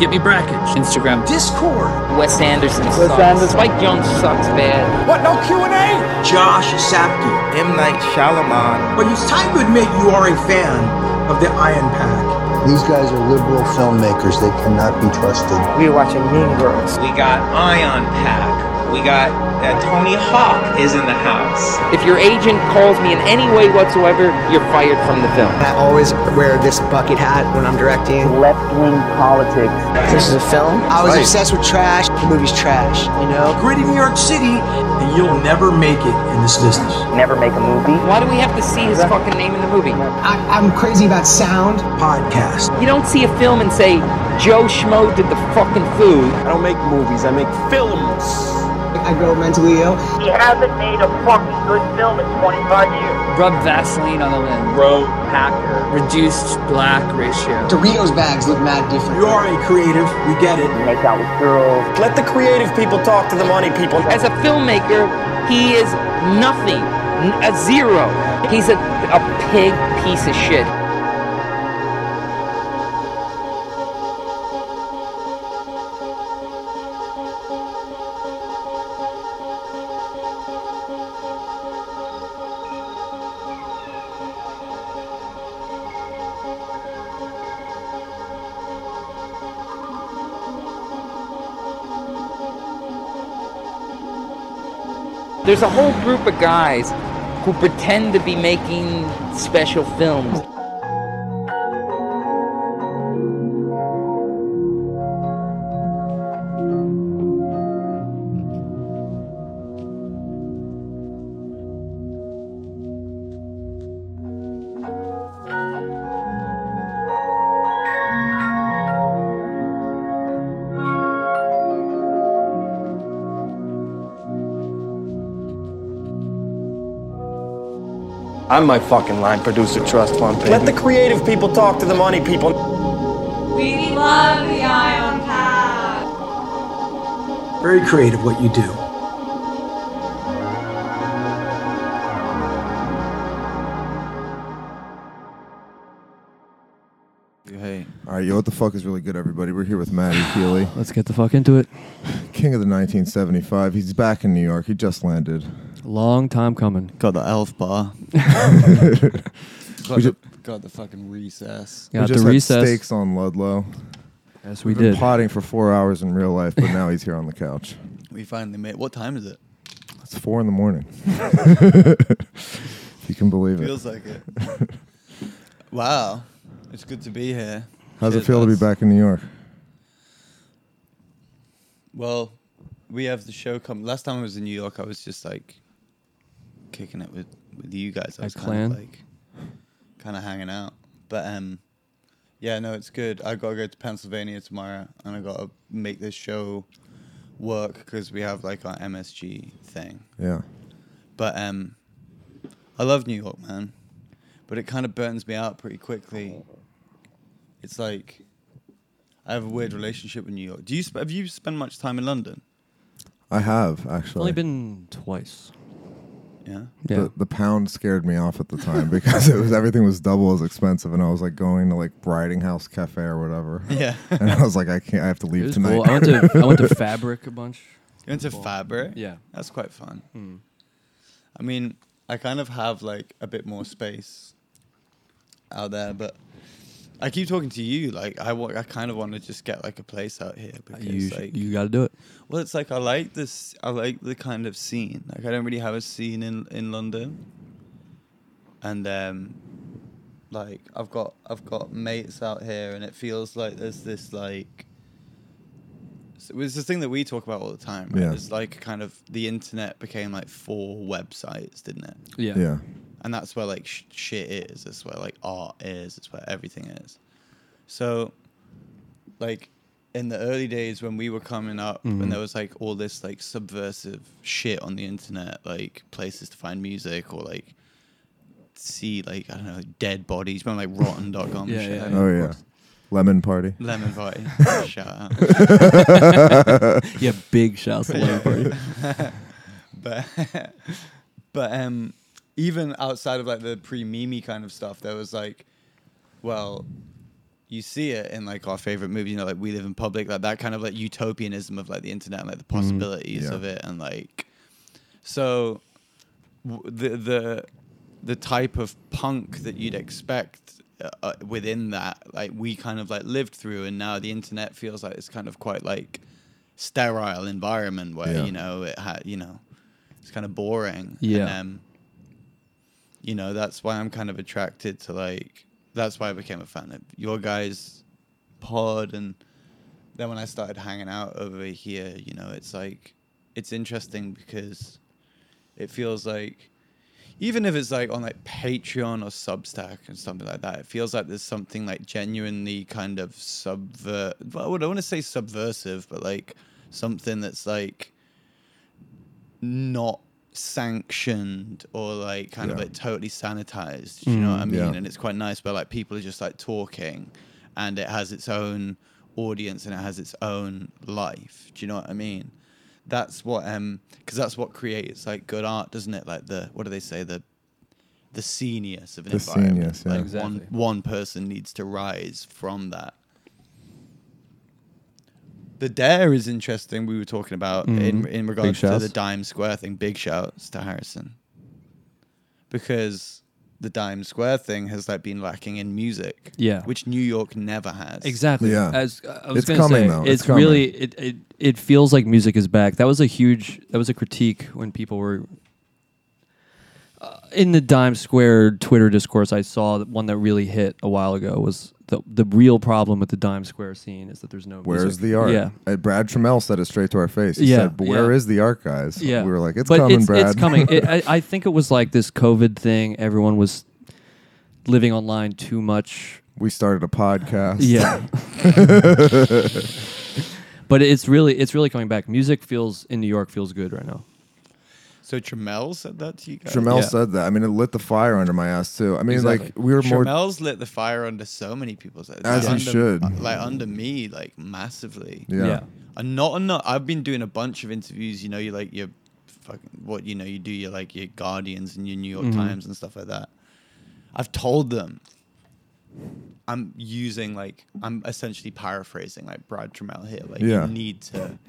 Get me Brackage. Instagram. Discord. Wes Anderson sucks. Wes Anderson. Spike Jones sucks bad. What? No Q&A? Josh Sapke. M. Night Shyamalan. But it's time to admit you are a fan of the Iron Pack. These guys are liberal filmmakers. They cannot be trusted. We are watching Mean Girls. We got Ion Pack. We got uh, Tony Hawk is in the house. If your agent calls me in any way whatsoever, you're fired from the film. I always wear this bucket hat when I'm directing. Left-wing politics. This is a film. I was Right. obsessed with trash. The movie's trash, you know. Gritty New York City, and you'll never make it in this business. Never make a movie. Why do we have to see his fucking name in the movie? I, I'm crazy about sound. Podcast. You don't see a film and say, Joe Schmo did the fucking food. I don't make movies, I make films. I grow mentally ill. He hasn't made a fucking good film in 25 years. Rub Vaseline on the lens. Bro, hacker. Reduced black ratio. Doritos bags look mad different. You are a creative. We get it. Make out with girls. Let the creative people talk to the money people. As a filmmaker, he is nothing, n- a zero. He's a, a pig piece of shit. There's a whole group of guys who pretend to be making special films. I'm my fucking line producer trust fund, baby. Let the creative people talk to the money people. We love the Ion Pack. Very creative what you do. Hey. All right, yo, what the fuck is really good, everybody? We're here with Matty Healy, Let's get the fuck into it. king of the 1975. He's back in New York. He just landed. Long time coming. Got the elf bar. got, We the, ju- got the fucking recess. Yeah, we at just the had recess. steaks on Ludlow. Yes, we We've been did. potting for four hours in real life, but now he's here on the couch. We finally made. What time is it? It's four in the morning. if you can believe it. Feels like it. wow, it's good to be here. How's it Shit, feel to be that's- back in New York? Well, we have the show come. Last time I was in New York, I was just like kicking it with with you guys. I At was kind Clan? of like kind of hanging out. But um, yeah, no, it's good. I gotta go to Pennsylvania tomorrow, and I gotta make this show work because we have like our MSG thing. Yeah. But um, I love New York, man. But it kind of burns me out pretty quickly. It's like I have a weird relationship with New York. Do you sp- have you spent much time in London? I have, actually. Only been twice. Yeah. Yeah. The, the pound scared me off at the time because it was everything was double as expensive, and I was like going to like Riding House Cafe or whatever. Yeah. and I was like, I can't. I have to It leave was tonight. cool. I went to I went to Fabric a bunch. You went to Fabric. Yeah. Hmm. That's quite fun. I mean, I kind of have like a bit more space out there, but I keep talking to you. Like, I wa- I kind of want to just get like a place out here because You, sh- like you got to do it. Well, it's like I like this. I like the kind of scene. Like I don't really have a scene in in London. And um, like I've got I've got mates out here, and it feels like there's this like. s- It's the thing that we talk about all the time. Right? Yeah. It's like kind of the internet became like four websites, didn't it? Yeah. yeah. and that's where like sh- shit is. It's where like art is. It's where everything is. So, like in the early days when we were coming up, when there was like all this like subversive shit on the internet, like places to find music or like see like I don't know dead bodies, remember like rotten.com Yeah, shit. yeah, like, yeah. Oh yeah. Lemon party. Lemon party, shout out. Yeah. Big shouts to Lemon Party. but but um even outside of like the pre mimi kind of stuff there was like well you see it in like our favorite movies, you know, like We Live in Public, like that kind of like utopianism of like the internet and like the possibilities yeah. of it, and like so w- the the the type of punk that you'd expect uh, uh, within that, like we kind of like lived through, and now the internet feels like it's kind of quite like sterile environment where Yeah. you know it had you know it's kind of boring. Yeah. And, um, you know, that's why I'm kind of attracted to like that's why I became a fan of your guys pod and then when I started hanging out over here, you know, it's like it's interesting because it feels like even if it's like on like Patreon or Substack and something like that, it feels like there's something like genuinely kind of subvert. Well, I don't want to say subversive, but like something that's like not sanctioned or like kind of Yeah. like totally sanitized. You know what I Mm, mean? yeah. And it's quite nice where like people are just like talking and it has its own audience and it has its own life. Do you know what I mean? That's what um because that's what creates like good art, doesn't it? Like the what do they say? The the seniors of an The environment. seniors, yeah. Like Exactly. one one person needs to rise from that. The dare is interesting. We were talking about in Mhm. in Big regards to shouts. the dime square thing. Big shouts to Harrison because the dime square thing has like been lacking in music. Yeah. which New York never has. Exactly. As uh, I was It's gonna coming, say, though. It's It's, coming. really it, it it feels like music is back. That was a huge that was a critique when people were uh, in the dime square Twitter discourse. I saw that one that really hit a while ago was the the real problem with the dime square scene is that there's no Where's music. the art? Yeah. Uh, Brad Trammell said it straight to our face. He Yeah, said, but where yeah. is the art, guys? Yeah, We were like, it's But coming, it's, Brad. It's coming. It- I, I think it was like this COVID thing. Everyone was living online too much. we started a podcast. Yeah. but it's really it's really coming back. Music feels in New York feels good right now. So Tramel said that to you guys. Trammell said that. I mean, it lit the fire under my ass, too. I mean, like, we were more. Tramel's lit the fire under so many people's heads. As like he under- should. Like under me, like massively. Yeah. Yeah. And not enough. I've been doing a bunch of interviews. You know, you like your fucking what you know. You do your like your Guardians and your New York Mhm. Times and stuff like that. I've told them. I'm using like I'm essentially paraphrasing like Brad Trammell here. Like Yeah. you need to.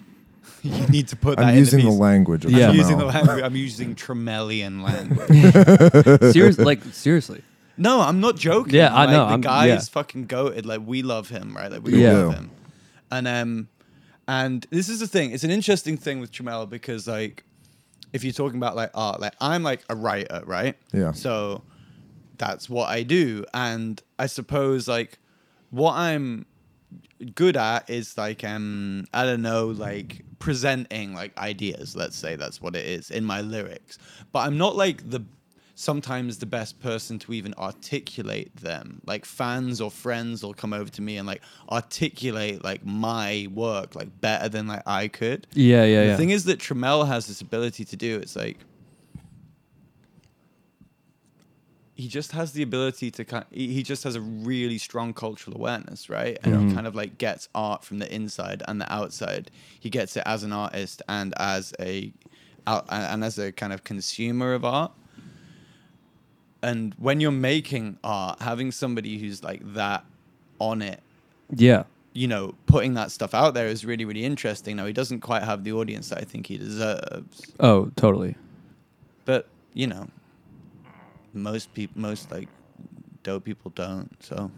You need to put I'm that in using the piece. language of I'm using the Trammell. language. I'm using Tremellian language. Serious- like, seriously. No, I'm not joking. Yeah, I Like, know, The I'm- guy yeah. is fucking goated. Like we love him, right? Like we Yeah. love him. And um, and this is the thing. It's an interesting thing with Jamel because like, if you're talking about like art, like I'm like a writer, right? Yeah. So that's what I do, and I suppose like what I'm good at is like um I don't know like presenting like ideas let's say that's what it is in my lyrics but I'm not like the sometimes the best person to even articulate them like fans or friends will come over to me and like articulate like my work like better than like I could Yeah, yeah, the yeah. thing is that Trammell has this ability to do it's like he just has the ability to kind he he just has a really strong cultural awareness right and Mhm. he kind of like gets art from the inside and the outside he gets it as an artist and as a out and as a kind of consumer of art and when you're making art having somebody who's like that on it Yeah. you know putting that stuff out there is really really interesting now he doesn't quite have the audience that i think he deserves Oh, totally. but you know, most people, most like dope people don't. So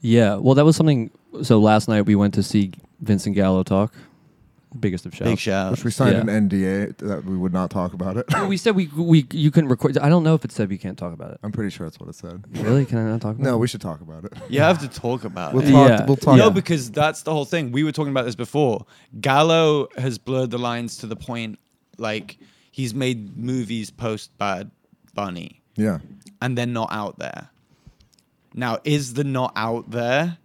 Yeah. Well, that was something. So last night we went to see Vincent Gallo talk. Biggest of shouts. Which we signed an NDA that we would not talk about it. Well, we said we we you couldn't record. I don't know if it said we can't talk about it. I'm pretty sure that's what it said. Really? Can I not talk? About No, it? we should talk about it. you have to talk about We'll it. talk- Yeah. we'll talk- No, because that's the whole thing. We were talking about this before. Gallo has blurred the lines to the point, like he's made movies post Bad Bunny. Yeah. and they're not out there. Now, is the not out there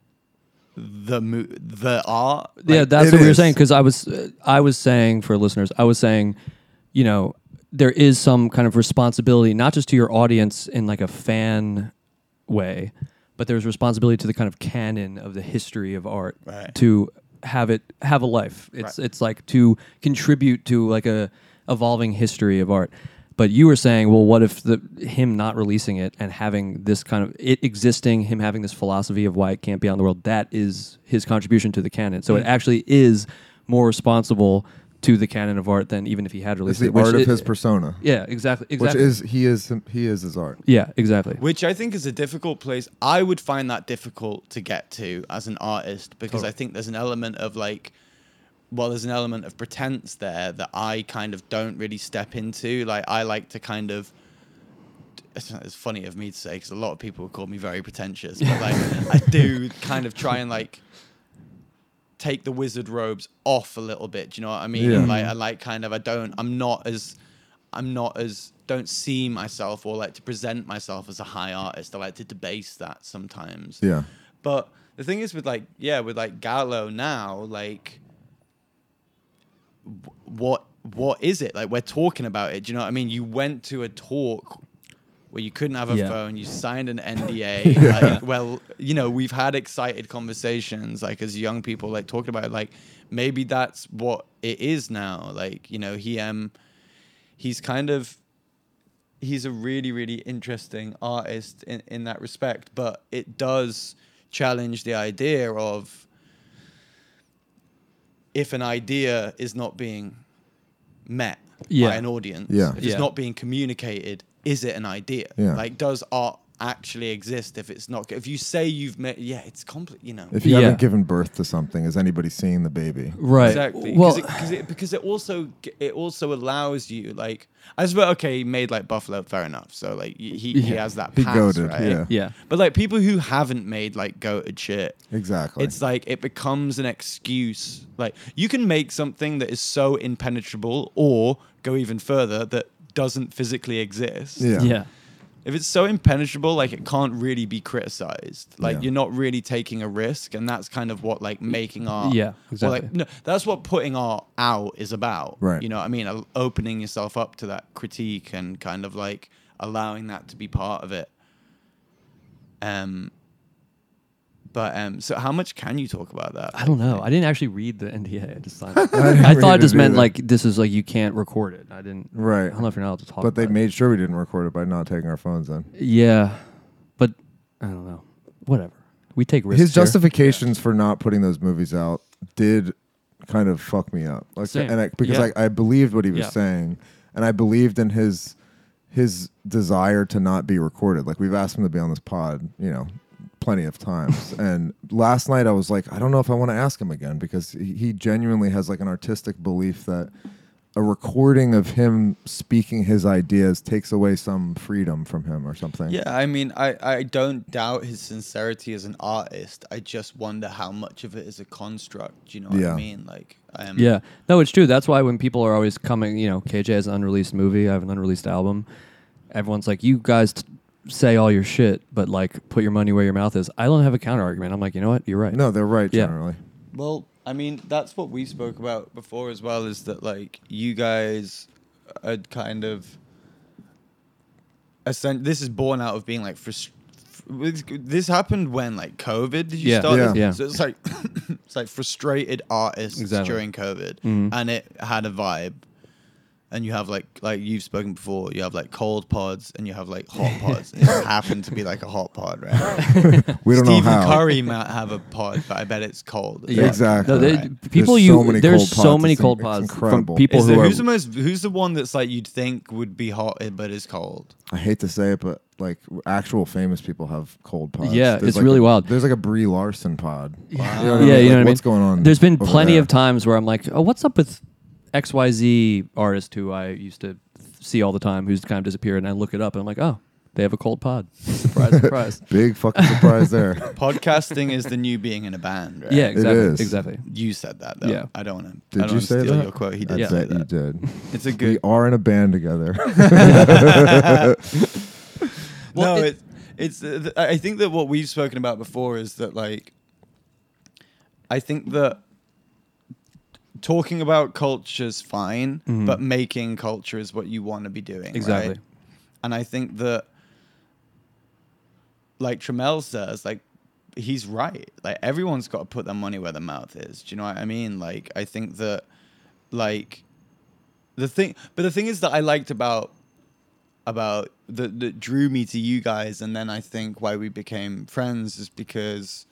the mo- the art? yeah, Like, that's what we were saying because I was uh, I was saying for listeners, I was saying, you know, there is some kind of responsibility not just to your audience in like a fan way, but there's responsibility to the kind of canon of the history of art to have it have a life. It's Right. it's like to contribute to like a evolving history of art. But you were saying, well, what if the him not releasing it and having this kind of it existing, him having this philosophy of why it can't be out in the world, that is his contribution to the canon. So it Mm-hmm. Mm. actually is more responsible to the canon of art than even if he had It's released the it. which art of it- his persona. Yeah, exactly. Which Exactly. is he is him- he is his art. yeah, exactly. Which I think is a difficult place. I would find that difficult to get to as an artist because I Totally. think there's an element of like, well, there's an element of pretense there that I kind of don't really step into. Like, I like to kind of. It's it's funny of me to say because a lot of people would call me very pretentious, but like I do kind of try and like take the wizard robes off a little bit. Do you know what I mean? Yeah. And, Mm-hmm. like I like kind of I don't I'm not as I'm not as don't see myself or like to present myself as a high artist. I like to debase that sometimes. Yeah. But the thing is with like yeah, with like Gallo now, like w- what what is it? Like we're talking about it. Do you know what I mean? You went to a talk where you couldn't have a Yeah. phone, you signed an NDA. Yeah. like, well, you know, we've had excited conversations, like as young people, like talking about it, like maybe that's what it is now. Like, you know, he um he's kind of he's a really, really interesting artist in, in that respect, but it does challenge the idea of if an idea is not being met Yeah. by an audience, Yeah. if it's Yeah. not being communicated, is it an idea? Yeah. Like, does art actually exist if it's not? If you say you've met, yeah, it's complex, you know. If you Yeah. haven't given birth to something, is anybody seeing the baby? Exactly. Well- Well, because it, because it also g- it also allows you like I suppose okay, he made like Buffalo, fair enough. So like y- he, he Yeah. has that He pass, goated, right? yeah. Yeah. But like people who haven't made like goated shit, Exactly. it's like it becomes an excuse. Like you can make something that is so impenetrable, or go even further that doesn't physically exist. Yeah. Yeah. If it's so impenetrable, like it can't really be criticized. Like Yeah. you're not really taking a risk, and that's kind of what like making art. Yeah, or, exactly. like no, that's what putting art out is about. Right. You know what I mean? Al- Opening yourself up to that critique and kind of like allowing that to be part of it. Um. But um, so how much can you talk about that? I don't know. I didn't actually read the NDA. I just signed. it. I didn't I, thought read it just it meant either. like this is like you can't record it. I didn't. Right. I don't know if you're not allowed to talk. But they about made sure we didn't record it by not taking our phones in. it. Yeah, but I don't know. Whatever. We take risks. His here. justifications for not putting those movies out did kind of fuck me up. Like, Same. and I, because Yeah. I, I believed what he was Yeah. saying, and I believed in his his desire to not be recorded. Like we've asked him to be on this pod, you know, plenty of times. and last night I was like, I don't know if I want to ask him again because he, he genuinely has like an artistic belief that a recording of him speaking his ideas takes away some freedom from him or something. Yeah, I mean, I, I don't doubt his sincerity as an artist. I just wonder how much of it is a construct. Do you know what Yeah. I mean? Like, um, yeah. No, it's true. That's why when people are always coming, you know, KJ has an unreleased movie. I have an unreleased album. Everyone's like, you guys t- say all your shit, but like put your money where your mouth is. I don't have a counter argument. I'm like, you know what? You're right. No, they're right Yeah. generally. Well, I mean, that's what we spoke about before as well. Is that like you guys are kind of essen- This is born out of being like frust- with- This happened when like COVID. Did you Yeah. start? this? Yeah. Yeah. So it's like it's like frustrated artists Exactly. during COVID, Mhm. and it had a vibe. And you have like like you've spoken before. You have like cold pods, and you have like hot pods. it happened to be like a hot pod, right? We don't know Stephen how. Curry might have a pod, but I bet it's cold. Yeah. Exactly. No, they- Right. people There's you so many there's cold so pods. many It's in- cold it's pods from incredible. people Is there- who are who's the most who's the one that's like you'd think would be hot eh, but is cold? I hate to say it, but like actual famous people have cold pods. Yeah, There's it's like really a- wild. There's like a Brie Larson pod. Yeah, You know what I yeah, mean? you know Like, what I mean? What's going on? There's been over plenty there? of times where I'm like, oh, what's up with XYZ artist who I used to see all the time who's kind of disappeared? And I look it up and I'm like, oh, they have a cold pod. Surprise, surprise. Big fucking surprise there. Podcasting is the new being in a band, right? Yeah, It exactly, is. exactly. You said that though. Yeah. I don't want to. Did I don't you wanna say steal that? Your quote. He I did bet say that. you did. It's a We good. are in a band together. no, it, it's. Uh, th- I think that what we've spoken about before is that like. I think that talking about culture's fine, Mhm. but making culture is what you want to be doing. right? Exactly. And I think that, like Trammell says, like he's right. Like everyone's got to put their money where their mouth is. Do you know what I mean? Like I think that, like, the thing. But the thing is that I liked about about that that drew me to you guys, and then I think why we became friends is because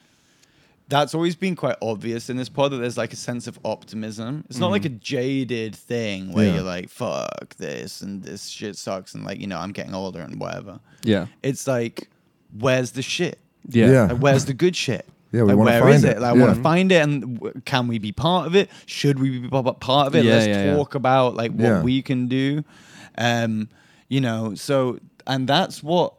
that's always been quite obvious in this pod that there's like a sense of optimism. It's not like a jaded thing where Yeah. you're like, fuck this and this shit sucks and like, you know, I'm getting older and whatever. Yeah. It's like, where's the shit? Yeah. Yeah. Like, where's the good shit? Yeah, we like, wanna where find is it. it? Like, I Yeah. want to find it, and w- can we be part of it? Should we be p- p- part of it? Yeah, Let's yeah, yeah. talk about like what Yeah. we can do, um, you know. So, and that's what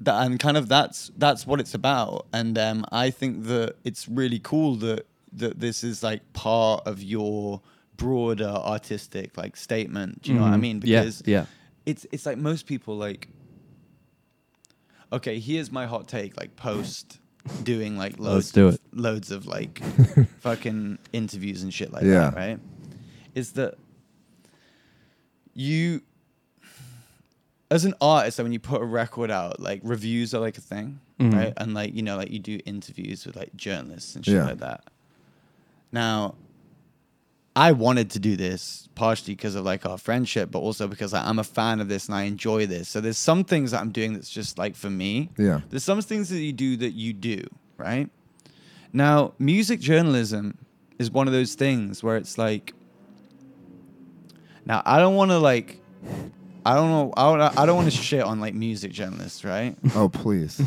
that and kind of that's that's what it's about and um i think that it's really cool that that this is like part of your broader artistic like statement do you know what i Mhm. mean Yeah, yeah. it's it's like most people like okay here's my hot take like post doing like loads Let's do of, it. loads of like fucking interviews and shit like Yeah. that right is that you as an artist, like when you put a record out, like reviews are like a thing, Mhm. right? And like you know, like you do interviews with like journalists and shit Yeah. like that. Now, I wanted to do this partially because of like our friendship, but also because like, I'm a fan of this and I enjoy this. So there's some things that I'm doing that's just like for me. Yeah. There's some things that you do that you do, right? Now, music journalism is one of those things where it's like now I don't want to like I don't know I don't, I don't want to shit on like music journalists, right? Oh please.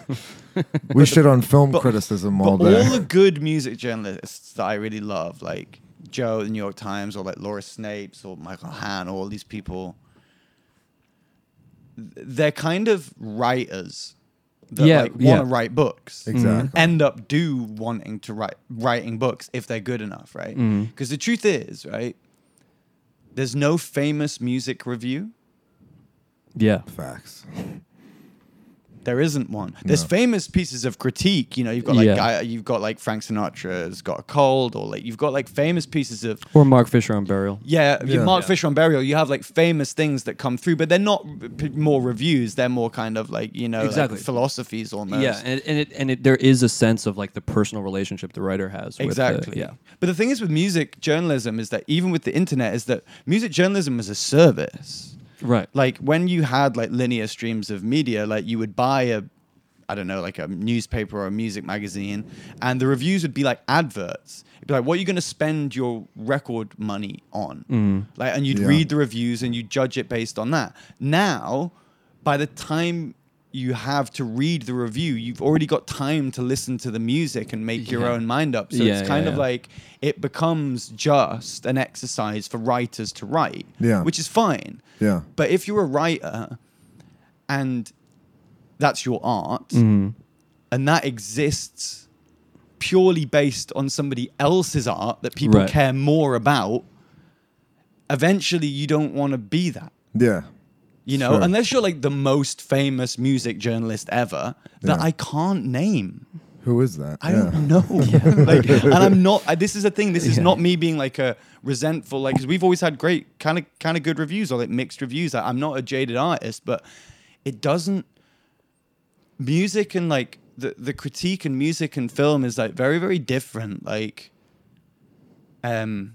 we shit on film criticism all but day. all the good music journalists that I really love, like Joe at the New York Times or like Laura Snapes or Michael Hahn, all these people, th- they're kind of writers that Yeah, like want yeah. to write books. Mm-hmm. Exactly. and End up do wanting to write writing books if they're good enough, right? Mhm. Because the truth is, right, there's no famous music review. Yeah. Facts. There isn't one. There's No. famous pieces of critique. You know, you've got like Yeah. guy, you've got like Frank Sinatra's got a cold, or like you've got like famous pieces of Or Mark Fisher on Burial. yeah, you- Yeah. Mark Yeah. Fisher on Burial. You have like famous things that come through, but they're not p- more reviews. They're more kind of like you know like, Exactly. philosophies almost. Yeah, and, and it and it there is a sense of like the personal relationship the writer has. With the- Exactly. yeah. But the thing is with music journalism is that even with the internet is that music journalism was a service. Right. Like when you had like linear streams of media, like you would buy a I don't know, like a newspaper or a music magazine, and the reviews would be like adverts. It'd be like, what are you gonna spend your record money on? Mm. Like and you'd Yeah. read the reviews and you judge it based on that. Now, by the time you have to read the review, you've already got time to listen to the music and make your Yeah. own mind up. So Yeah, it's kind yeah, of yeah. like it becomes just an exercise for writers to write, Yeah. which is fine. Yeah. But if you're a writer and that's your art Mhm. and that exists purely based on somebody else's art that people Right. care more about, eventually you don't want to be that. Yeah. You know, Sure. unless you're like the most famous music journalist ever that Yeah. I can't name. Who is that? I don't know. like, and I'm not. I, this is a thing. This is not me being like a resentful. Like, because we've always had great kind of kind of good reviews or like mixed reviews. Like, I'm not a jaded artist, but it doesn't. Music and like the the critique and music and film is like very very different. Like, um.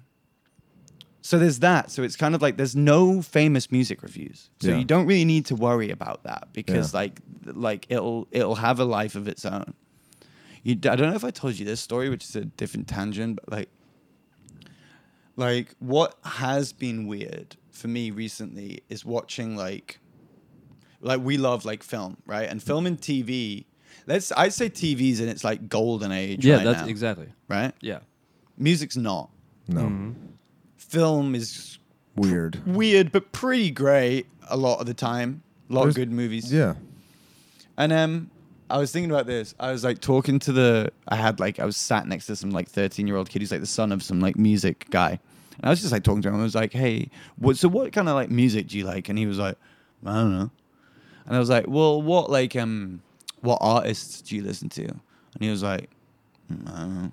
So there's that. So it's kind of like there's no famous music reviews. So Yeah. you don't really need to worry about that because Yeah. like like it'll it'll have a life of its own. You, d- I don't know if I told you this story, which is a different tangent, but like, like what has been weird for me recently is watching like, like we love like film, right? And film and TV. Let's I'd say TV's in its like golden age. Yeah, right that's now, exactly. right. Yeah. Music's not. No. Film is Weird. weird but pretty great a lot of the time. A lot There's- of good movies. Yeah. And um, I was thinking about this. I was like talking to the. I had like I was sat next to some like thirteen year old kid who's like the son of some like music guy, and I was just like talking to him. I was like, "Hey, what? So what kind of like music do you like?" And he was like, "I don't know." And I was like, "Well, what like um, what artists do you listen to?" And he was like, "Mm, "I don't know."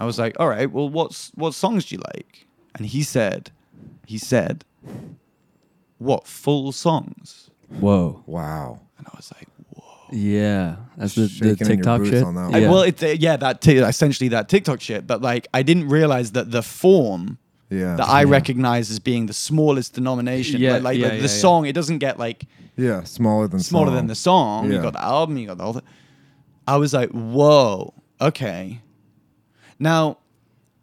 I was like, "All right, well, what's what songs do you like?" And he said, "He said, what full songs?" Whoa. Wow. And I was like. Yeah. That's the, Shaking the in your TikTok boots shit. on that I- yeah. well, it, yeah, that t- essentially that TikTok shit, but like I didn't realize that the form Yeah. that I Yeah. recognize as being the smallest denomination. Yeah, like, like yeah, the, the yeah, yeah. song, it doesn't get like Yeah, smaller than smaller than the song. Yeah. You got the album, you got the whole thing. I was like, whoa, okay. Now,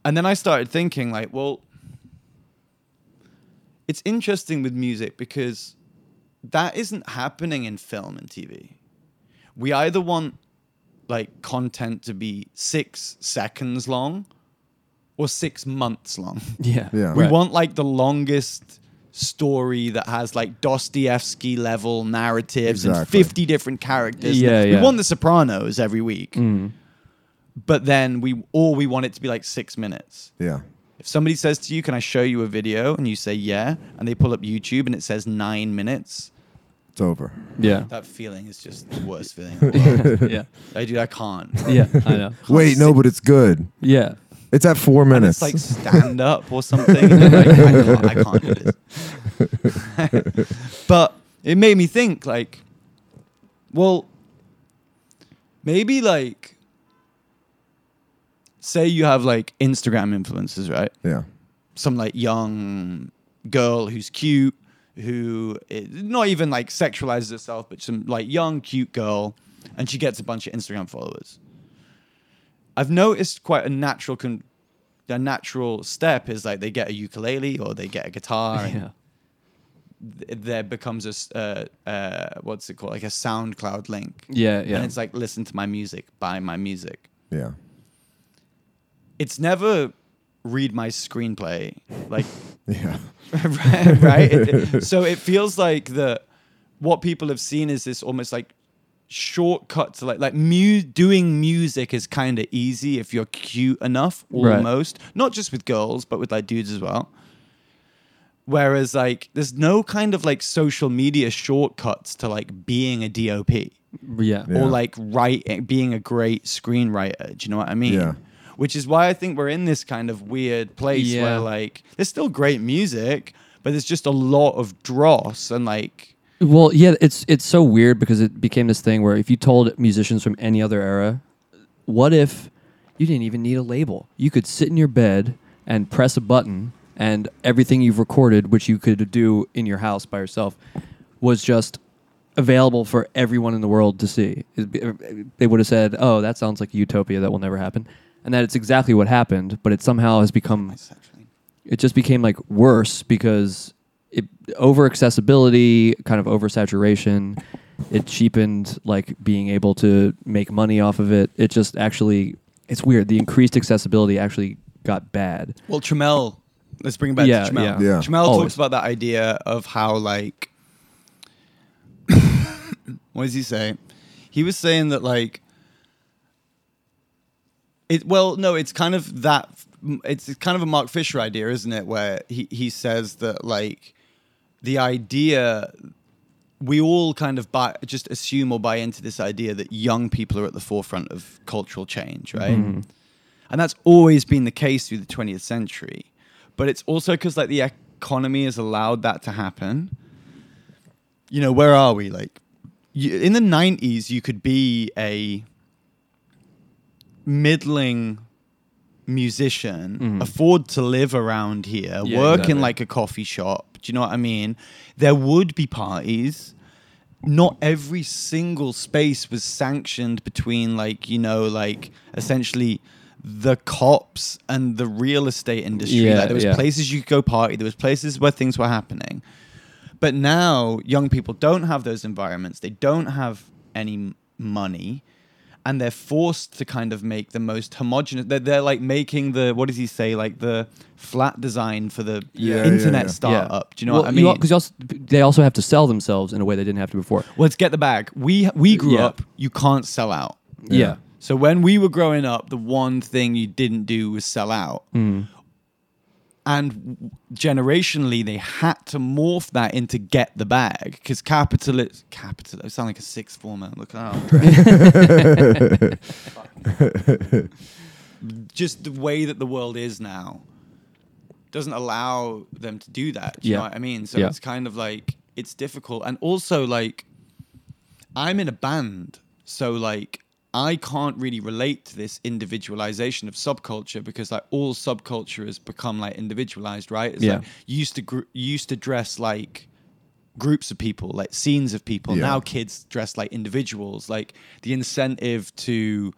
and then I started thinking, like, well, it's interesting with music because that isn't happening in film and TV. We either want like content to be six seconds long or six months long. Yeah. Yeah. We Right. want like the longest story that has like Dostoevsky level narratives and Exactly. 50 different characters. Yeah, we yeah. Mm. want The Sopranos every week, but then we all we want it to be like six minutes. Yeah. If somebody says to you, "Can I show you a video?" and you say, "Yeah," and they pull up YouTube and it says nine minutes, It's over. that feeling is just the worst feeling. Yeah. I do. I can't. Wait, no, but it's good. Yeah. It's at four And minutes. it's like stand up or something. and you're like, I, can't, I can't do this. but it made me think, like, well, maybe like, say you have like Instagram influencers, right? Yeah. Some like young girl who's cute, who is not even like sexualizes herself, but some like young, cute girl, and she gets a bunch of Instagram followers. I've noticed quite a natural con- a natural step is like they get a ukulele or they get a guitar. and th- there becomes a s- uh, uh, what's it called like a SoundCloud link. Yeah, yeah. And it's like listen to my music, buy my music. Yeah. It's never read my screenplay. Like yeah, right. right? It- it- so it feels like the what people have seen is this almost like shortcut to like like mu- doing music is kind of easy if you're cute enough Right. almost not just with girls but with like dudes as well whereas like there's no kind of like social media shortcuts to like being a dop Yeah. or like writing being a great screenwriter do you know what i mean Yeah. which is why i think we're in this kind of weird place Yeah. where like there's still great music but there's just a lot of dross and like Well, yeah, it's it's so weird because it became this thing where if you told musicians from any other era, what if you didn't even need a label? You could sit in your bed and press a button and everything you've recorded, which you could do in your house by yourself, was just available for everyone in the world to see. It'd be- uh, They would have said, "Oh, that sounds like utopia that will never happen." And that it's exactly what happened, but it somehow has become it just became like worse because it over accessibility, kind of oversaturation, it cheapened like being able to make money off of it. It just actually it's weird. The increased accessibility actually got bad. well Tramel, let's bring it back Yeah, to Tramel. yeah. Yeah. Tramel Always. talks about that idea of how like what does he say he was saying that like it well no it's kind of that it's kind of a mark fisher idea isn't it where he, he says that like the idea we all kind of buy just assume or buy into this idea that young people are at the forefront of cultural change right Mhm. and that's always been the case through the 20th century but it's also because like the economy has allowed that to happen you know where are we like you, in the 90s you could be a middling musician afford to live around here Mm-hmm. Yeah, work in exactly. like a coffee shop do you know what i mean there would be parties not every single space was sanctioned between like you know like essentially the cops and the real estate industry Yeah, like there was yeah. places you could go party there was places where things were happening but now young people don't have those environments. They don't have any m- money and they're forced to kind of make the most homogenous they're, they're like making the what does he say like the flat design for the Yeah, internet startup do you know what i mean Because they also have to sell themselves in a way they didn't have to before. well, let's get the bag. We we grew Yeah. up. You can't sell out. Yeah. So when we were growing up, the one thing you didn't do was sell out. Mm. And generationally, they had to morph that into get the bag because capitalist capital. I sound like a sixth former. Look out. Just the way that the world is now doesn't allow them to do that. Do you Yeah. know what I mean? So Yeah. it's kind of like it's difficult, and also like I'm in a band, so like I can't really relate to this individualization of subculture because like all subculture has become like individualized, right? It's Yeah. like you used to gr- you used to dress like groups of people, like scenes of people. Yeah. Now kids dress like individuals. Like the incentive to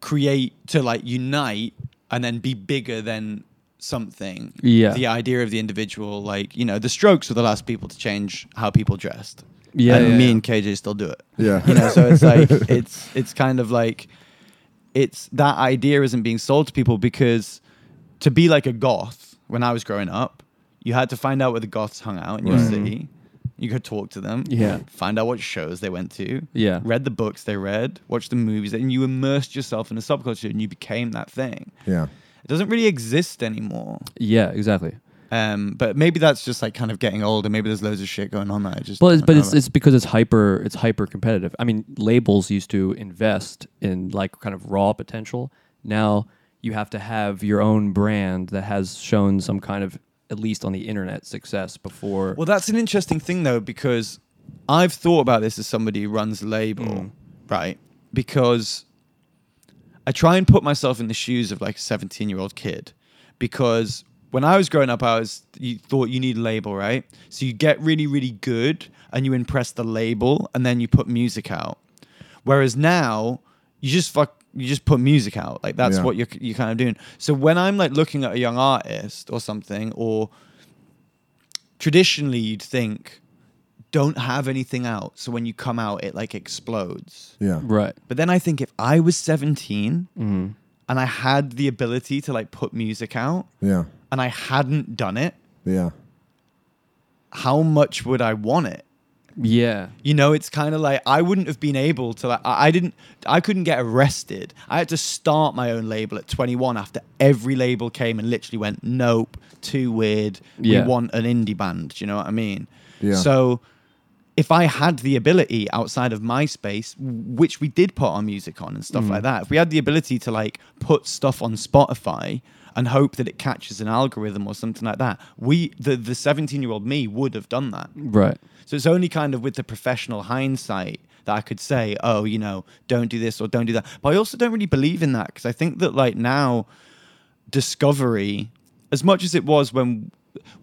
create to like unite and then be bigger than something. Yeah. The idea of the individual, like, you know, the strokes were the last people to change how people dressed. Yeah, And yeah, me yeah. and KJ still do it. Yeah. You know, so it's like it's it's kind of like it's that idea isn't being sold to people because to be like a goth when I was growing up, you had to find out where the goths hung out in your Right. city. You could talk to them. Yeah. Find out what shows they went to. Yeah. Read the books they read, watched the movies, and you immersed yourself in a subculture and you became that thing. Yeah. It doesn't really exist anymore. Yeah, exactly. Um, but maybe that's just like kind of getting older. Maybe there's loads of shit going on that I just. Well, it's, don't but know it's, about. it's because it's hyper it's hyper competitive. I mean, labels used to invest in like kind of raw potential. Now you have to have your own brand that has shown some kind of at least on the internet success before. Well, that's an interesting thing though because I've thought about this as somebody who runs a label, right? Because I try and put myself in the shoes of like a 17 year old kid because when I was growing up, I was you thought you need a label, right? So you get really, really good and you impress the label and then you put music out. Whereas now you just fuck you just put music out. Like that's Yeah. what you're you're kind of doing. So when I'm like looking at a young artist or something, or traditionally you'd think don't have anything out. So when you come out, it like explodes. Yeah. Right. But then I think if I was 17 and I had the ability to like put music out Yeah. and I hadn't done it, Yeah. how much would I want it? Yeah. You know, it's kind of like I wouldn't have been able to like I I didn't I couldn't get arrested. I had to start my own label at 21 after every label came and literally went, "Nope, too weird. Yeah. We want an indie band." Do you know what I mean? Yeah. So if I had the ability outside of MySpace, which we did put our music on and stuff Mm. like that, if we had the ability to like put stuff on Spotify and hope that it catches an algorithm or something like that, we the the 17 year old me would have done that. Right. So it's only kind of with the professional hindsight that I could say, oh, you know, don't do this or don't do that. But I also don't really believe in that because I think that like now, discovery, as much as it was when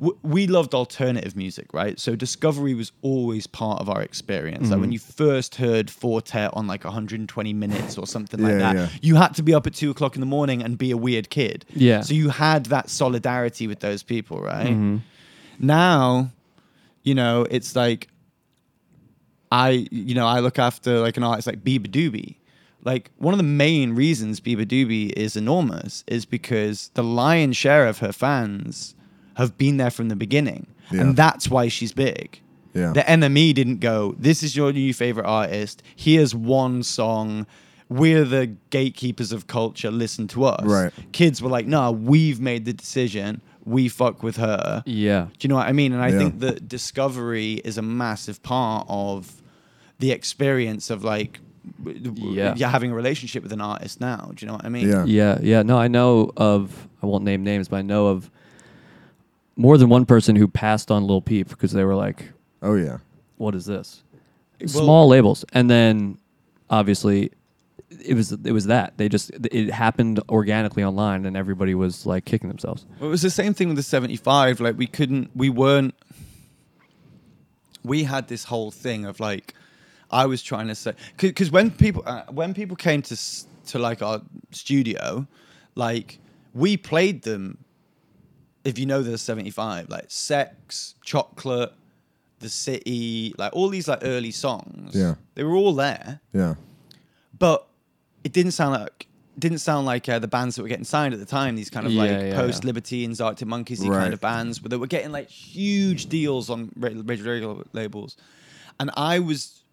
w- we loved alternative music, right? So discovery was always part of our experience. Like when Mhm. you first heard Forte on like 120 minutes or something like Yeah, that, yeah. you had to be up at two o'clock in the morning and be a weird kid. Yeah. So you had that solidarity with those people, right? Mhm. Now, you know, it's like I, you know, I look after like an artist like Biba Doobie. Like one of the main reasons Biba Doobie is enormous is because the lion's share of her fans have been there from the beginning, Yeah. and that's why she's big. Yeah. The NME didn't go, this is your new favorite artist. Here's one song. We're the gatekeepers of culture. Listen to us. Right. Kids were like, nah, we've made the decision. We fuck with her. Yeah. Do you know what I mean? And I Yeah. think that discovery is a massive part of the experience of like w- w- Yeah. yeah, having a relationship with an artist now. Do you know what I mean? Yeah. Yeah. No, I know of, I won't name names, but I know of more than one person who passed on Lil Peep because they were like, oh, yeah. What is this? Well- Small labels. And then obviously it was it was that. They just it happened organically online and everybody was like kicking themselves. Well, it was the same thing with the 75. Like, we couldn't, we weren't, we had this whole thing of like, I was trying to say, because when people, uh, when people came to, s- to like our studio, like, we played them, if you know the 75, like Sex, Chocolate, The City, like all these like early songs. Yeah. They were all there Yeah. but it didn't sound like didn't sound like uh, the bands that were getting signed at the time. These kind of Yeah, like yeah, yeah. post Libertines, Arctic Monkeys, kind Right. of bands that were getting like huge deals on regular, regular labels. And I was,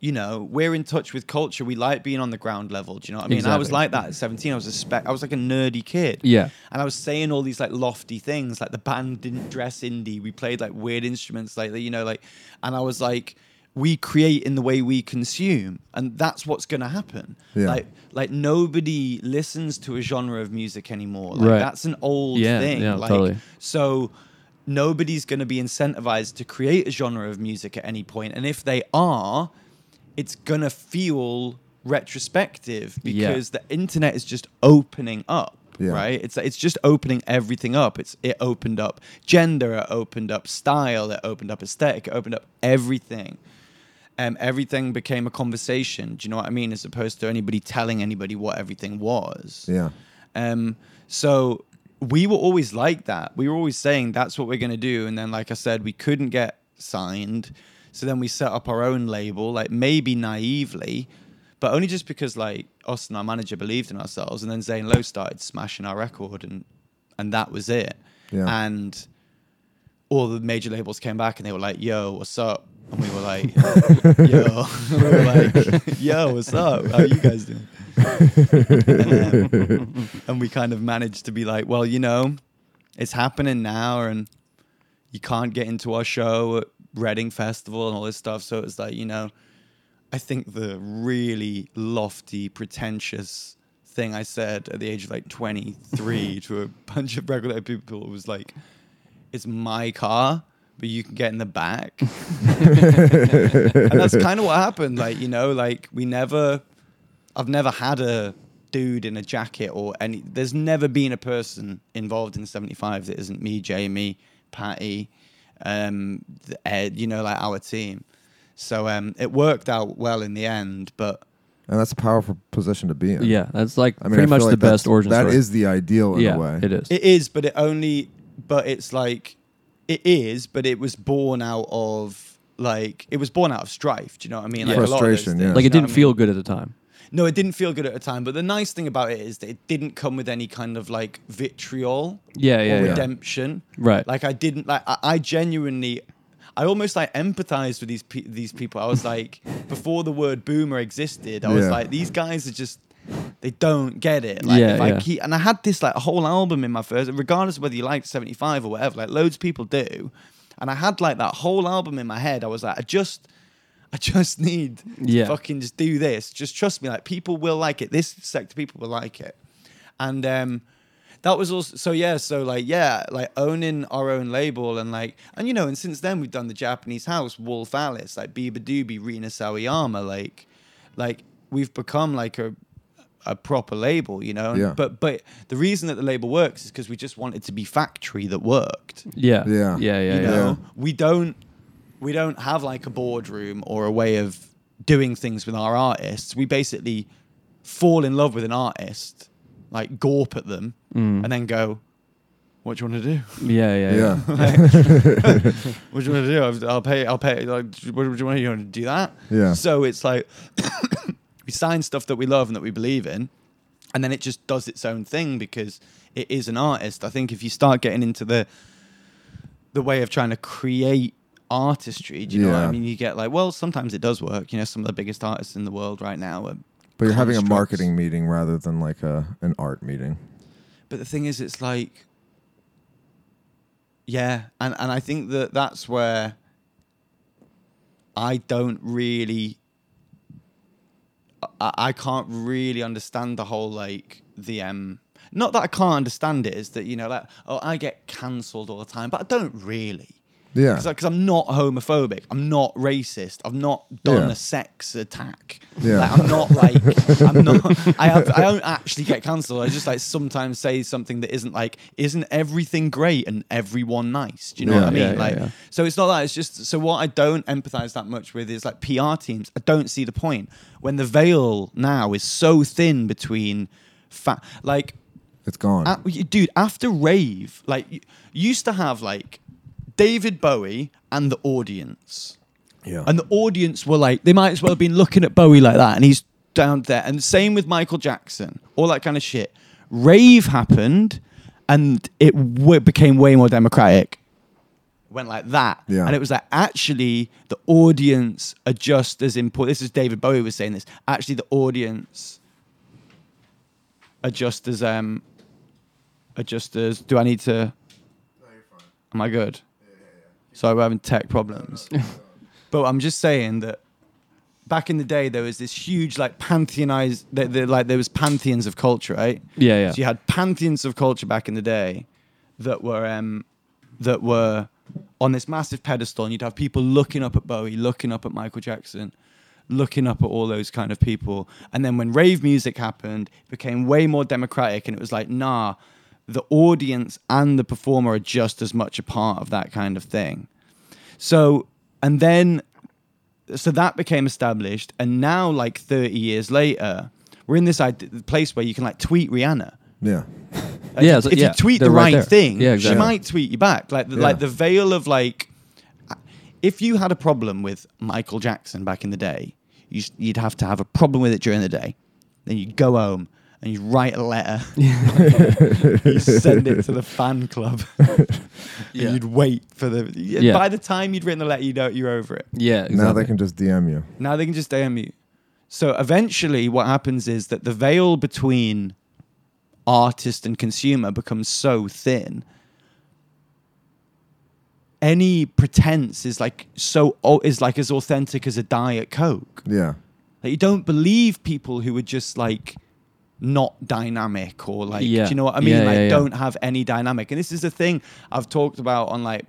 you know, we're in touch with culture. We like being on the ground level. Do you know what I mean? I was Exactly. like that at seventeen. I was a spec. I was like a nerdy kid. Yeah. And I was saying all these like lofty things, like the band didn't dress indie. We played like weird instruments, like you know, like, and I was like, we create in the way we consume, and that's what's gonna happen. Yeah. Like, like nobody listens to a genre of music anymore. Like Right. that's an old Yeah, thing. yeah, like, totally. So nobody's gonna be incentivized to create a genre of music at any point, and if they are, it's gonna feel retrospective Yeah. because the internet is just opening up. Yeah. Right, it's it's just opening everything up. It's it opened up gender, it opened up style, it opened up aesthetic, it opened up everything. Um, everything became a conversation. Do you know what I mean? As opposed to anybody telling anybody what everything was. Yeah. Um, so we were always like that. We were always saying that's what we're gonna do, and then like I said, we couldn't get signed, so then we set up our own label, like maybe naively, but only just because like us and our manager believed in ourselves, and then Zane Lowe started smashing our record, and and that was it. Yeah. And all the major labels came back and they were like, "Yo, what's up?" And we were like, "Yo, we were like, yo, what's up? How you guys doing?" and, um, and we kind of managed to be like, "Well, you know, it's happening now, and you can't get into our show at Reading Festival and all this stuff." So it was like, you know, I think the really lofty, pretentious thing I said at the age of like 23 to a bunch of regular people was like, it's my car, but you can get in the back. and that's kind of what happened. Like, you know, like we never, I've never had a dude in a jacket or any, there's never been a person involved in 75 that isn't me, Jamie, Patty, um, th- Ed, you know, like our team. So um, it worked out well in the end, but And that's a powerful position to be in. Yeah, that's, like, pretty feel much the that's- best origin That story. is the ideal in Yeah, a way. it is. It is, but it only, but it's like, it is, but it was born out of like, it was born out of strife. Do you know what I mean? Like a lot of those Frustration, things, yeah. Like you it know what didn't I mean? feel good at the time. No, it didn't feel good at the time. But the nice thing about it is that it didn't come with any kind of like vitriol, Yeah, yeah, or yeah. redemption, Right. Like I didn't like I, I genuinely, I almost like empathized with these pe- these people. I was like, before the word boomer existed, I was Yeah. like, these guys are just. They don't get it. Like Yeah, if I yeah. keep and I had this like whole album in my first, regardless of whether you liked 75 or whatever, like loads of people do. And I had like that whole album in my head. I was like, I just I just need Yeah. to fucking just do this. Just trust me. Like people will like it. This sector of people will like it. And um that was also so yeah, so like yeah, like owning our own label and like and you know, and since then we've done the Japanese house, Wolf Alice, like Biba Doobie, Rina Sawayama, like like we've become like a a proper label, you know. And- Yeah. But but the reason that the label works is because we just want it to be factory that worked. Yeah. Yeah. Yeah. Yeah. you yeah. know we don't we don't have like a boardroom or a way of doing things with our artists we basically fall in love with an artist like gorp at them Mm. and then go what do you want to do Yeah, yeah, yeah. Like, what do you want to do I'll- i'll pay i'll pay like what do you want you want to do that Yeah. so it's like we sign stuff that we love and that we believe in and then it just does its own thing because it is an artist i think if you start getting into the the way of trying to create artistry. Do you know what I Yeah. mean? You get like, well, sometimes it does work. You know, some of the biggest artists in the world right now are. But you're having a constructs. marketing meeting rather than like a an art meeting. But the thing is, it's like, yeah, and and I think that that's where I don't really, I, I can't really understand the whole like the um. Not that I can't understand it, is that you know, like, oh, I get cancelled all the time, but I don't really. Yeah. Because I'm not homophobic. I'm not racist. I've not done Yeah. a sex attack. Yeah. Like, I'm not like I'm not. I have. I don't actually get cancelled. I just like sometimes say something that isn't like isn't everything great and everyone nice. Do you know Yeah, what I mean? yeah, yeah, like yeah. so it's not that. It's just so what I don't empathize that much with is like PR teams. I don't see the point when the veil now is so thin between fat like It's gone. a- y- dude, after rave, like y- you used to have like David Bowie and the audience. Yeah. And the audience were like, they might as well have been looking at Bowie like that, and he's down there. And same with Michael Jackson, all that kind of shit. Rave happened, and it w- became way more democratic. Went like that, Yeah. and it was like actually the audience are just as important. This is David Bowie was saying this. Actually, the audience are just as um are just as do I need to Am I good? So we're having tech problems. but I'm just saying that back in the day there was this huge like pantheonized the, the, like there was pantheons of culture, right? Yeah, yeah. So you had pantheons of culture back in the day that were um that were on this massive pedestal and you'd have people looking up at Bowie, looking up at Michael Jackson, looking up at all those kind of people. And then when rave music happened, it became way more democratic, and it was like, nah, the audience and the performer are just as much a part of that kind of thing. So, and then, so that became established, and now, like 30 years later, we're in this id- place where you can like tweet Rihanna. Yeah. Like, Yeah, if so- if yeah, you tweet the they're right right, there. thing, Yeah, she exactly. might tweet you back. Like the, like Yeah. the veil of like, if you had a problem with Michael Jackson back in the day, you, s- you'd have to have a problem with it during the day. Then you would go home and you write a letter. you send it to the fan club. Yeah. And you'd wait for the. Yeah. By the time you'd written the letter, you know you're over it. Now they can just DM you. Now they can just DM you. So eventually, what happens is that the veil between artist and consumer becomes so thin. Any pretense is like so au- is like as authentic as a diet coke. Yeah. Like you don't believe people who are just like not dynamic or like Yeah. do you know what I mean? Yeah, like yeah, yeah. don't have any dynamic. And this is the thing I've talked about on like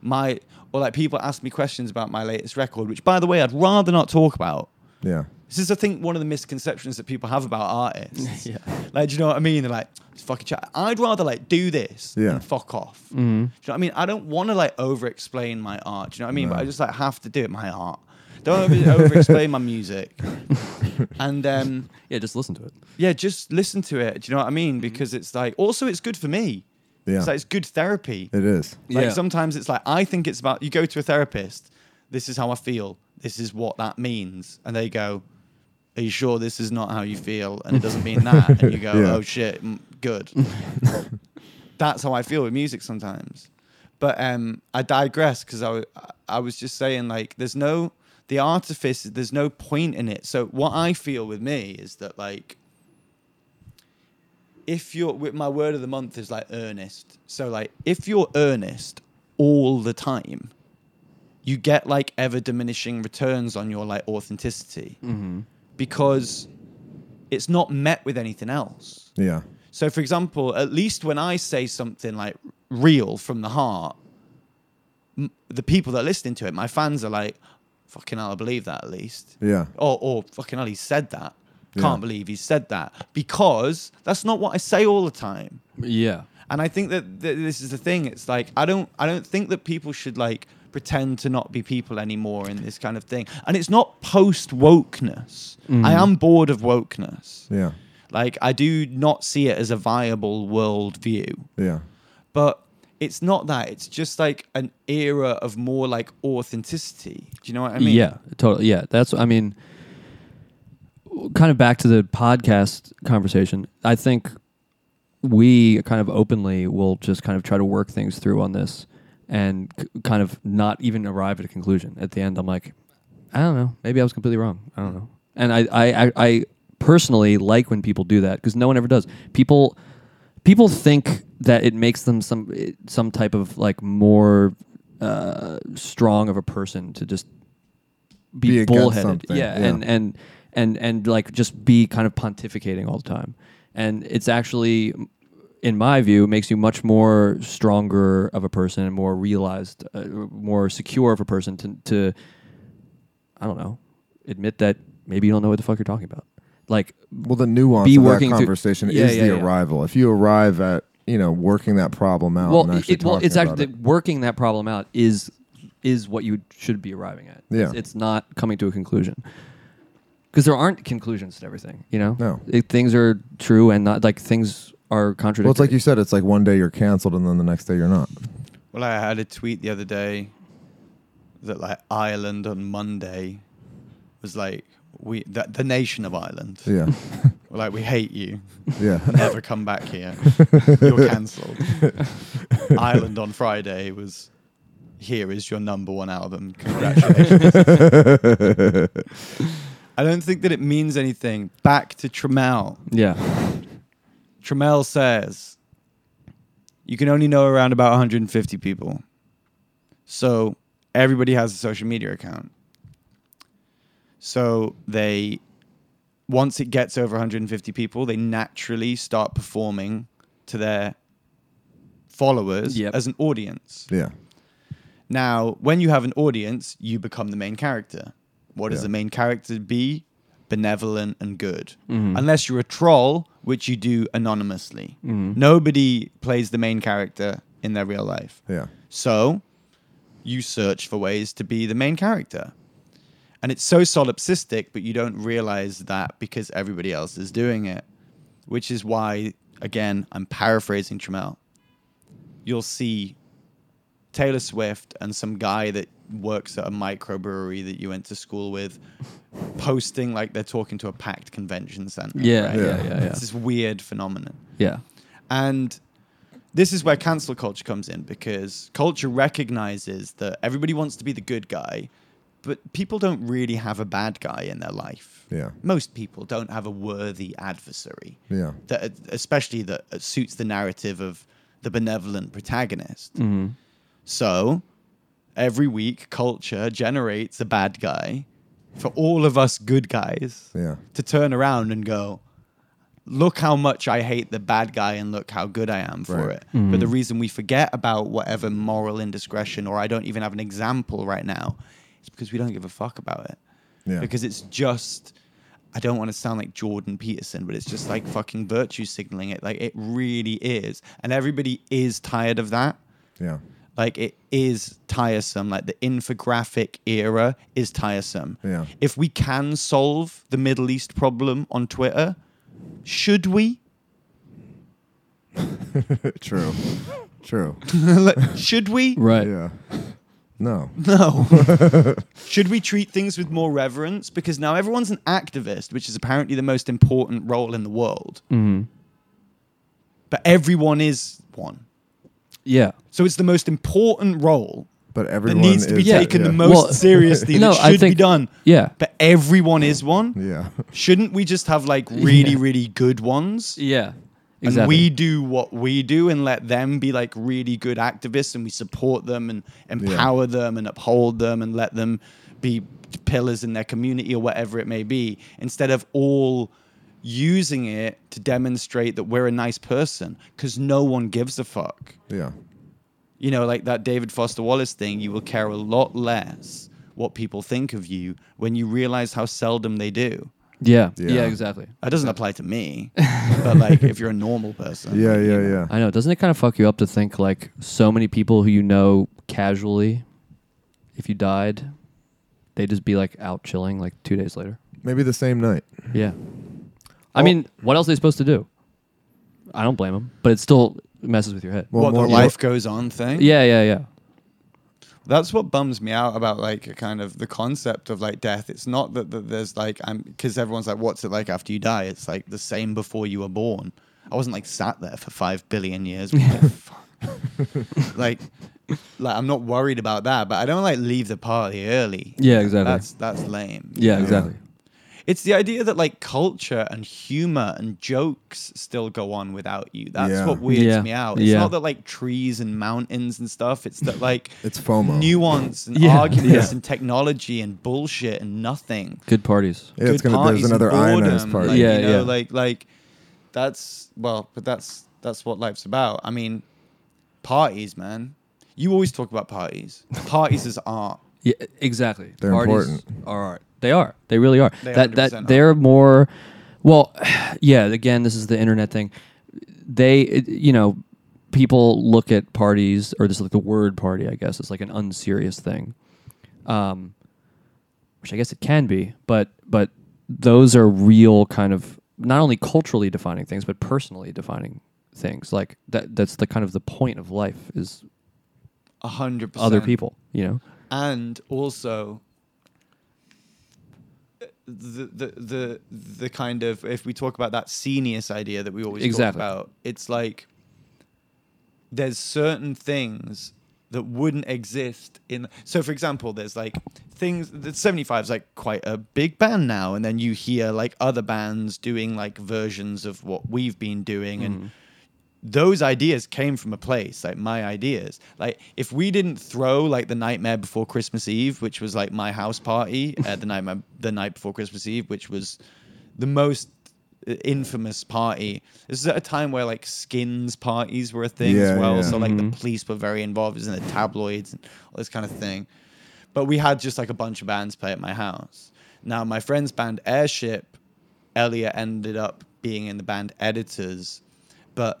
my or like people ask me questions about my latest record, which by the way I'd rather not talk about. Yeah. This is I think one of the misconceptions that people have about artists. yeah. Like do you know what I mean? They're like "It's fucking chat. I'd rather like do this Yeah. and fuck off. Mhm. Do you know what I mean? I don't want to like over explain my art. Do you know what I mean? But No. I just like have to do it my art. Don't over explain my music. And um, yeah, just listen to it. Yeah, just listen to it. Do you know what I mean? Because it's like also it's good for me. Yeah. It's like it's good therapy. It is. Like Yeah. sometimes it's like I think it's about you go to a therapist, this is how I feel, this is what that means. And they go, Are you sure this is not how you feel? And it doesn't mean that. And you go, Yeah. Oh shit, mm, good. That's how I feel with music sometimes. But um, I digress because I, w- I was just saying, like, there's no, the artifice, there's no point in it. So, what I feel with me is that, like, if you're with my word of the month is like earnest. So like if you're earnest all the time, you get like ever diminishing returns on your like authenticity Mhm. because it's not met with anything else. Yeah. So, for example, at least when I say something like real from the heart, m- the people that are listening to it, my fans are like, fucking hell, I believe that at least. Yeah. Or, or fucking hell, he said that. Yeah. Can't believe he said that. Because that's not what I say all the time. Yeah. And I think that th- this is the thing. It's like I don't I don't think that people should like pretend to not be people anymore in this kind of thing. And it's not post wokeness. Mhm. I am bored of wokeness. Yeah. Like I do not see it as a viable world view. Yeah. But it's not that. It's just like an era of more like authenticity. Do you know what I mean? yeah, totally. Yeah, that's. I mean, kind of back to the podcast conversation. I think we kind of openly will just kind of try to work things through on this and c- kind of not even arrive at a conclusion. At the end, I'm like, I don't know. Maybe I was completely wrong. I don't know. And I, I, I, I personally like when people do that because no one ever does. People, people think that it makes them some it- some type of like more uh, strong of a person to just be, Be against bullheaded. something, yeah, yeah. and and and and like just be kind of pontificating all the time. And it's actually, in my view, makes you much more stronger of a person and more realized, uh, more secure of a person to to I don't know, admit that maybe you don't know what the fuck you're talking about. Like, well, the nuance be of working that through- conversation Yeah, is yeah, the yeah. arrival. If you arrive at you know working that problem out well, and it, actually well, talking it's about actually it. working that problem out is is what you should be arriving at. Yeah. it's, it's not coming to a conclusion because there aren't conclusions to everything. You know, No. It- things are true and not like things are contradictory. Well, it's like you said. It's like one day you're canceled and then the next day you're not. Well, I had a tweet the other day that like Ireland on Monday was like we that the nation of Ireland. Yeah. Were like we hate you. Yeah. Never come back here. You're cancelled. Ireland on Friday was here is your number one album. Congratulations. I don't think that it means anything. Back to Trammell. yeah, Trammell says, you can only know around about 150 people. So everybody has a social media account. So they, once it gets over 150 people, they naturally start performing to their followers Yep. as an audience. Yeah. Now, when you have an audience, you become the main character. What does Yeah. the main character be? Benevolent and good. Mhm. Unless you're a troll, which you do anonymously. Mhm. Nobody plays the main character in their real life. Yeah. So you search for ways to be the main character. And it's so solipsistic, but you don't realize that because everybody else is doing it. Which is why, again, I'm paraphrasing Trammell. You'll see Taylor Swift and some guy that works at a microbrewery that you went to school with posting like they're talking to a packed convention center. Yeah, right? yeah, yeah, yeah. It's this weird phenomenon. Yeah. And this is where cancel culture comes in because culture recognizes that everybody wants to be the good guy, but people don't really have a bad guy in their life. Yeah. Most people don't have a worthy adversary Yeah. that especially that uh, suits the narrative of the benevolent protagonist. Mm-hmm. Mhm. So every week, culture generates a bad guy for all of us good guys Yeah. to turn around and go, look how much I hate the bad guy and look how good I am for Right. it. Mhm. But the reason we forget about whatever moral indiscretion or I don't even have an example right now is because we don't give a fuck about it. Yeah. Because it's just I don't want to sound like Jordan Peterson, but it's just like fucking virtue signaling it. Like it really is. And everybody is tired of that. Yeah. Like it is tiresome. Like the infographic era is tiresome. Yeah. If we can solve the Middle East problem on Twitter, should we? True. True. Like, should we? Yeah. No. No. should we treat things with more reverence? Because now everyone's an activist, which is apparently the most important role in the world. Mm-hmm. But everyone is one. Yeah. So it's the most important role. But that everyone needs to be is- taken the yeah. most Well, seriously. no, that should I be think- done. yeah. But everyone is one. Yeah. Shouldn't we just have like really, really good ones? Yeah. And exactly. we do what we do and let them be like really good activists and we support them and empower them and uphold them and let them be pillars in their community or whatever it may be instead of all using it to demonstrate that we're a nice person because no one gives a fuck. Yeah. You know, like that David Foster Wallace thing, you will care a lot less what people think of you when you realize how seldom they do. Yeah. Yeah. Yeah, exactly. That doesn't apply to me, but like if you're a normal person. Yeah, yeah, yeah. I know. Doesn't it kind of fuck you up to think like so many people who you know casually, if you died, they'd just be like out chilling like two days later? Maybe the same night. Yeah. I mean, what else are they supposed to do? I don't blame them, but it still messes with your head. Well, What, the more- life goes on thing? Yeah, yeah, yeah. That's what bums me out about like a kind of the concept of like death. It's not that, that there's like I'm because everyone's like, what's it like after you die? It's like the same before you were born. I wasn't like sat there for five billion years. Like, fuck. like, like I'm not worried about that, but I don't like leave the party early. Yeah, exactly. That's that's lame. Yeah, you know? exactly. It's the idea that like culture and humor and jokes still go on without you. That's Yeah. what weirds Yeah. me out. It's Yeah. not that like trees and mountains and stuff. It's that like It's FOMO. nuance and Yeah. arguments Yeah. and technology and bullshit and nothing. Good parties. Yeah, it's Good gonna- there's parties and another ionized boredom, party. Like, Yeah, you know, yeah. Like like that's well, but that's that's what life's about. I mean, parties, man. You always talk about parties. Parties is art. Yeah, exactly. They're Parties important. Are art. They are. They really are. They that 100% are. that they're more. Well, yeah. Again, this is the internet thing. They, it- you know, people look at parties or just like the word party. I guess it's like an unserious thing, um, which I guess it can be. But but those are real kind of not only culturally defining things, but personally defining things. Like that. That's the kind of the point of life is A hundred percent. other people. You know. and also uh, the, the the the kind of if we talk about that senius idea that we always Exactly. talk about, it's like there's certain things that wouldn't exist in so for example there's like things the 75 is like quite a big band now and then you hear like other bands doing like versions of what we've been doing and those ideas came from a place like my ideas like if we didn't throw like the nightmare before christmas eve which was like my house party at the nightmare the night before christmas eve which was the most uh, infamous party this is at a time where like skins parties were a thing as Yeah, well yeah. so like Mhm. the police were very involved it was in the tabloids and all this kind of thing But we had just like a bunch of bands play at my house. Now my friend's band Airship, Elliot ended up being in the band Editors, but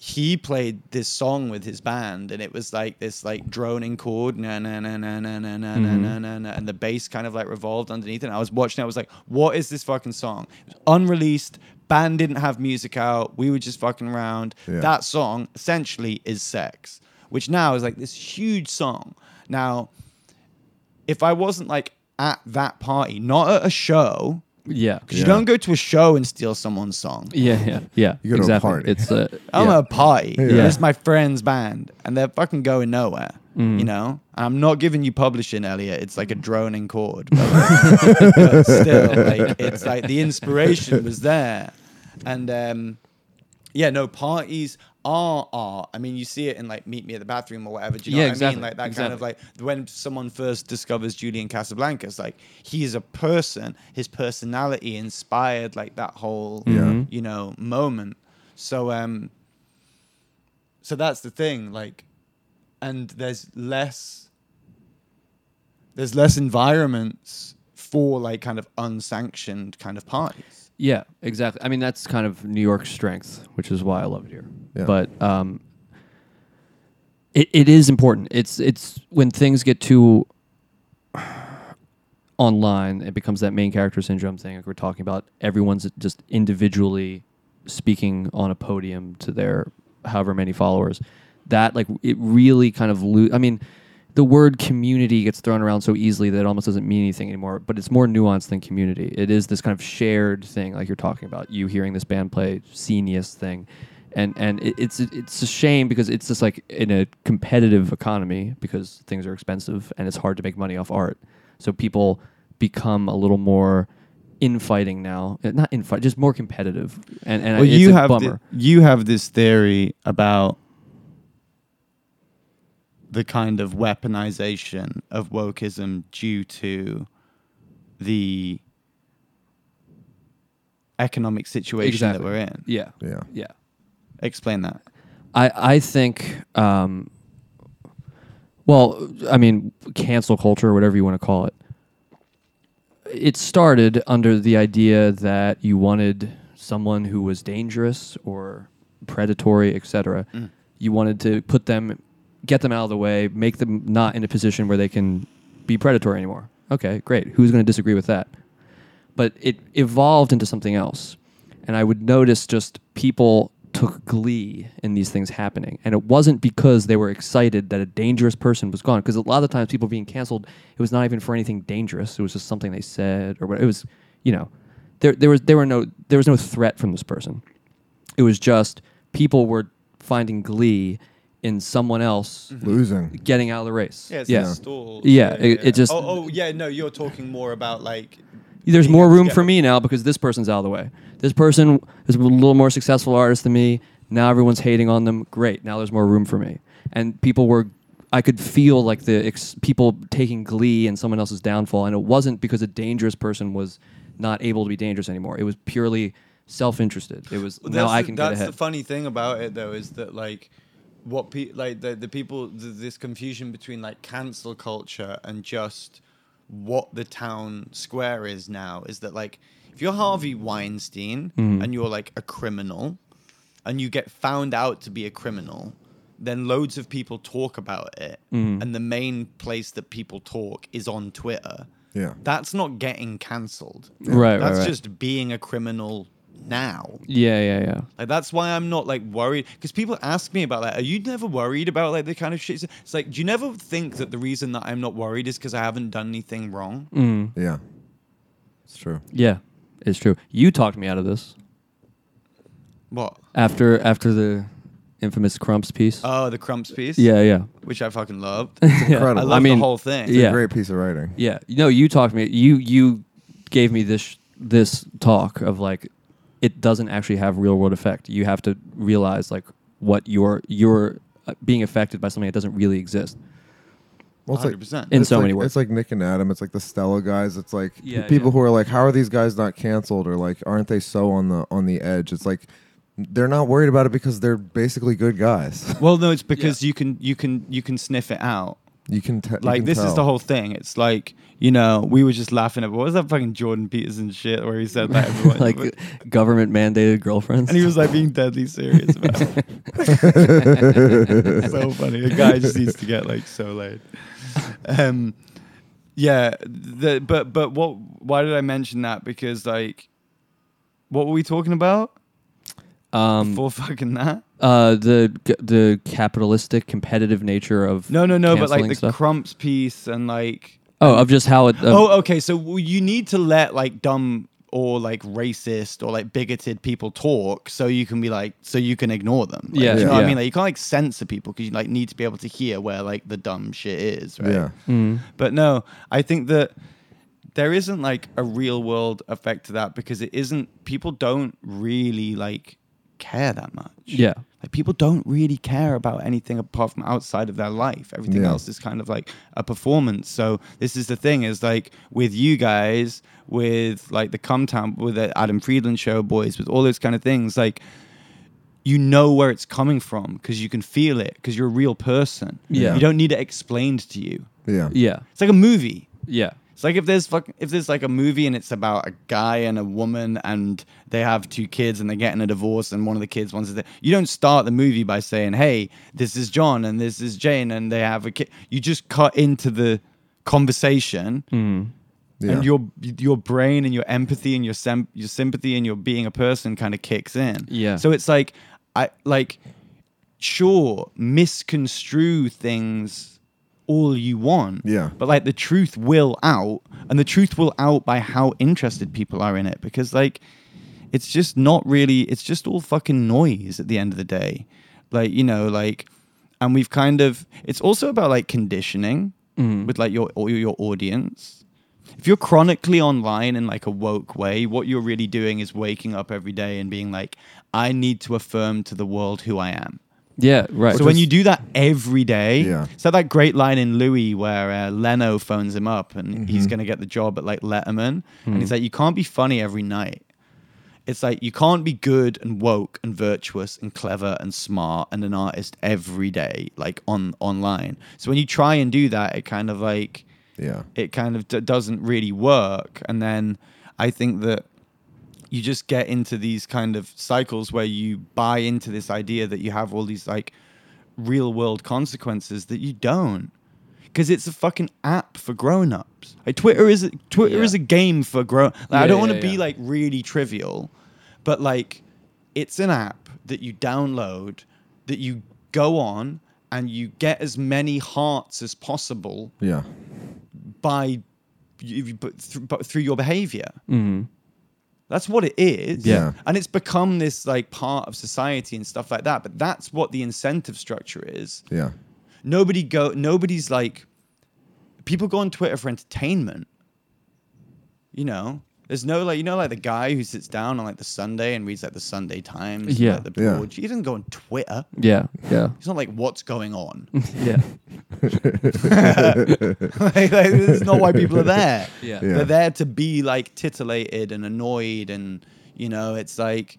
he played this song with his band and it was like this like droning chord na na na na na na na na Mhm. na na na and the bass kind of like revolved underneath it and I was watching it, I was like what is this fucking song it was unreleased band didn't have music out we were just fucking around Yeah. that song essentially is sex which now is like this huge song now if I wasn't like at that party not at a show yeah 'cause you don't go to a show and steal someone's song Yeah, yeah, yeah. You go to a exactly. party. It's uh, I'm yeah. at a party. Yeah. and It's my friend's band, and they're fucking going nowhere. Mm. You know, and I'm not giving you publishing, Elliot. It's like a droning chord, but, but still, like, it's like the inspiration was there, and um, yeah, no parties are art. I mean, you see it in like Meet Me at the Bathroom or whatever. Do you know Yeah, what I exactly, mean? Like that kind of exactly. like when someone first discovers Julian Casablancas, like he is a person. His personality inspired like that whole Yeah. you know moment. So um, so that's the thing. Like, and there's less there's less environments for like kind of unsanctioned kind of parties. Yeah, exactly. I mean, that's kind of New York's strength, which is why I love it here. Yeah. But um, it, it is important. It's it's when things get too online, it becomes that main character syndrome thing like we're talking about. Everyone's just individually speaking on a podium to their however many followers. That like it really kind of lo- I mean, the word community gets thrown around so easily that it almost doesn't mean anything anymore. But it's more nuanced than community. It is this kind of shared thing, like you're talking about. You hearing this band play Senius thing, and and it, it's it's a shame because it's just like in a competitive economy because things are expensive and it's hard to make money off art. So people become a little more infighting now, Uh, not infight, just more competitive. And and well, it's you a have thi- bummer. you have this theory about the kind of weaponization of wokeism due to the economic situation Exactly. that we're in. Yeah. Yeah. Yeah. Explain that. I I think um, well, I mean, cancel culture, whatever you want to call it. It started under the idea that you wanted someone who was dangerous or predatory, etc. Mm. You wanted to put them, get them out of the way, make them not in a position where they can be predatory anymore. Okay, great. Who's going to disagree with that? But it evolved into something else. And I would notice just people took glee in these things happening. And it wasn't because they were excited that a dangerous person was gone. Because a lot of the times people being canceled, it was not even for anything dangerous. It was just something they said or what it was, you know. There, there was there were no there was no threat from this person. It was just people were finding glee in someone else Losing. getting out of the race. Yeah, it's yeah. like stall. Yeah, it, it just Oh, oh, yeah, no, you're talking more about like there's more room for me now because this person's out of the way. This person is a little more successful artist than me. Now everyone's hating on them. Great. Now there's more room for me. And people were, I could feel like the ex- people taking glee in someone else's downfall. And it wasn't because a dangerous person was not able to be dangerous anymore. It was purely self-interested. It was Well, now that's I the- can that's get ahead. the funny thing about it though is that like what pe- like the, the people th- this confusion between like cancel culture and just what the town square is now is that like if you're Harvey Weinstein Mm-hmm. Mhm. and you're like a criminal and you get found out to be a criminal then loads of people talk about it Mm-hmm. Mhm. and the main place that people talk is on Twitter Yeah. that's not getting cancelled Right, right, that's right. just being a criminal now yeah, yeah, yeah. like that's why I'm not like worried because people ask me about that. Are you never worried about like the kind of shit? It's like, do you never think that the reason that I'm not worried is because I haven't done anything wrong? Mm. Yeah. It's true. Yeah, it's true. You talked me out of this What? after after the infamous Crumps piece. Oh, the Crumps piece. Yeah, yeah. Which I fucking loved. Yeah. I love the whole thing. piece of writing. Yeah, no, you talked me. You you gave me this this talk of like it doesn't actually have real world effect. You have to realize like what you're you're uh, being affected by something that doesn't really exist. in it's so like- many words. It's like Nick and Adam. It's like the Stella guys. It's like p- Yeah, people who are like, "How are these guys not canceled?" Or like, "Aren't they so on the on the edge?" It's like they're not worried about it because they're basically good guys. Well, no, it's because you can you can you can sniff it out. You can te- you like can this is tell. the whole thing. It's like you know we were just laughing at what was that fucking Jordan Peterson shit where he said that everyone like government mandated girlfriends. and he was like being deadly serious about it. so funny. The guy just needs to get like so laid. Um, yeah, the, but but what? Why did I mention that? Because like, what were we talking about? Um, Before fucking that. uh, the the capitalistic competitive nature of No, no, no. But like canceling the stuff. Crumps piece and like. oh of just how it uh, oh, okay. So w- you need to let like dumb or like racist or like bigoted people talk, so you can be like, so you can ignore them. Like, Yeah, do you know what I yeah. mean. Like you can't like censor people because you like need to be able to hear where like the dumb shit is, right? Yeah. Mm. But no, I think that there isn't like a real world effect to that because it isn't. People don't really like care that much. Yeah. Like people don't really care about anything apart from outside of their life. Everything Yeah. else is kind of like a performance. So this is the thing is like with you guys, with like the Come Town, with the Adam Friedland show boys, with all those kind of things, like you know where it's coming from because you can feel it because you're a real person. Yeah. You don't need it explained to you. Yeah. yeah It's like a movie. yeah It's like if there's fuck, if there's like a movie and it's about a guy and a woman and they have two kids and they're getting a divorce and one of the kids wants to. You don't start the movie by saying, "Hey, this is John and this is Jane and they have a kid." You just cut into the conversation Mm. Yeah. and your your brain and your empathy and your sem- your sympathy and your being a person kind of kicks in. Yeah. So it's like I like sure misconstrue things all you want. Yeah. But like the truth will out and the truth will out by how interested people are in it because like it's just not really it's just all fucking noise at the end of the day. Like, you know, like and we've kind of it's also about like conditioning with like your or your audience if you're chronically online in like a woke way, what you're really doing is waking up every day and being like, I need to affirm to the world who I am. yeah right So when you do that every day, Yeah. so that great line in Louis where uh, Leno phones him up and he's going to get the job at like Letterman, and he's like, you can't be funny every night. It's like you can't be good and woke and virtuous and clever and smart and an artist every day, like on online. So when you try and do that, it kind of like Yeah. it kind of d- doesn't really work. And then I think that you just get into these kind of cycles where you buy into this idea that you have all these like real world consequences that you don't. Because it's a fucking app for grown ups. Like Twitter is a, Twitter Yeah. is a game for grown. Like, I Yeah, don't yeah, want to be yeah. like really trivial, but like it's an app that you download that you go on and you get as many hearts as possible Yeah. by you, you- but through, but through your behavior. Mhm. That's what it is. Yeah. And it's become this like part of society and stuff like that. But that's what the incentive structure is. Yeah. Nobody go nobody's like people go on Twitter for entertainment. You know? There's no like you know like the guy who sits down on like the Sunday and reads like the Sunday Times. and, Yeah. like, the Yeah. Broad- He doesn't go on Twitter. yeah yeah It's not like what's going on. yeah like, like, this is not why people are there. Yeah. Yeah. They're there to be like titillated and annoyed and you know, it's like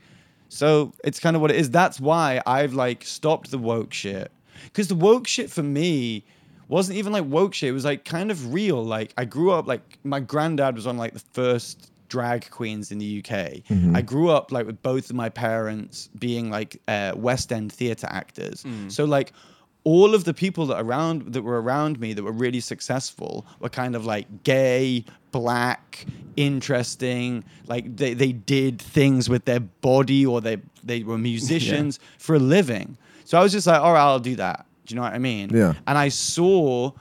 so it's kind of what it is. That's why I've like stopped the woke shit. Cuz the woke shit for me wasn't even like woke shit. It was like kind of real. Like I grew up like my granddad was on like the first drag queens in the UK. I grew up like with both of my parents being like uh, West End theater actors. So like all of the people that around that were around me that were really successful were kind of like gay, black, interesting. Like they, they did things with their body or they they were musicians for a living. So I was just like, all right, I'll do that. Do you know what I mean? Yeah. And I saw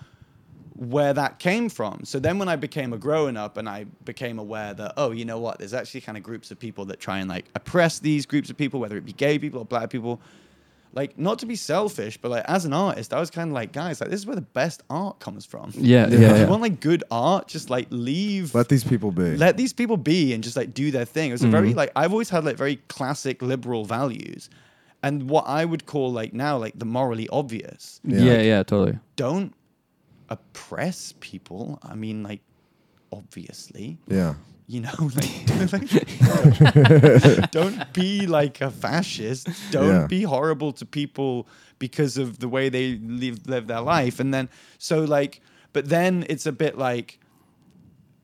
where that came from. So then when I became a grown up and I became aware that, oh, you know what, there's actually kind of groups of people that try and like oppress these groups of people, whether it be gay people or black people. Like, not to be selfish, but like as an artist, I was kind of like, guys, like this is where the best art comes from. yeah yeah, If you yeah. want like good art, just like leave Let these people be. let these people be and just like do their thing. It was a Mm-hmm. very like I've always had like very classic liberal values. And what I would call like now like the morally obvious. yeah yeah totally Don't oppress people. I mean like obviously. Yeah. You know, like, like, don't be like a fascist. Don't Yeah. be horrible to people because of the way they live live their life. And then so like, but then it's a bit like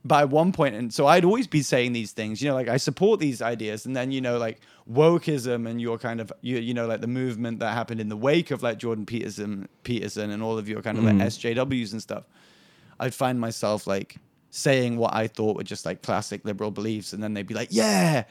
by one point, and so I'd always be saying these things, you know, like I support these ideas, and then you know, like wokeism and your kind of you, you know, like the movement that happened in the wake of like Jordan Peterson, Peterson, and all of your kind of like Mhm. SJWs and stuff. I'd find myself like saying what I thought were just like classic liberal beliefs, and then they'd be like, "Yeah,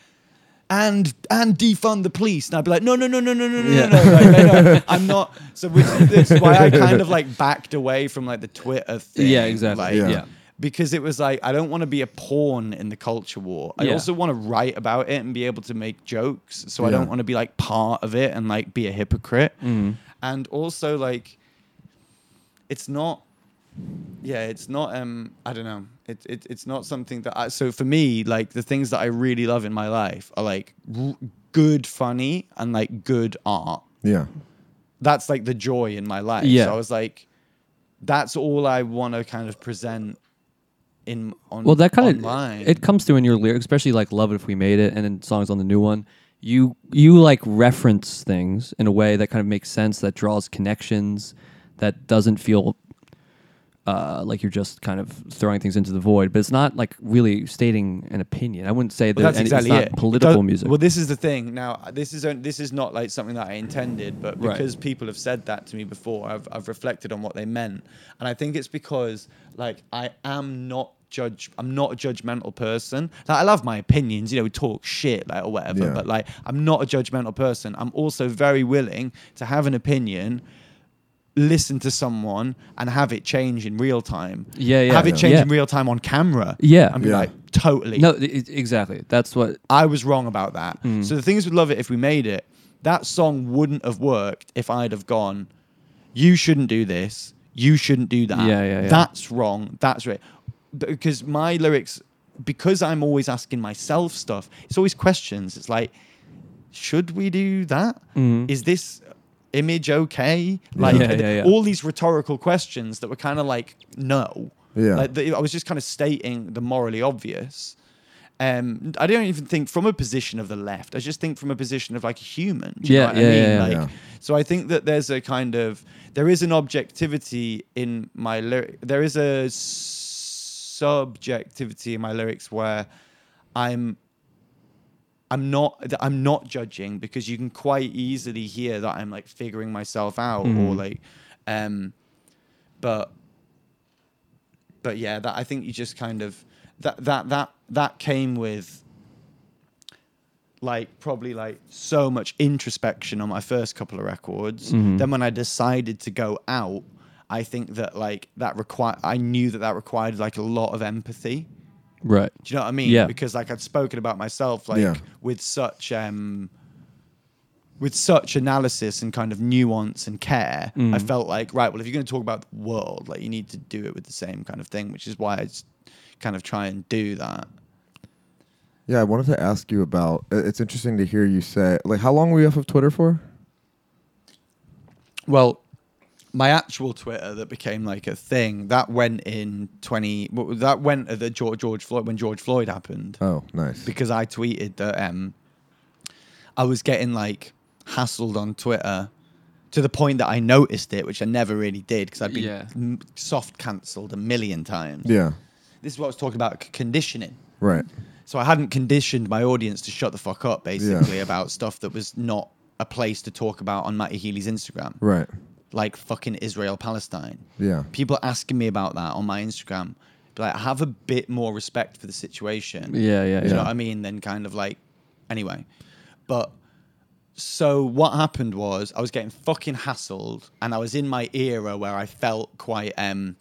and and defund the police," and I'd be like, "No, no, no, no, no, no, no, Yeah. no, no, like, no, no, I'm not." So which this is why I kind of like backed away from like the Twitter thing. Yeah, exactly. like, Yeah. Yeah. Because it was like I don't want to be a pawn in the culture war. I Yeah. also want to write about it and be able to make jokes. So I Yeah. don't want to be like part of it and like be a hypocrite. Mm. And also like it's not yeah it's not um i don't know it, it it's not something that i so for me like the things that i really love in my life are like r- good funny and like good art Yeah. that's like the joy in my life Yeah. so i was like that's all i want to kind of present in on well, that kind online. of it comes through in your lyrics, especially like "Love It If We Made It" and in songs on the new one. You you like reference things in a way that kind of makes sense, that draws connections, that doesn't feel uh, like you're just kind of throwing things into the void. But it's not like really stating an opinion. I wouldn't say that Well, that's any- exactly it's not it. It political does- music. Well, this is the thing. Now, this is on- this is not like something that I intended, but Right. because people have said that to me before, I've I've reflected on what they meant, and I think it's because like I am not judge. I'm not a judgmental person. Like I love my opinions. You know, we talk shit like or whatever, Yeah. but like I'm not a judgmental person. I'm also very willing to have an opinion. Listen to someone and have it change in real time. Yeah, yeah. Have it Yeah. change Yeah. in real time on camera. Yeah. and be Yeah. like, totally. No, e- e- exactly. That's what I was wrong about that. Mm. So the things would love it if we made it. That song wouldn't have worked if I'd have gone. You shouldn't do this. You shouldn't do that. Yeah, yeah, yeah. That's wrong. That's right. Because my lyrics, because I'm always asking myself stuff. It's always questions. It's like, should we do that? Is Mhm. this image okay? Yeah. Like Yeah, yeah, yeah. all these rhetorical questions that were kind of like no. Yeah. Like the, I was just kind of stating the morally obvious. Um, I don't even think from a position of the left. I just think from a position of like a human. Do you Yeah, know what yeah, I mean? yeah, yeah. like, Yeah. So I think that there's a kind of there is an objectivity in my lyric. There is a subjectivity in my lyrics where I'm I'm not that I'm not judging because you can quite easily hear that I'm like figuring myself out or Mm-hmm. Mhm. like um but but yeah that I think you just kind of that that that that came with like probably like so much introspection on my first couple of records Mhm. then when I decided to go out I think that like that require I knew that that required like a lot of empathy right. do you know what I mean? Yeah. Because like I'd spoken about myself like Yeah. with such um with such analysis and kind of nuance and care, I Mm. felt like, right, well, if you're gonna talk about the world, like you need to do it with the same kind of thing, which is why I s- kind of try and do that. Yeah, I wanted to ask you about. i- It's interesting to hear you say, like, how long were you off of Twitter for? Well, my actual Twitter that became like a thing, that went in twenty well, that went at the George George Floyd when George Floyd happened. Oh, nice. because I tweeted that um, I was getting like hassled on Twitter to the point that I noticed it, which I never really did because I'd been Yeah. m- soft cancelled a million times. Yeah, This is what I was talking about c- conditioning. right. So I hadn't conditioned my audience to shut the fuck up basically about stuff that was not a place to talk about on Matty Healy's Instagram. Right. Like fucking Israel Palestine. Yeah. People asking me about that on my Instagram. Be Like, have a bit more respect for the situation. Yeah, yeah, Do you know yeah. what I mean? Then kind of like, anyway. But so what happened was I was getting fucking hassled, and I was in my era where I felt quite um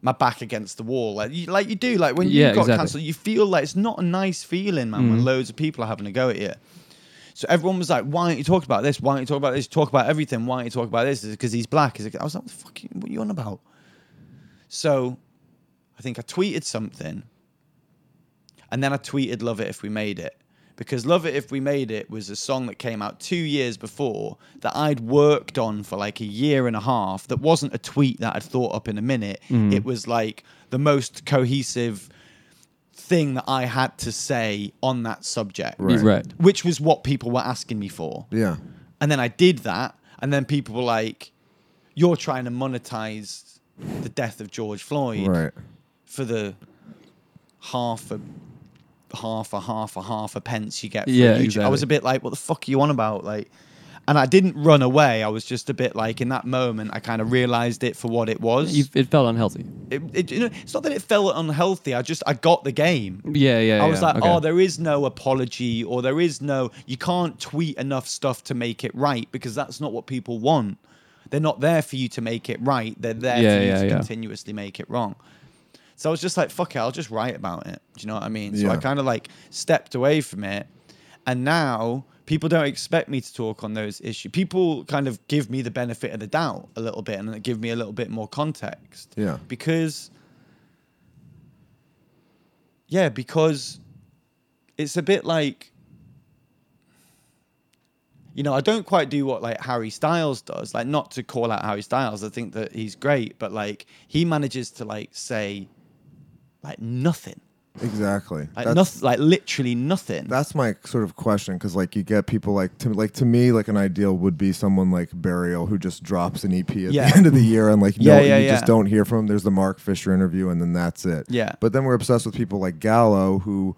my back against the wall, like you, like you do, like when you Yeah, you got exactly. cancelled, you feel like it's not a nice feeling, man. When Mhm. loads of people are having a go at you. So everyone was like, "Why aren't you talking about this? Why aren't you talking about this? You talk about everything. Why aren't you talking about this? Is it because he's black?" Is it- I was like, "Fucking, what are you on about?" So, I think I tweeted something, and then I tweeted, "Love it if we made it," because Love It If We Made It was a song that came out two years before that I'd worked on for like a year and a half. That wasn't a tweet that I'd thought up in a minute. Mhm. It was like the most cohesive thing that I had to say on that subject. Right. Right. Which was what people were asking me for. Yeah. And then I did that, and then people were like, "You're trying to monetize the death of George Floyd Right. for the half a half a half a half a pence you get." For Yeah, YouTube." I exactly. was a bit like, "What the fuck are you on about?" Like, and I didn't run away. I was just a bit like, in that moment, I kind of realized it for what it was. You- it felt unhealthy. It, it, you know, it's not that it felt unhealthy. I just I got the game. Yeah, yeah. I was yeah, like, okay. oh, there is no apology, or there is no, you can't tweet enough stuff to make it right because that's not what people want. They're not there for you to make it right. They're there Yeah, for you yeah, to yeah. continuously make it wrong. So I was just like, fuck it, I'll just write about it. Do you know what I mean? So I Yeah. kind of like stepped away from it. And now people don't expect me to talk on those issues. People kind of give me the benefit of the doubt a little bit and give me a little bit more context Yeah. because yeah because it's a bit like you know i don't quite do what like harry styles does like not to call out harry styles i think that he's great but like he manages to like say like nothing Exactly. like nothing like literally nothing. That's my sort of question because like you get people like to like to me like an ideal would be someone like Burial who just drops an EP at Yeah. the end of the year and like no Yeah, yeah, you yeah. just don't hear from. 'em. There's the Mark Fisher interview and then that's it. Yeah. But then we're obsessed with people like Gallo who.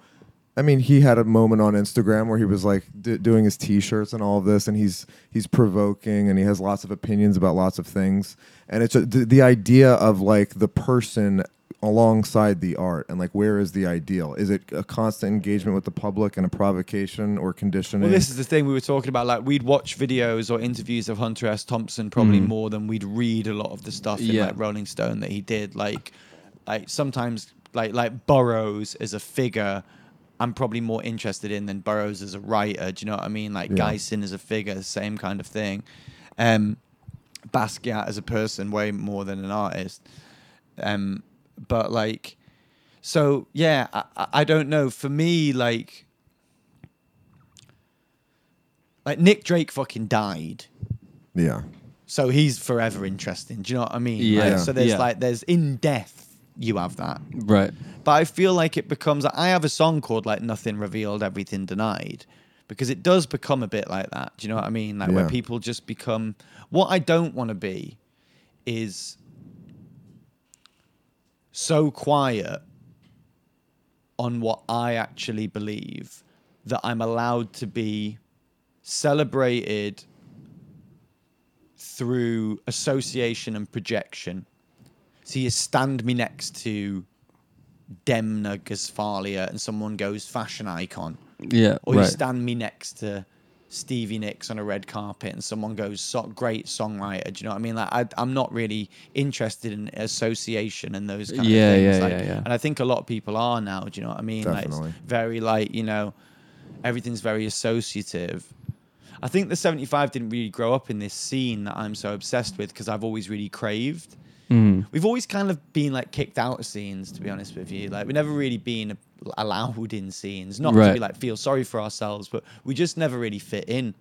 I mean, he had a moment on Instagram where he was like d- doing his T-shirts and all of this, and he's he's provoking and he has lots of opinions about lots of things, and it's a, the, the idea of like the person alongside the art and like where is the ideal? Is it a constant engagement with the public and a provocation or conditioning? Well, this is the thing we were talking about. Like, we'd watch videos or interviews of Hunter S. Thompson probably Mm. more than we'd read a lot of the stuff in Yeah. like Rolling Stone that he did. Like, like sometimes like like Burroughs as a figure, I'm probably more interested in than Burroughs as a writer. Do you know what I mean? Like Yeah. Geisen as a figure, same kind of thing. Um, Basquiat as a person, way more than an artist. Um, but like, so yeah, I, I- I don't know. For me, like. Like Nick Drake fucking died. yeah, So he's forever interesting. Do you know what I mean? Yeah. Like, Yeah. so there's Yeah. like there's in death you have that. Right. But I feel like it becomes I have a song called like Nothing Revealed, Everything Denied. Because it does become a bit like that. Do you know what I mean? Like where Yeah. people just become what I don't want to be is so quiet on what I actually believe that I'm allowed to be celebrated through association and projection. So you stand me next to Demna Gasfalia and someone goes fashion icon. Yeah, Or Oh, you right. stand me next to Stevie Nicks on a red carpet and someone goes so- great songwriter. Do you know what I mean? Like I, I'm not really interested in association and those kind Yeah, of things. yeah, like, yeah, yeah. And I think a lot of people are now. Do you know what I mean? Like Definitely. it's very like you know, everything's very associative. I think the 75 didn't really grow up in this scene that I'm so obsessed with because I've always really craved. Mm. We've always kind of been like kicked out of scenes, to be honest with you. Like we've never really been allowed in scenes, not to be Right. like feel sorry for ourselves, but we just never really fit in.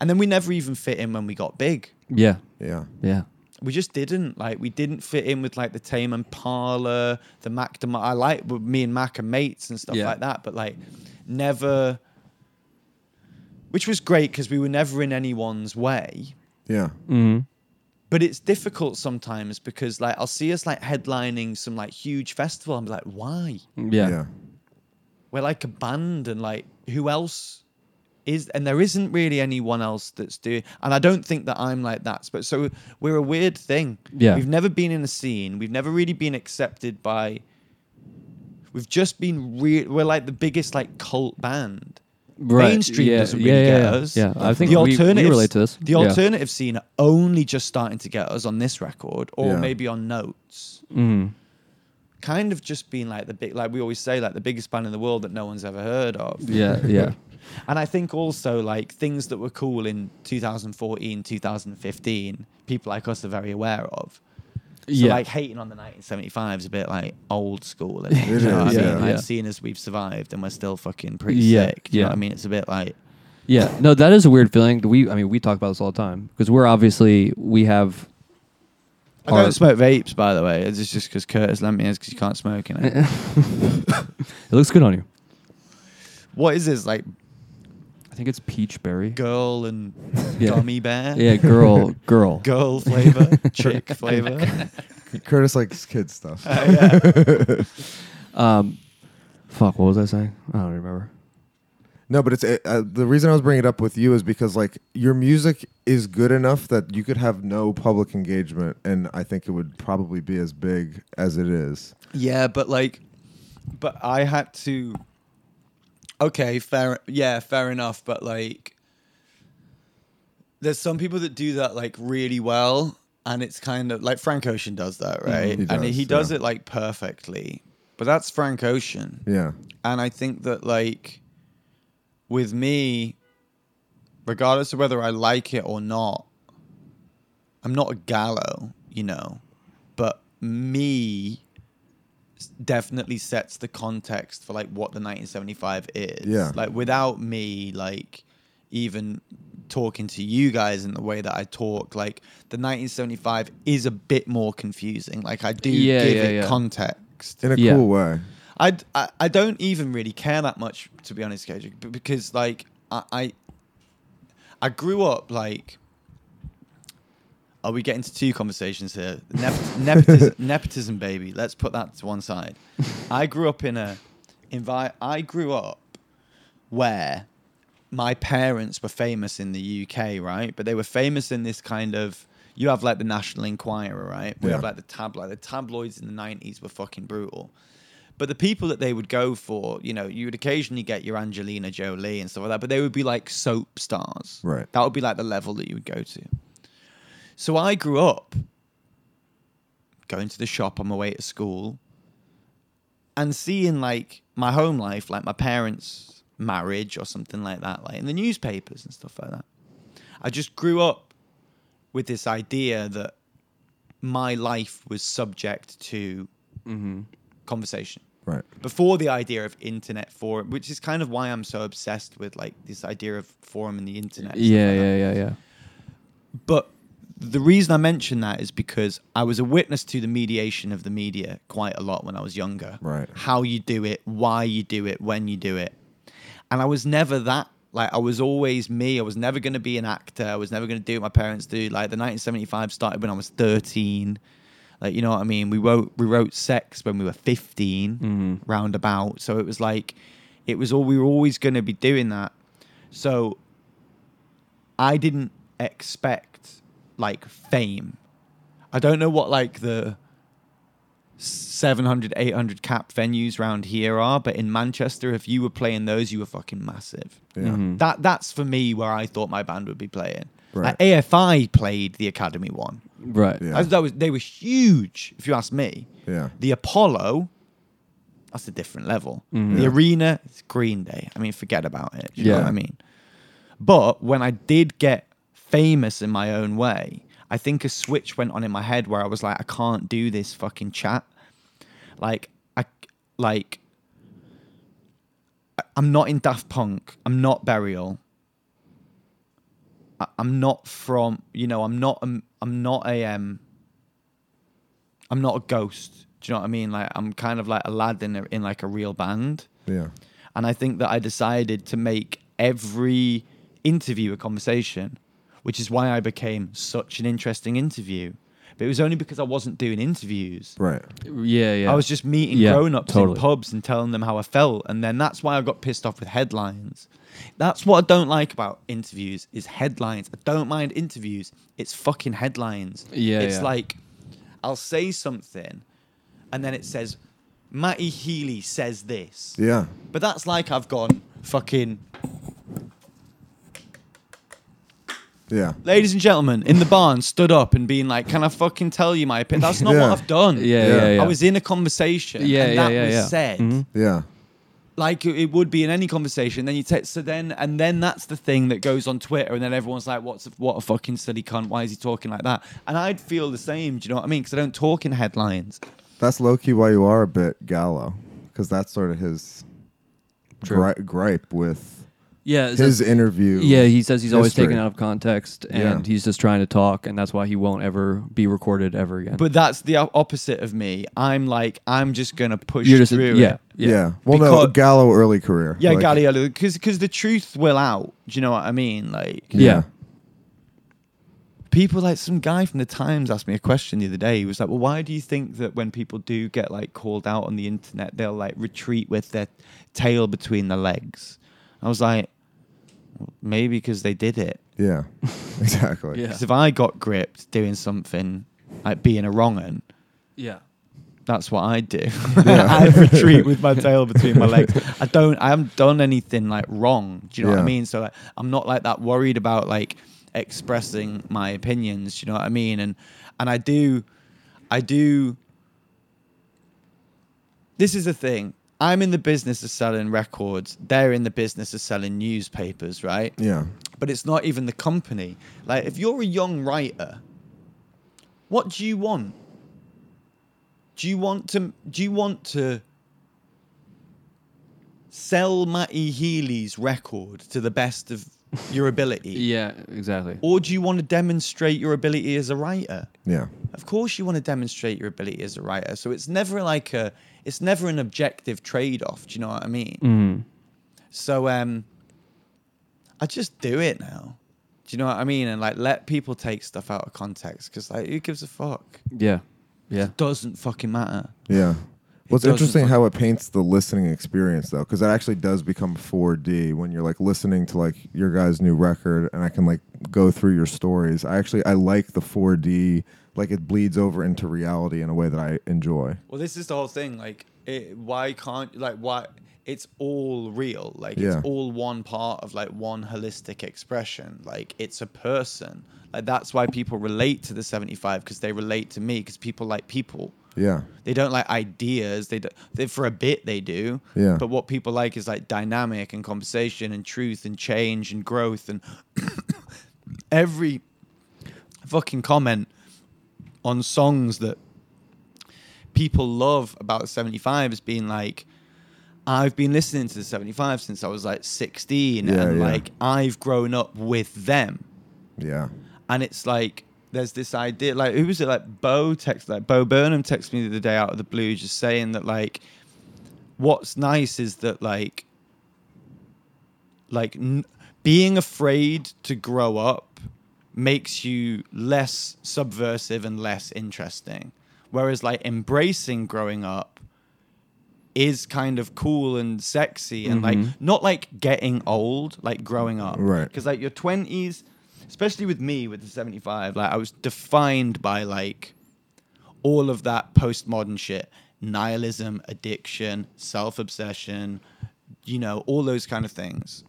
And then we never even fit in when we got big. Yeah. Yeah. Yeah. We just didn't like. We didn't fit in with like the Tame and Parlor, the Mac. De- I like with me and Mac are mates and stuff Yeah. like that, but like never. Which was great because we were never in anyone's way. yeah. Mm. But it's difficult sometimes because like I'll see us like headlining some like huge festival. I'm like, why? Yeah. We're like a band, and like who else is? And there isn't really anyone else that's doing. And I don't think that I'm like that. But so we're a weird thing. Yeah. we've never been in a scene. We've never really been accepted by. We've just been real. We're like the biggest like cult band. Right, Mainstream yeah, doesn't yeah, really yeah, get yeah. us. Yeah, I think the we- we alternative relate to this. The Yeah. alternative scene are only just starting to get us on this record, or Yeah. maybe on notes. Mm. Kind of just being like the big, like we always say, like the biggest band in the world that no one's ever heard of. Yeah, yeah. And I think also like things that were cool in 2014, 2015, people like us are very aware of. So Yeah. like hating on the 1975 is a bit like old school. It you know what is, I mean? yeah. Like, Yeah. seeing as we've survived and we're still fucking pretty Yeah, sick. You know yeah. what I mean? It's a bit like Yeah, no, that is a weird feeling. We, I mean, we talk about this all the time because we're obviously we have. I don't smoke vapes, by the way. It's just because Curtis lent me his because you can't smoke in it. it looks good on you. what is this like? I think it's peach berry. Girl and Yeah. gummy bear. Yeah, girl, girl. girl flavor, chick flavor. Curtis likes kid stuff. Uh, um, fuck, what was I saying? I don't remember. No, but it's uh, uh, the reason I was bringing it up with you is because like your music is good enough that you could have no public engagement, and I think it would probably be as big as it is. Yeah, but like, but I had to. Okay, fair. Yeah, fair enough. But like, there's some people that do that like really well, and it's kind of like Frank Ocean does that, right? He and does, he does yeah. it like perfectly. But that's Frank Ocean. Yeah. And I think that like with me, regardless of whether I like it or not, I'm not a gallo, you know, but me s- definitely sets the context for like what the 1975 is. Yeah. Like without me, like even talking to you guys in the way that I talk, like the 1975 is a bit more confusing. Like I do Yeah, give yeah, it yeah. context In a Yeah. cool way. I, I I don't even really care that much to be honest, Kendrick, b- because like I, I I grew up like. Are we getting to two conversations here? Nepot- nepotism, nepotism, baby. Let's put that to one side. I grew up in a envi- I grew up where my parents were famous in the UK, right? But they were famous in this kind of you have like the National Enquirer, right? We Yeah. have like the tabloid. The tabloids in the nineties were fucking brutal. But the people that they would go for, you know, you would occasionally get your Angelina Jolie and stuff like that, but they would be like soap stars. Right. That would be like the level that you would go to. So I grew up going to the shop on my way to school and seeing like my home life, like my parents' marriage or something like that, like in the newspapers and stuff like that. I just grew up with this idea that my life was subject to conversation. Right. Before the idea of internet forum, which is kind of why I'm so obsessed with like this idea of forum and the internet. and stuff Yeah, like that. yeah, yeah, yeah. But the reason I mention that is because I was a witness to the mediation of the media quite a lot when I was younger. Right. How you do it, why you do it, when you do it. And I was never that. Like, I was always me. I was never going to be an actor. I was never going to do what my parents do. Like, the 1975 started when I was 13. Like, you know what I mean? We wrote, we wrote sex when we were 15, roundabout. So it was like, it was all, we were always going to be doing that. So I didn't expect like fame. I don't know what like the 700, 800 cap venues round here are, but in Manchester, if you were playing those, you were fucking massive. Yeah. Mm-hmm. Mhm. That that's for me where I thought my band would be playing. Right. Like, AFI played the Academy one. Right. Yeah. I- that was they were huge, if you ask me. Yeah. The Apollo, that's a different level. Mhm. The Yeah. arena, it's Green Day. I mean, forget about it. You know Yeah. what I mean? But when I did get famous in my own way, I think a switch went on in my head where I was like, I can't do this fucking chat. Like, I like I- I'm not in Daft Punk. I'm not Burial. I- I'm not from, you know, I'm not, um, I'm not a, um, I'm not a ghost. Do you know what I mean? Like, I'm kind of like a lad in, a, in like a real band. Yeah. And I think that I decided to make every interview a conversation, which is why I became such an interesting interview. But it was only because I wasn't doing interviews. Right. Yeah, yeah. I was just meeting Yeah, grown ups totally. in pubs and telling them how I felt. And then that's why I got pissed off with headlines. That's what I don't like about interviews is headlines. I don't mind interviews. It's fucking headlines. Yeah, It's yeah. like I'll say something and then it says Matty Healy says this. Yeah. But that's like I've gone fucking Yeah. ladies and gentlemen in the barn stood up and being like, Can I fucking tell you my opinion? That's not Yeah. what I've done. Yeah, yeah, yeah. I was in a conversation Yeah, and yeah, that yeah, was yeah. said. Mhm. Yeah. like it would be in any conversation. Then you take so then and then that's the thing that goes on Twitter, and then everyone's like, "What's a, what a fucking silly cunt? Why is he talking like that?" And I'd feel the same. Do you know what I mean? Because I don't talk in headlines. That's low key why you are a bit Gallo, because that's sort of his True. gri- gripe with Yeah, is his that- interview. Yeah, he says he's always taken history. out of context and he's just trying to talk, and that's why he won't ever be recorded ever again. But that's the o- opposite of me. I'm like, I'm just gonna push You're just- through. yeah, it. Yeah. Well, no, Because- Gallo early career. Yeah, Like, Galliano, because because the truth will out. Do you know what I mean? Like, Yeah. people like some guy from the Times asked me a question the other day. He was like, "Well, why do you think that when people do get like called out on the internet, they'll like retreat with their tail between their legs?" I was like, "Maybe because they did it." Yeah. Exactly. Because if I got gripped doing something like being a wrong un, Yeah. that's what I do. Yeah. I retreat with my tail between my legs. I don't. I haven't done anything like wrong. Do you know what Yeah. I mean? So like, I'm not like that worried about like expressing my opinions. Do you know what I mean? And and I do, I do. This is the thing. I'm in the business of selling records. They're in the business of selling newspapers, right? Yeah. But it's not even the company. Like, if you're a young writer, what do you want? Do you want to? Do you want to sell Matty Healy's record to the best of your ability? yeah, exactly. Or do you want to demonstrate your ability as a writer? Yeah. Of course, you want to demonstrate your ability as a writer. So it's never like a. It's never an objective trade-off. Do you know what I mean? Mhm. So um, I just do it now. Do you know what I mean? And like, let people take stuff out of context because like, who gives a fuck? Yeah. Yeah. It doesn't fucking matter. Yeah. Well, it's doesn't interesting fuck- how it paints the listening experience though, because it actually does become 4D when you're like listening to like your guy's new record, and I can like go through your stories. I actually I like the 4D, like it bleeds over into reality in a way that I enjoy. Well, this is the whole thing. Like, it, why can't like why? It's all real. Like, Yeah. it's all one part of like one holistic expression. Like, it's a person. Like that's why people relate to the seventy-five because they relate to me because people like people. Yeah. They don't like ideas. They, don't, they for a bit they do. Yeah. But what people like is like dynamic and conversation and truth and change and growth and every fucking comment on songs that people love about 75 is being like I've been listening to the 75 since I was like 16 Yeah, and yeah. like I've grown up with them Yeah. and it's like there's this idea like who was it like bo text like bo burnham texted me the other day out of the blue just saying that like what's nice is that like like n- being afraid to grow up makes you less subversive and less interesting whereas like embracing growing up is kind of cool and sexy and Mhm. like not like getting old like growing up Right. because like your 20s especially with me with the 75 like i was defined by like all of that postmodern shit nihilism addiction self-obsession you know all those kind of things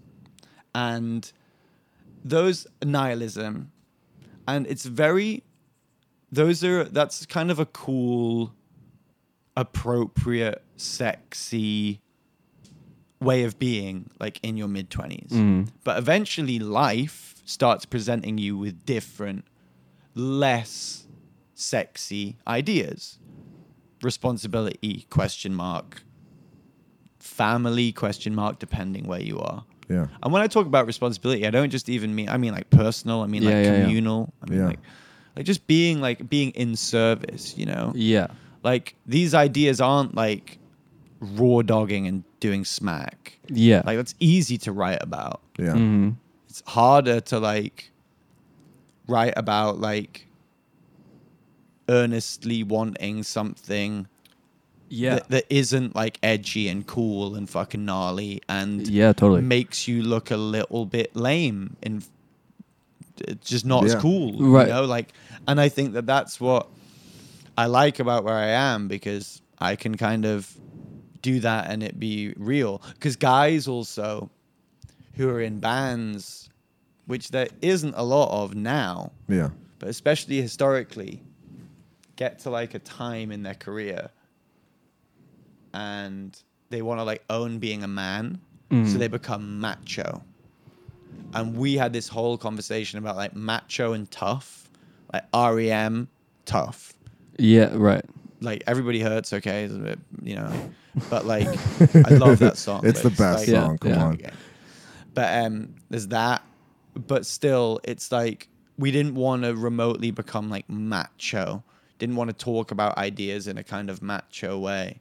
and those nihilism and it's very those are that's kind of a cool appropriate sexy way of being like in your mid 20s Mm. but eventually life starts presenting you with different less sexy ideas responsibility question mark family question mark depending where you are Yeah. and when I talk about responsibility, I don't just even mean I mean like personal, I mean Yeah, like yeah, yeah. communal. I mean Yeah. like like just being like being in service, you know? Yeah. Like these ideas aren't like raw dogging and doing smack. Yeah. Like that's easy to write about. Yeah. Mhm. It's harder to like write about like earnestly wanting something Yeah. that, that isn't like edgy and cool and fucking gnarly and Yeah, totally. makes you look a little bit lame and it's just not as Yeah. cool Right. you know like and i think that that's what i like about where i am because i can kind of do that and it be real because guys also who are in bands which there isn't a lot of now Yeah. but especially historically, get to like a time in their career and they want to like own being a man, Mm. so they become macho. And we had this whole conversation about like macho and tough, like REM tough. Yeah, right. Like everybody hurts, okay, it's a bit, you know, but like I love that song. It's but the best like- song, come on. But um, there's that. But still, it's like we didn't want to remotely become like macho. Didn't want to talk about ideas in a kind of macho way.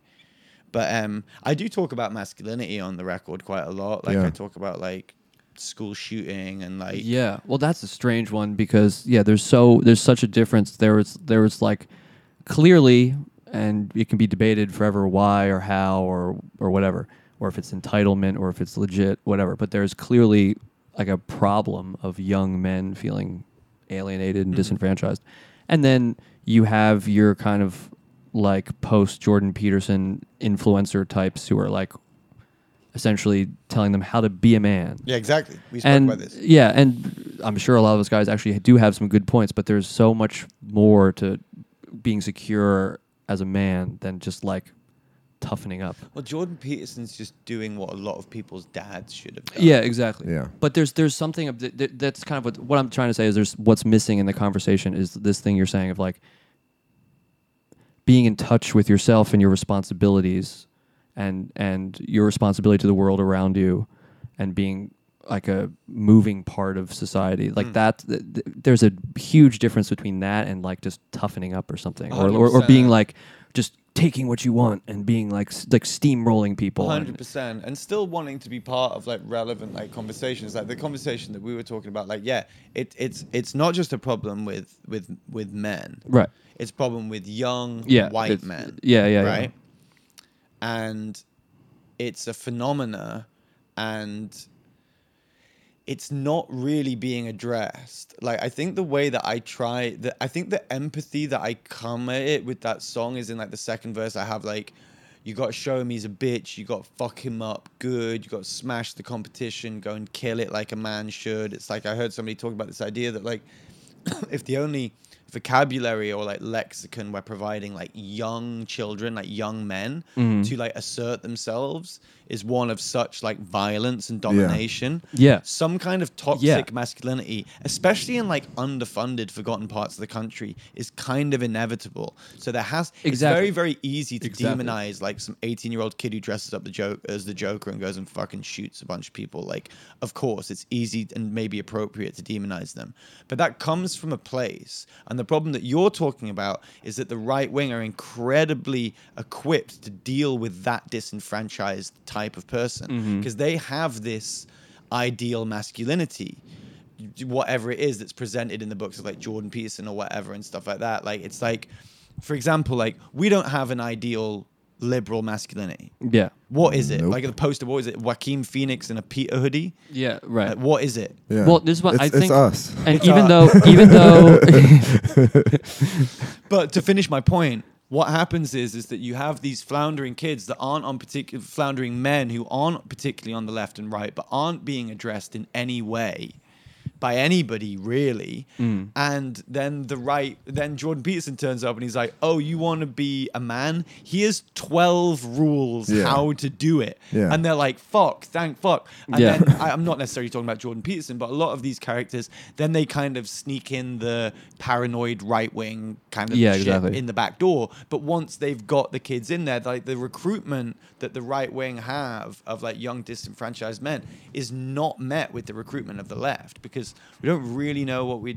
But um, I do talk about masculinity on the record quite a lot. Like Yeah. I talk about like school shooting and like Yeah. Well, that's a strange one because yeah, there's so there's such a difference. There was there was like clearly, and it can be debated forever why or how or or whatever, or if it's entitlement or if it's legit, whatever. But there's clearly like a problem of young men feeling alienated and disenfranchised, and then you have your kind of like post Jordan Peterson influencer types who are like essentially telling them how to be a man. Yeah, exactly. We spoke and, about this. Yeah, and I'm sure a lot of those guys actually do have some good points, but there's so much more to being secure as a man than just like toughening up. Well, Jordan Peterson's just doing what a lot of people's dads should have done. Yeah, exactly. Yeah. But there's there's something of th- th- that's kind of what what I'm trying to say is there's what's missing in the conversation is this thing you're saying of like being in touch with yourself and your responsibilities and and your responsibility to the world around you and being like a moving part of society like Mm. that th- th- there's a huge difference between that and like just toughening up or something or, or, or 100%. being like just taking what you want and being like s- like steamrolling people and- Hundred percent, and still wanting to be part of like relevant like conversations, like the conversation that we were talking about. Like, yeah, it, it's it's not just a problem with with with men, Right. It's a problem with young Yeah, white it's- men, yeah, yeah, yeah. right. And it's a phenomena, and it's not really being addressed. Like I think the way that I try that I think the empathy that I come at it with that song is in like the second verse I have like you gotta show him he's a bitch, you gotta fuck him up good, you gotta smash the competition, go and kill it like a man should. It's like I heard somebody talk about this idea that like if the only vocabulary or like lexicon we're providing like young children, like young men Mhm. to like assert themselves is one of such like violence and domination Yeah. some kind of toxic masculinity, especially in like underfunded, forgotten parts of the country, is kind of inevitable. So there has Exactly. it's very very easy to Exactly. demonize like some eighteen year old kid who dresses up the joke as the Joker and goes and fucking shoots a bunch of people. Like, of course, it's easy and maybe appropriate to demonize them, but that comes from a place. And the problem that you're talking about is that the right wing are incredibly equipped to deal with that disenfranchised type of person Mm-hmm. Mhm. because they have this ideal masculinity whatever it is that's presented in the books of like Jordan Peterson or whatever and stuff like that like it's like for example like we don't have an ideal liberal masculinity yeah what is it like the poster what is it Joaquin Phoenix in a Peter hoodie Yeah, right. Like, what is it Well, this is what I think. And It's even us. though, even though, but to finish my point, what happens is is that you have these floundering kids that aren't on particular floundering men who aren't particularly on the left and right, but aren't being addressed in any way by anybody really. Mm. And then the right, then Jordan Peterson turns up and he's like, "Oh, you want to be a man? Here's twelve rules Yeah. how to do it." Yeah. And they're like, "Fuck, thank fuck." And Yeah. then I, I'm not necessarily talking about Jordan Peterson, but a lot of these characters, then they kind of sneak in the paranoid right wing kind of Yeah, shit exactly. in the back door. But once they've got the kids in there, like the recruitment that the right wing have of like young disenfranchised men is not met with the recruitment of the left because we don't really know what we're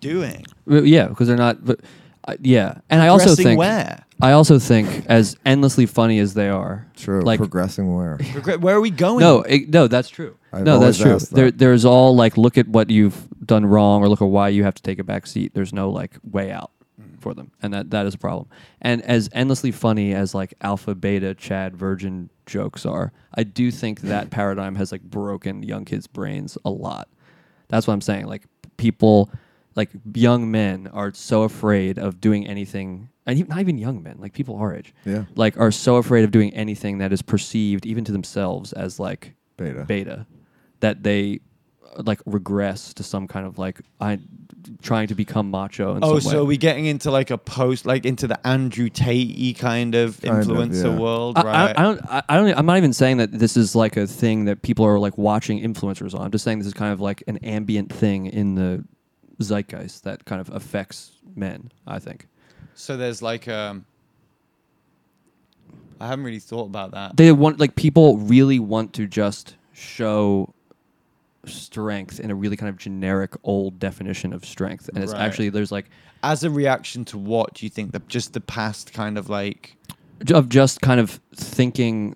doing. Well, yeah, because they're not. But, uh, yeah, and I also Progressing think where? I also think as endlessly funny as they are, True. Like progressing where? Regret- Where are we going? no, it, no, that's true. I've no, that's always true. asked that. There, there's all like look at what you've done wrong or look at why you have to take a back seat. There's no like way out for them, and that that is a problem. And as endlessly funny as like alpha, beta, Chad, Virgin jokes are, I do think that paradigm has like broken young kids' brains a lot. That's what I'm saying. Like people, like young men are so afraid of doing anything, and even, not even young men, like people our age, Yeah. like are so afraid of doing anything that is perceived even to themselves as like beta, beta, that they like regress to some kind of like I trying to become macho. In oh, some so way. we're getting into like a post, like into the Andrew Tate kind of Kind of, influencer yeah. world, I- I, right? I don't. I, I don't. I'm not even saying that this is like a thing that people are like watching influencers on. I'm just saying this is kind of like an ambient thing in the zeitgeist that kind of affects men. I think so there's like um, I haven't really thought about that. they want like people really want to just show strength in a really kind of generic old definition of strength, and it's Right. actually there's like As a reaction to what do you think? The, just the past kind of like j- of just kind of thinking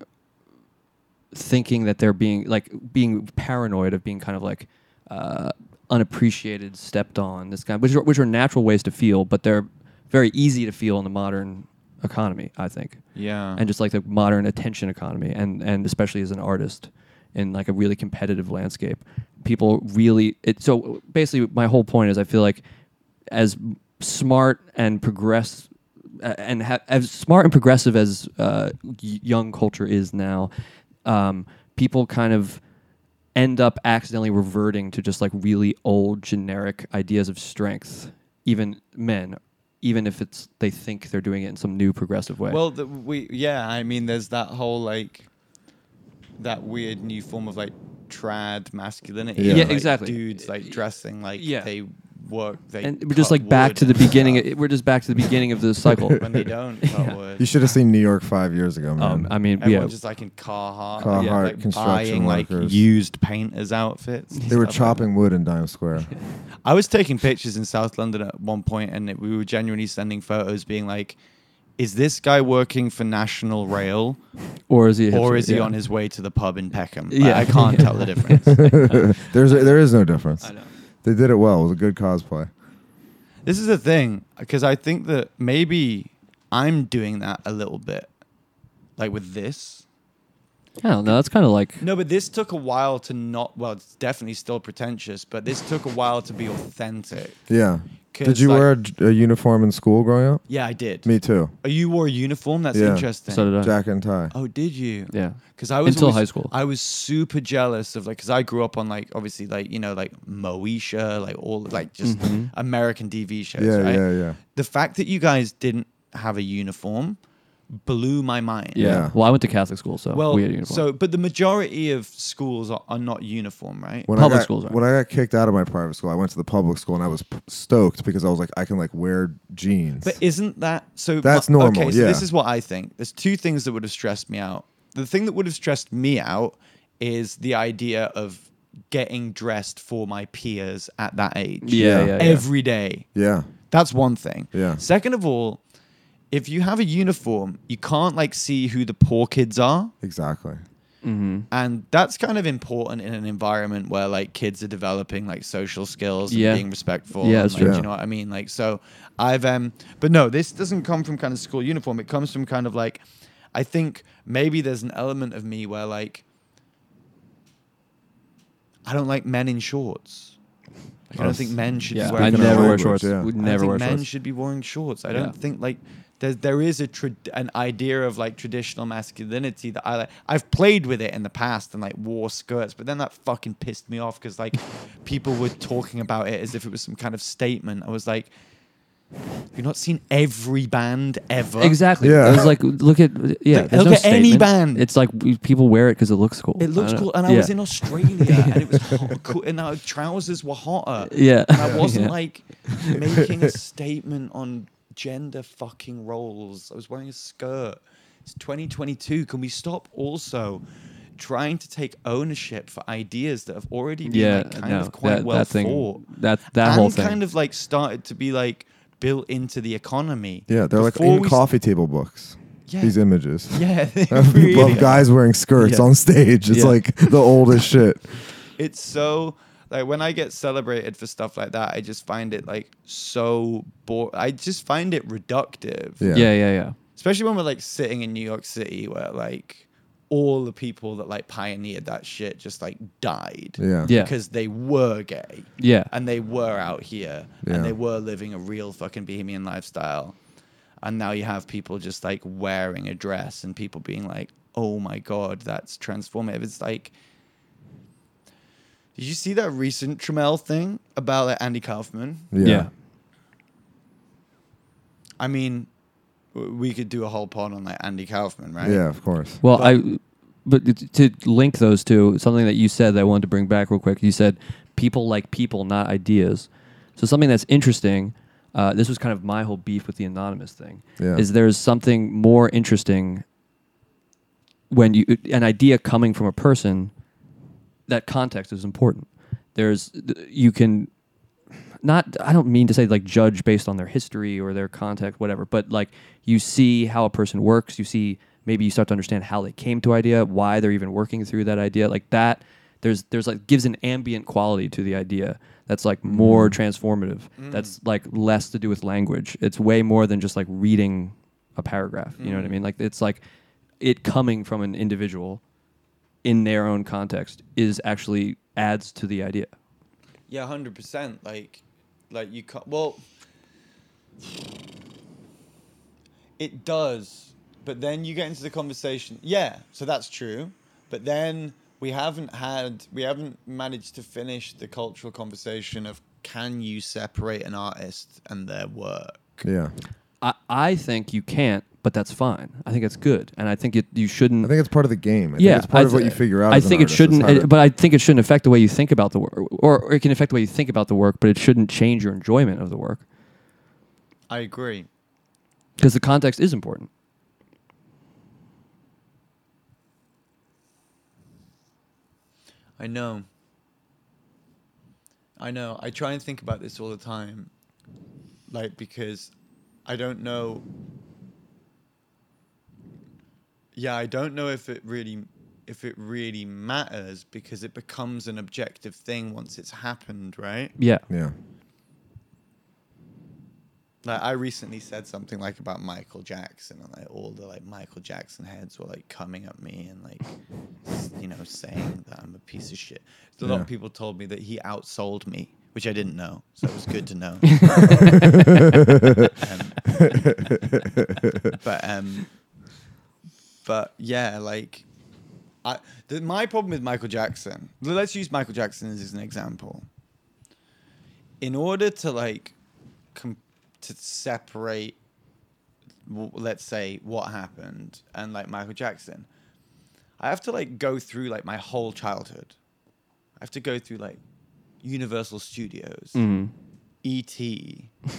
thinking that they're being like being paranoid of being kind of like uh, unappreciated stepped on this kind which are, which are natural ways to feel but they're very easy to feel in the modern economy i think Yeah. and just like the modern attention economy and and especially as an artist in like a really competitive landscape people really it so basically my whole point is i feel like as smart and progress a- and ha- as smart and progressive as uh, y- young culture is now, um, people kind of end up accidentally reverting to just like really old generic ideas of strength. Even men, even if it's they think they're doing it in some new progressive way. Well, the, we yeah, I mean, there's that whole like that weird new form of like trad masculinity. Yeah. of, Yeah, like, exactly. Dudes like dressing like Yeah. they work. They and we're just cut like back wood to the and stuff. beginning. it- We're just back to the beginning of the cycle. When they don't cut wood. You should have seen New York five years ago, man. Um, I mean, Everyone yeah. just like in Carhartt, Carhartt yeah, like construction buying like workers. used painters' outfits. and they were stuff like chopping wood in Dime Square. I was taking pictures in South London at one point, and it, we were genuinely sending photos, being like, "Is this guy working for National Rail, Or is he a or hipster? is he Yeah. on his way to the pub in Peckham?" Like, Yeah. I can't tell the difference. There's there is no difference. I know. They did it well. It was a good cosplay. this is the thing, because I think that maybe I'm doing that a little bit, like with this. I don't know. That's kind of like No, but this took a while to not. Well, it's definitely still pretentious, but this took a while to be authentic. Yeah. 'Cause, Did you like- wear a, j- a uniform in school growing up? Yeah, I did. Me too. Oh, you wore a uniform? That's Yeah. interesting. So did I. Jacket and tie. Oh, did you? Yeah. Because I was Until always- high school. I was super jealous of like because I grew up on like obviously like you know like Moesha like all like just Mhm. American TV shows. Yeah, right? yeah, yeah. The fact that you guys didn't have a uniform blew my mind. yeah. Well, I went to Catholic school, so Well, we had uniform. so but the majority of schools are, are not uniform, right? When I got, When I got kicked out of my private school, I went to the public school and I was p- stoked because I was like, I can like wear jeans. But isn't that so? That's my- normal, Okay, so this yeah. is what I think. There's two things that would have stressed me out. The thing that would have stressed me out is the idea of getting dressed for my peers at that age. Yeah, Yeah. yeah, yeah. every day. yeah. That's one thing. Yeah. Second of all, if you have a uniform, you can't like see who the poor kids are. Exactly. Mm-hmm. And that's kind of important in an environment where like kids are developing like social skills and Yeah. being respectful. Yeah, and, that's like, true. do you know what I mean? Like so I've um but no, this doesn't come from kind of school uniform. It comes from kind of like I think maybe there's an element of me where like I don't like men in shorts. Like, I don't Us. think men should Yeah, be wearing I never wear shorts. shorts. Yeah. I Would don't never think wear men shorts. should be wearing shorts. I Yeah. don't think like there there is a trad an idea of like traditional masculinity that I like. I've played with it in the past and like wore skirts, but then that fucking pissed me off because like people were talking about it as if it was some kind of statement. I was like, you've not seen every band ever. Exactly. Yeah. It was like, look at yeah. Like, there's look no at any statement. band. It's like we- people wear it because it looks cool. It I looks don't- cool, and I yeah. was in Australia, and it was hot, cool, and our trousers were hotter. Yeah. and I wasn't Yeah. like making a statement on gender fucking roles. I was wearing a skirt. It's 2022. Can we stop also trying to take ownership for ideas that have already been Yeah, like, kind no, of quite that- well that thing- thought? that- that and whole thing. kind of like started to be like built into the economy. Yeah, they're like Before in we coffee table books. Yeah. These images. Yeah, they of people- of really- guys wearing skirts Yeah. on stage. It's Yeah. like the oldest shit. it's so like when I get celebrated for stuff like that, I just find it like so bored. I just find it reductive. Yeah. Yeah, yeah, yeah. Especially when we're like sitting in New York City, where like all the people that like pioneered that shit just like died. Yeah. Yeah. Because they were gay. Yeah. And they were out here, Yeah. and they were living a real fucking bohemian lifestyle. And now you have people just like wearing a dress, and people being like, "Oh my god, that's transformative." It's like Did you see that recent Trammell thing about like, Andy Kaufman? Yeah. Yeah. I mean, w- we could do a whole pod on like Andy Kaufman, right? Yeah, of course. Well, I but to link those two, something that you said that I wanted to bring back real quick. You said people like people, not ideas. So something that's interesting. Uh, this was kind of my whole beef with the anonymous thing. Yeah. Is there's something more interesting when you an idea coming from a person that context is important. There's you can not I don't mean to say like judge based on their history or their context whatever, but like you see how a person works, you see maybe you start to understand how they came to idea, why they're even working through that idea. Like that there's there's like gives an ambient quality to the idea that's like more transformative. Mm. That's like less to do with language. It's way more than just like reading a paragraph. You know what I Mm. mean? Like it's like it coming from an individual in their own context is actually adds to the idea. Yeah, hundred percent. Like, like you can't. Well, it does, but then you get into the conversation. Yeah, so that's true. But then we haven't had, we haven't managed to finish the cultural conversation of can you separate an artist and their work? Yeah. I, I think you can't, but that's fine. I think it's good, and I think it, you shouldn't. I think it's part of the game. I think yeah, it's part I of what you figure out I as an think it artist. It's shouldn't, not a- but I think it shouldn't affect the way you think about the work, or, or it can affect the way you think about the work, but it shouldn't change your enjoyment of the work I agree. because the context is important. I know. I know. I try and think about this all the time. Like, because I don't know. Yeah, I don't know if it really if it really matters because it becomes an objective thing once it's happened, right? Yeah. Yeah. Like I recently said something like about Michael Jackson and like all the like Michael Jackson heads were like coming at me and like s- you know saying that I'm a piece of shit. So A lot Yeah. of people told me that he outsold me, which I didn't know. So it was good to know. Um, but um but yeah, like I the, my problem with Michael Jackson. Let's use Michael Jackson as an example. In order to like com- to separate w- let's say what happened and like Michael Jackson I have to like go through like my whole childhood I have to go through like Universal Studios Mhm. ET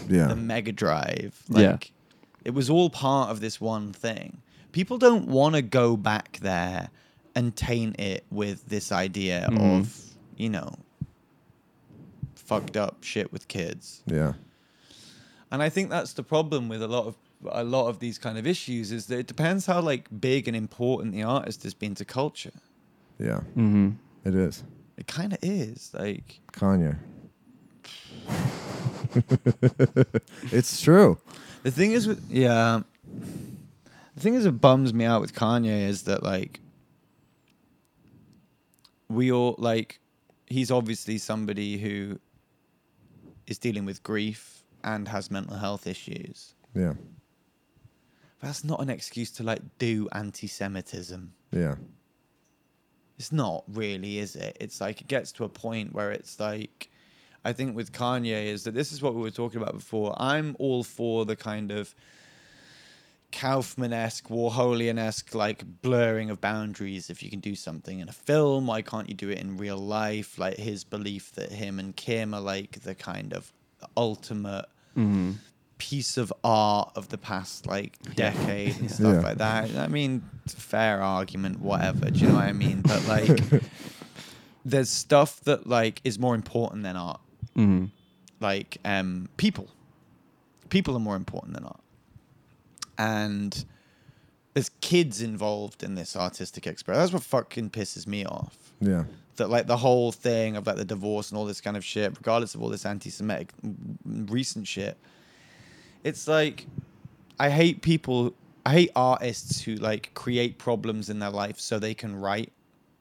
Yeah. the Mega Drive like Yeah. it was all part of this one thing people don't want to go back there and taint it with this idea Mhm. of you know fucked up shit with kids Yeah. and I think that's the problem with a lot of a lot of these kind of issues is that it depends how like big and important the artist has been to culture. Yeah. Mm-hmm. It is. It kind of is like Kanye. it's true. the thing is with yeah. The thing is that bums me out with Kanye is that like we all like he's obviously somebody who is dealing with grief and has mental health issues. Yeah. That's not an excuse to like do anti-Semitism. Yeah. It's not really, is it? It's like it gets to a point where it's like, I think with Kanye is that this is what we were talking about before. I'm all for the kind of Kaufman-esque, Warholian-esque, like blurring of boundaries. If you can do something in a film, why can't you do it in real life? Like his belief that him and Kim are like the kind of ultimate Mm-hmm. piece of art of the past like decade and stuff Yeah. like that. I mean, it's a fair argument, whatever. Do you know what I mean? But like, there's stuff that like is more important than art. Mm-hmm. Like, um, people, people are more important than art, and there's kids involved in this artistic experiment. That's what fucking pisses me off Yeah. that like the whole thing of like the divorce and all this kind of shit, regardless of all this anti-Semitic m- recent shit, it's like I hate people. I hate artists who like create problems in their life so they can write.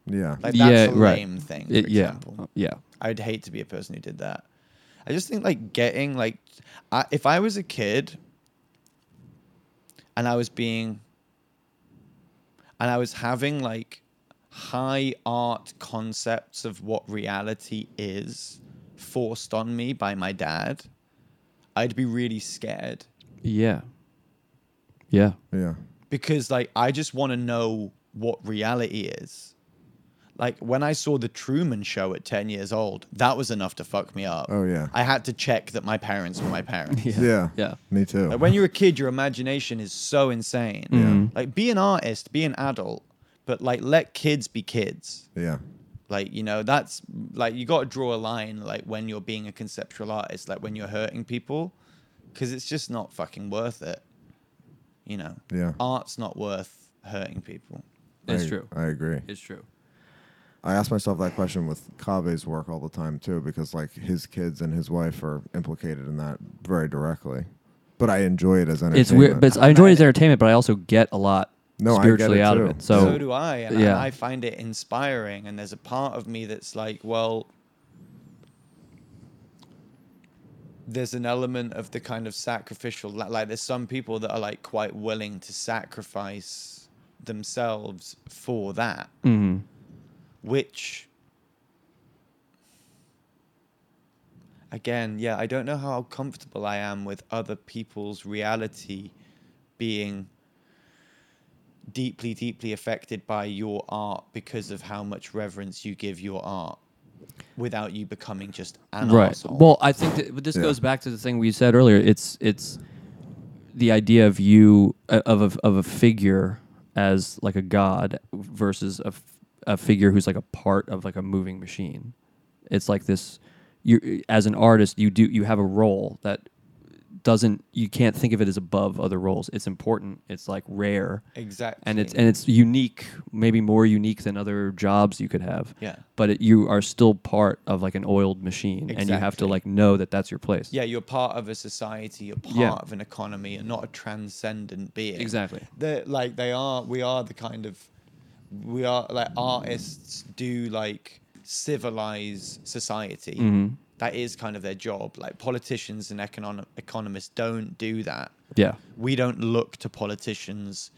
Yeah. Like that's Yeah, a right. lame thing. For It- yeah, Uh, example. yeah. I'd hate to be a person who did that. I just think like getting like, I, if I was a kid, and I was being, and I was having like high art concepts of what reality is forced on me by my dad, I'd be really scared Yeah. Yeah. Yeah. because like I just want to know what reality is. Like when I saw the Truman Show at ten years old, that was enough to fuck me up. Oh, yeah. I had to check that my parents were my parents. Yeah. Me too. Like when you're a kid, your imagination is so insane. Yeah. Mhm. Like be an artist, be an adult, but like let kids be kids. Yeah. Like you know, that's like you got to draw a line. Like when you're being a conceptual artist, like when you're hurting people, because it's just not fucking worth it. You know, Yeah. art's not worth hurting people. It's I- true. I agree. It's true. I ask myself that question with Kabe's work all the time too, because like his kids and his wife are implicated in that very directly. But I enjoy it as entertainment. It's weird, but it's, I enjoy it as entertainment, but I also get a lot No, I get spiritually it out too. of it. So, do I, and, and yeah, I find it inspiring. And there's a part of me that's like, well, there's an element of the kind of sacrificial. li- Like, there's some people that are like quite willing to sacrifice themselves for that, Mhm. which. Again, yeah, I don't know how comfortable I am with other people's reality being deeply, deeply affected by your art because of how much reverence you give your art without you becoming just an right. asshole. Well, I think that, but this Yeah. goes back to the thing we said earlier. It's it's the idea of you uh, of a, of a figure as like a god versus a, f- a figure who's like a part of like a moving machine. It's like this. You as an artist, you do you have a role that doesn't you can't think of it as above other roles. It's important. It's like rare. And it's Exactly. and it's unique, maybe more unique than other jobs you could have. Yeah. But it, you are still part of like an oiled machine, and you have to Exactly. like know that that's your place. Yeah, you're part of a society, you're part Yeah. of an economy, and not a transcendent being. Exactly. They're, like they are, we are the kind of, we are like artists do like civilize society. Mhm. That is kind of their job. Like politicians and economic economists don't do that. Yeah. We don't look to politicians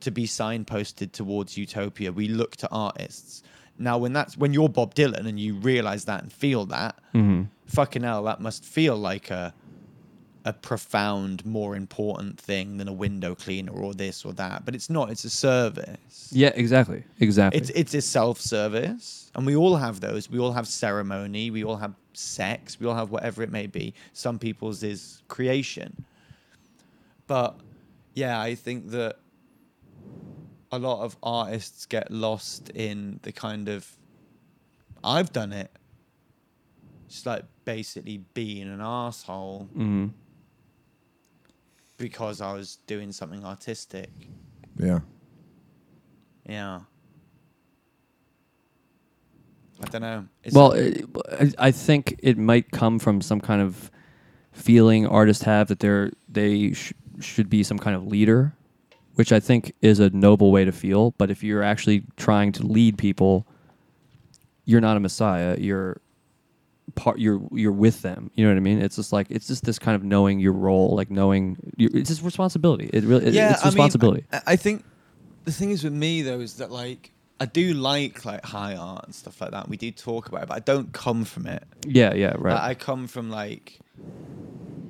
to be signposted towards utopia. We look to artists. Now, when that's when you're Bob Dylan and you realize that and feel that, Mhm. fucking hell, that must feel like a a profound, more important thing than a window cleaner or this or that. But it's not. It's a service. Yeah. Exactly. Exactly. It's it's a self service, and we all have those. We all have ceremony. We all have sex. We all have whatever it may be. Some people's is creation. But yeah, I think that a lot of artists get lost in the kind of I've done it. Just like basically being an asshole Mhm. because I was doing something artistic. Yeah. Yeah. I don't know. well, it, I- I think it might come from some kind of feeling artists have that they're they sh- should be some kind of leader, which I think is a noble way to feel. But if you're actually trying to lead people, you're not a messiah. You're part. You're you're with them. You know what I mean? It's just like it's just this kind of knowing your role, like knowing you it's just responsibility. It really it- it's I mean, responsibility. I, I think the thing is with me though is that like I do like like high art and stuff like that. We do talk about it, but I don't come from it. Yeah, yeah, right. Like, I come from like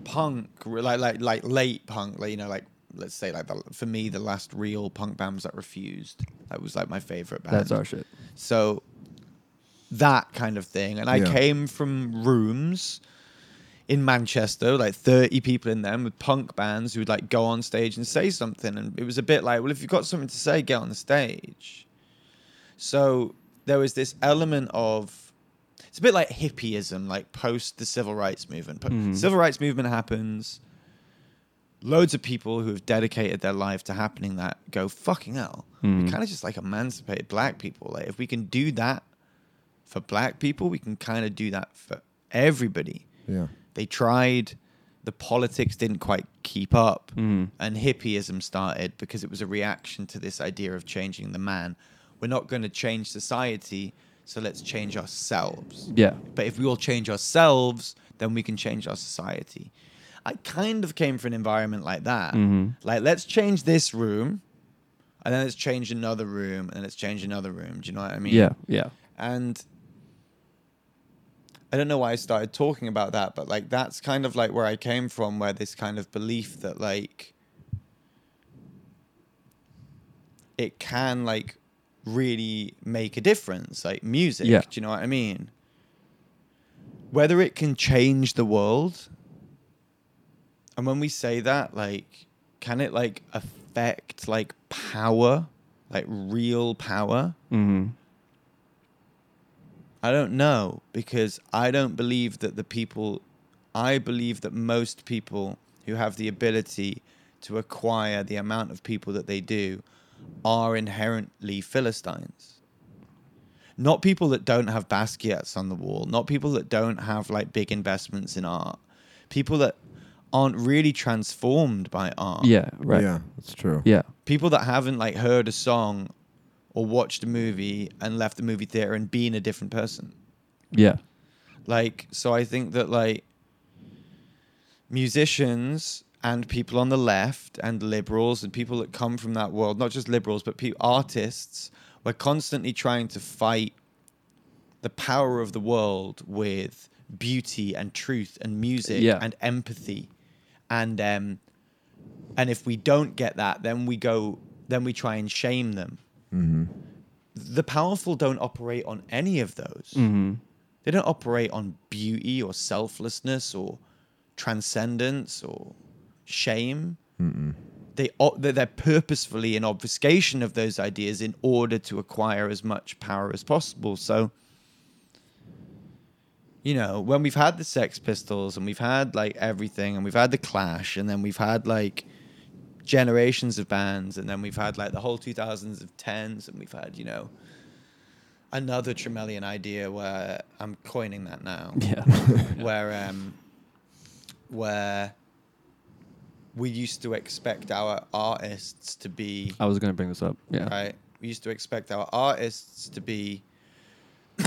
punk, re- like like like late punk, like you know, like let's say like the, for me the last real punk band was like Refused. That was like my favorite band. That's our shit. So that kind of thing, and I Yeah. came from rooms in Manchester, like 30 people in them with punk bands who would like go on stage and say something. And it was a bit like, well, if you've got something to say, get on the stage. So there was this element of, it's a bit like hippieism, like post the civil rights movement. Po- Mhm. Civil rights movement happens. Loads of people who have dedicated their life to happening that go, fucking hell. Mhm. We kind of just like emancipate black people. Like, if we can do that for black people, we can kind of do that for everybody Yeah. they tried the politics didn't quite keep up Mhm. and hippieism started because it was a reaction to this idea of changing the man we're not going to change society so let's change ourselves Yeah. but if we all change ourselves then we can change our society i kind of came from an environment like that Mhm. like let's change this room and then it's changed another room, and then it's changed another room. Do you know what I mean? Yeah, yeah. And I don't know why I started talking about that, but like that's kind of like where I came from, where this kind of belief that like it can like really make a difference, like music. Yeah. Do you know what I mean? Whether it can change the world, and when we say that, like, can it like affect like power, like real power? Mm-hmm. I don't know because I don't believe that the people, I believe that most people who have the ability to acquire the amount of people that they do are inherently Philistines. Not people that don't have baskets on the wall, not people that don't have like big investments in art, people that aren't really transformed by art. Yeah, right. Yeah, that's true. Yeah. People that haven't like heard a song or watched a movie and left the movie theater and been a different person. Yeah. Like, so I think that like musicians and people on the left and liberals and people that come from that world, not just liberals, but pe- artists, we're constantly trying to fight the power of the world with beauty and truth and music Yeah. and empathy. And um and if we don't get that, then we go then we try and shame them. Mm-hmm. The powerful don't operate on any of those. Mm-hmm. They don't operate on beauty or selflessness or transcendence or shame. Mm-mm. They o- they're they're purposefully in obfuscation of those ideas in order to acquire as much power as possible. So, you know, when we've had the Sex Pistols and we've had like everything and we've had the Clash and then we've had like generations of bands and then we've had like the whole 2000s of 10s and we've had, you know, another Tremellian idea where I'm coining that now. Yeah. where um where we used to expect our artists to be I was going to bring this up. Oh, Yeah. Right. We used to expect our artists to be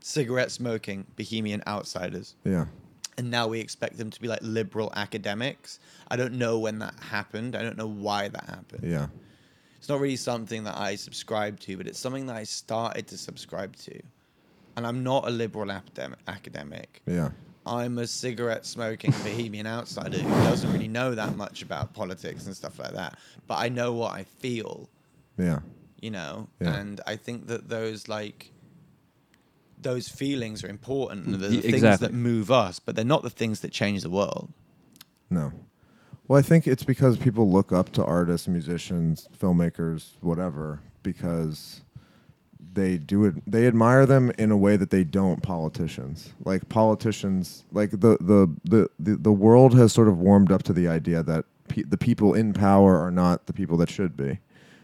cigarette smoking bohemian outsiders. Yeah. And now we expect them to be like liberal academics. I don't know when that happened. I don't know why that happened. Yeah. It's not really something that I subscribe to, but it's something that I started to subscribe to. And I'm not a liberal academic. academic. Yeah. I'm a cigarette smoking bohemian outsider who doesn't really know that much about politics and stuff like that. But I know what I feel Yeah. you know Yeah. and i think that those like those feelings are important and they're the Y- things exactly. that move us but they're not the things that change the world No. Well, I think it's because people look up to artists, musicians, filmmakers, whatever, because they do it. They admire them in a way that they don't politicians. Like politicians, like the the the the, the world has sort of warmed up to the idea that pe- the people in power are not the people that should be.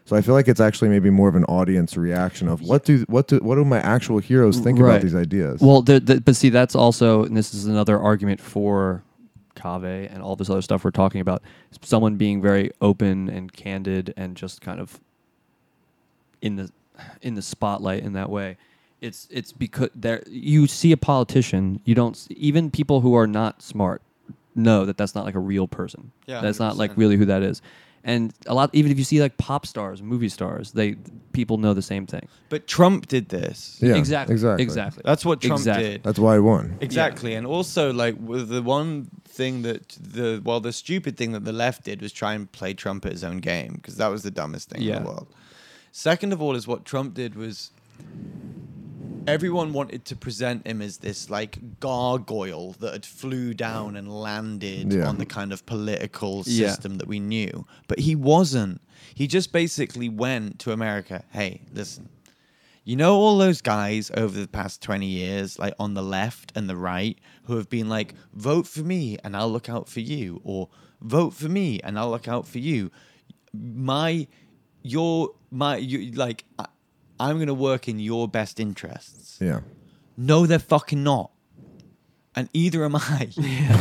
So I feel like it's actually maybe more of an audience reaction of what do what do what do my actual heroes think Right. about these ideas? Well, the, the, but see, that's also, and this is another argument for Cave and all this other stuff we're talking about. Someone being very open and candid and just kind of in the in the spotlight in that way. It's it's because there you see a politician, you don't s- even people who are not smart know that that's not like a real person. Yeah, that's not like 100%. really who that is. And a lot, even if you see like pop stars, movie stars, they people know the same thing. but trump did this Yeah, exactly, exactly. exactly. that's what trump Exactly. did That's why I won. exactly and also like with the one thing that the well the stupid thing that the left did was try and play trump at his own game because that was the dumbest thing Yeah. in the world second of all is what trump did was everyone wanted to present him as this like gargoyle that had flew down and landed Yeah. on the kind of political Yeah. system that we knew but he wasn't he just basically went to america hey listen you know all those guys over the past 20 years like on the left and the right who have been like vote for me and i'll look out for you or vote for me and i'll look out for you my your my you like I, i'm going to work in your best interests Yeah. no, they're fucking not. And either am I.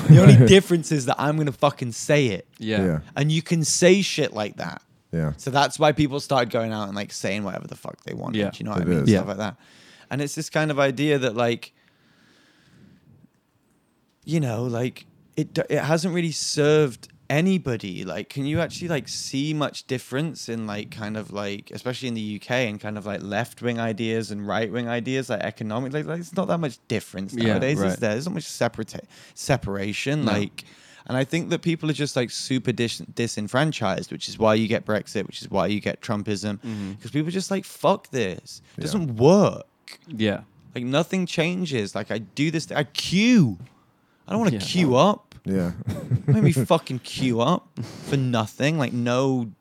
the only difference is that I'm going to fucking say it. Yeah. Yeah. And you can say shit like that. Yeah. So that's why people started going out and like saying whatever the fuck they wanted. Yeah. Do you know what It I mean? is. Stuff Yeah. like that. And it's this kind of idea that like, you know, like it, do- it hasn't really served anybody like can you actually like see much difference in like kind of like especially in the UK and kind of like left wing ideas and right wing ideas like economically like, it's not that much difference Yeah, nowadays is right. there there's not much separate separation No. like and I think that people are just like super dis- disenfranchised which is why you get Brexit which is why you get Trumpism because people are just like fuck this Mm-hmm. it Yeah. doesn't work yeah like nothing changes like I do this I queue I don't want to queue up Yeah. made me fucking queue up for nothing, like no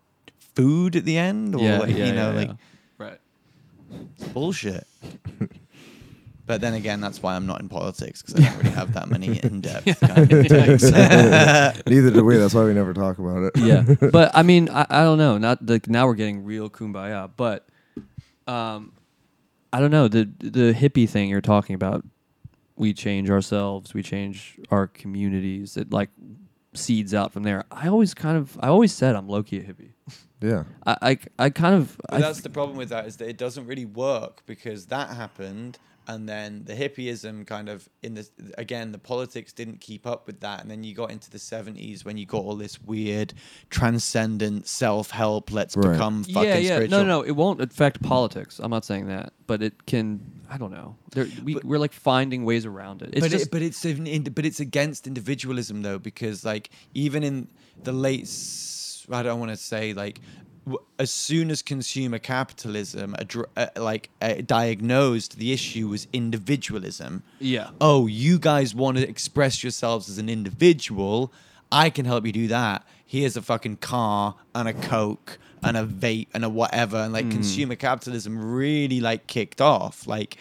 food at the end, or Yeah, like, yeah, you know, yeah, like right bullshit. But then again, that's why I'm not in politics because I don't really have that many in-depth kind of takes. Neither do we. That's why we never talk about it. yeah but i mean I, I don't know not like now we're getting real kumbaya but um i don't know the the hippie thing you're talking about we change ourselves we change our communities it like seeds out from there i always kind of i always said i'm low-key a hippie Yeah. i i, I kind of But I, that's the problem with that is that it doesn't really work because that happened, and then the hippieism kind of in the again the politics didn't keep up with that, and then you got into the seventies when you got all this weird transcendent self help. Let's Right. become fucking yeah yeah spiritual. no no it won't affect politics i'm not saying that but it can i don't know there, we, we're like finding ways around it it's but, just it, but it's in, in- but it's against individualism though because like even in the late s- I don't want to say like w- as soon as consumer capitalism addr- uh, like uh, diagnosed the issue was individualism Yeah. oh you guys want to express yourselves as an individual I can help you do that here's a fucking car and a coke and a vape and a whatever and like Mhm. consumer capitalism really like kicked off like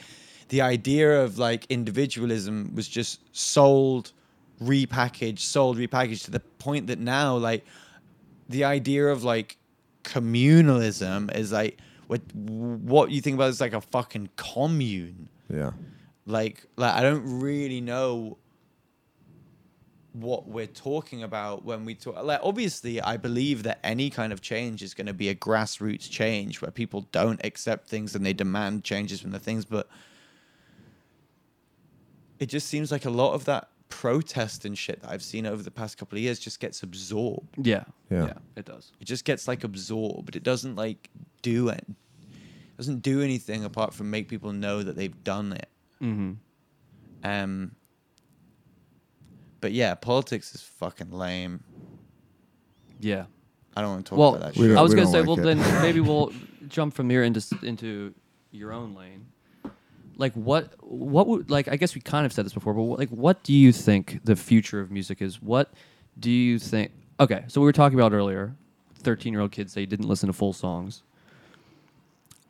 the idea of like individualism was just sold, repackaged, sold, repackaged to the point that now like the idea of like communalism is like what what you think about is like a fucking commune. Yeah. Like like I don't really know what we're talking about when we talk like obviously i believe that any kind of change is going to be a grassroots change where people don't accept things and they demand changes from the things but it just seems like a lot of that protest and shit that I've seen over the past couple of years just gets absorbed. Yeah. Yeah. it does. It just gets like absorbed. It doesn't like do it. Doesn't do anything apart from make people know that they've done it. Mhm. Um. But yeah, politics is fucking lame. Yeah. I don't want to talk well, about that. I was going gonna say, to well, then maybe we'll jump from here into s- into your own lane. Like what? What would like? I guess we kind of said this before, but what, like, what do you think the future of music is? What do you think? Okay, so we were talking about earlier. Thirteen-year-old kids they didn't listen to full songs.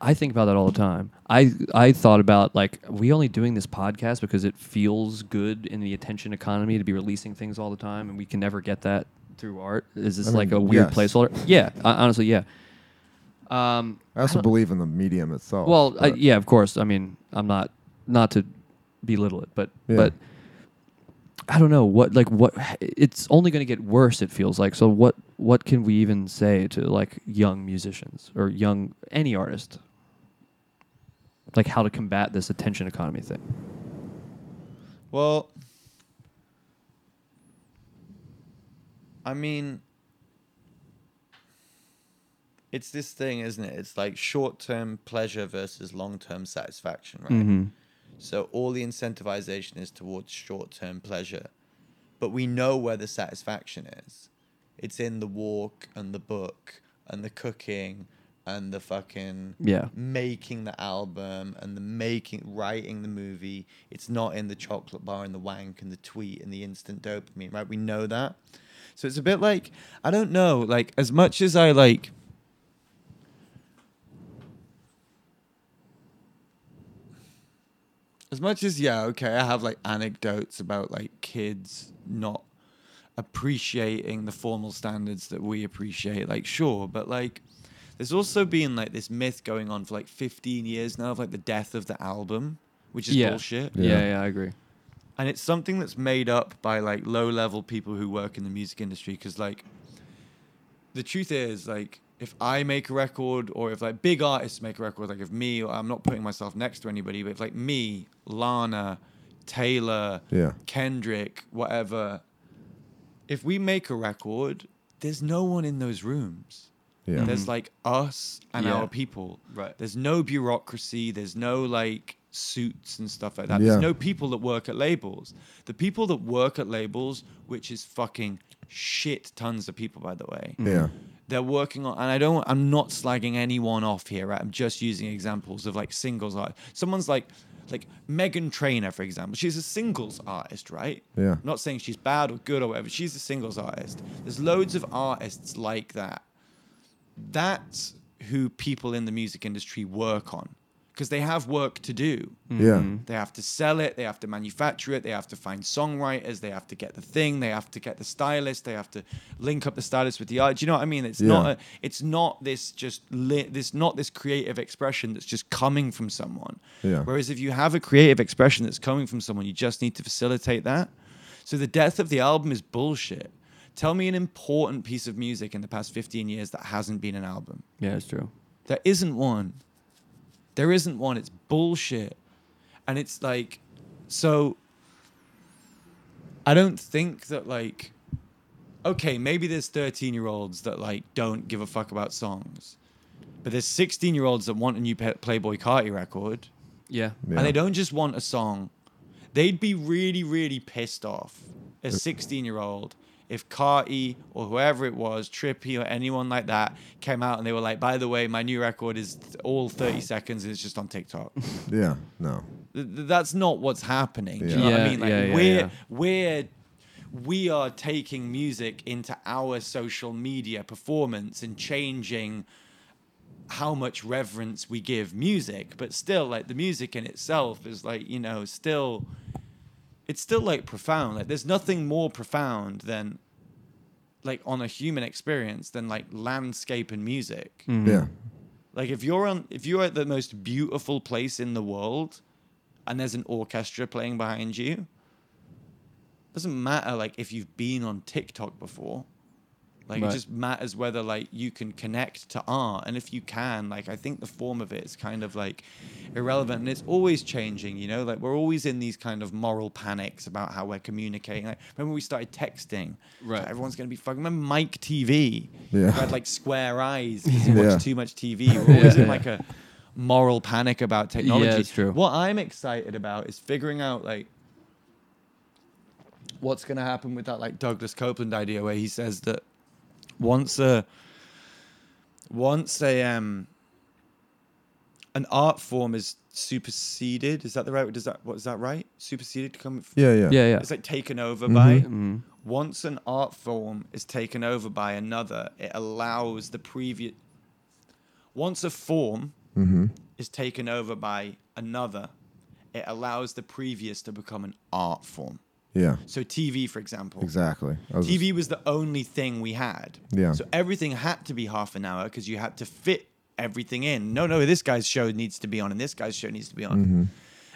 I think about that all the time. I I thought about like are we only doing this podcast because it feels good in the attention economy to be releasing things all the time, and we can never get that through art. Is this I like a mean, weird yes. placeholder? Yeah, I, honestly, yeah. Um, I also believe in the medium itself. well, I, but- yeah, of course. I mean, I'm not not to belittle it, but Yeah. but I don't know what like what it's only going to get worse. It feels like so. What what can we even say to like young musicians or young any artist? Like how to combat this attention economy thing. Well, I mean, it's this thing, isn't it? It's like short term pleasure versus long term satisfaction, right? Mhm. So all the incentivization is towards short term pleasure. But we know where the satisfaction is it's in the walk and the book and the cooking and the fucking Yeah. making the album and the making writing the movie it's not in the chocolate bar and the wank and the tweet and the instant dopamine right we know that so it's a bit like i don't know like as much as i like as much as yeah okay i have like anecdotes about like kids not appreciating the formal standards that we appreciate like sure but like there's also been like this myth going on for like 15 years now of like the death of the album which is yeah. bullshit Yeah. yeah, I agree. and it's something that's made up by like low level people who work in the music industry because like the truth is like if i make a record or if like big artists make a record like if me i'm not putting myself next to anybody but if like me lana taylor Yeah. kendrick whatever if we make a record, there's no one in those rooms. Yeah. There's Mhm. like us and Yeah. our people. Right. There's no bureaucracy. There's no like suits and stuff like that. Yeah. There's no people that work at labels. The people that work at labels, which is fucking shit tons of people, by the way. Yeah. They're working on, and I don't. I'm not slagging anyone off here. Right? I'm just using examples of like singles art. Someone's like, like Megan Trainer, for example. She's a singles artist, right? Yeah. Not saying she's bad or good or whatever. She's a singles artist. There's loads of artists like that. That's who people in the music industry work on because they have work to do. Yeah. Mhm. They have to sell it, they have to manufacture it, they have to find songwriters, they have to get the thing, they have to get the stylist, they have to link up the stylist with the art. Do you know what I mean? It's Yeah. not a, it's not this just li- this not this creative expression that's just coming from someone. Yeah. Whereas if you have a creative expression that's coming from someone, you just need to facilitate that. So the death of the album is bullshit. Tell me an important piece of music in the past 15 years that hasn't been an album. Yeah, it's true. There isn't one. There isn't one. It's bullshit. And it's like, so I don't think that, like, okay, maybe there's 13 year olds that, like, don't give a fuck about songs, but there's 16 year olds that want a new Pe- Playboy Carti record. Yeah. And they don't just want a song. They'd be really, really pissed off as 16 year old if Carti or whoever it was, Trippy or anyone like that, came out and they were like, by the way, my new record is th- all 30 seconds and it's just on TikTok. Yeah. No. Th- th- That's not what's happening. Do you Yeah. know what I Yeah, mean? Like yeah, yeah, we're yeah. we're we are taking music into our social media performance and changing how much reverence we give music but still like the music in itself is like you know still it's still like profound like there's nothing more profound than like on a human experience than like landscape and music Mhm. Yeah. like if you're on if you're at the most beautiful place in the world and there's an orchestra playing behind you, doesn't matter like if you've been on TikTok before. Like Right. it just matters whether like you can connect to art. And if you can, like I think the form of it is kind of like irrelevant and it's always changing, you know? Like we're always in these kind of moral panics about how we're communicating. Like remember we started texting. Right. everyone's gonna be fucking remember Mike TV. Yeah. who had like square eyes because you Yeah. watch too much TV. We're always in Yeah. like a moral panic about technology. Yeah, it's true. What I'm excited about is figuring out like what's going to happen with that like Douglas Copeland idea where he says that once a once a um an art form is superseded is that the right does that what is that right superseded come f- Yeah, yeah. Yeah, yeah. it's like taken over Mhm. by Mhm. once an art form is taken over by another it allows the previous once a form Mm-hmm. is taken over by another, it allows the previous to become an art form. Yeah. So TV, for example. Exactly. I was TV was the only thing we had. Yeah. So everything had to be half an hour because you had to fit everything in. No, no, this guy's show needs to be on and this guy's show needs to be on. Mhm.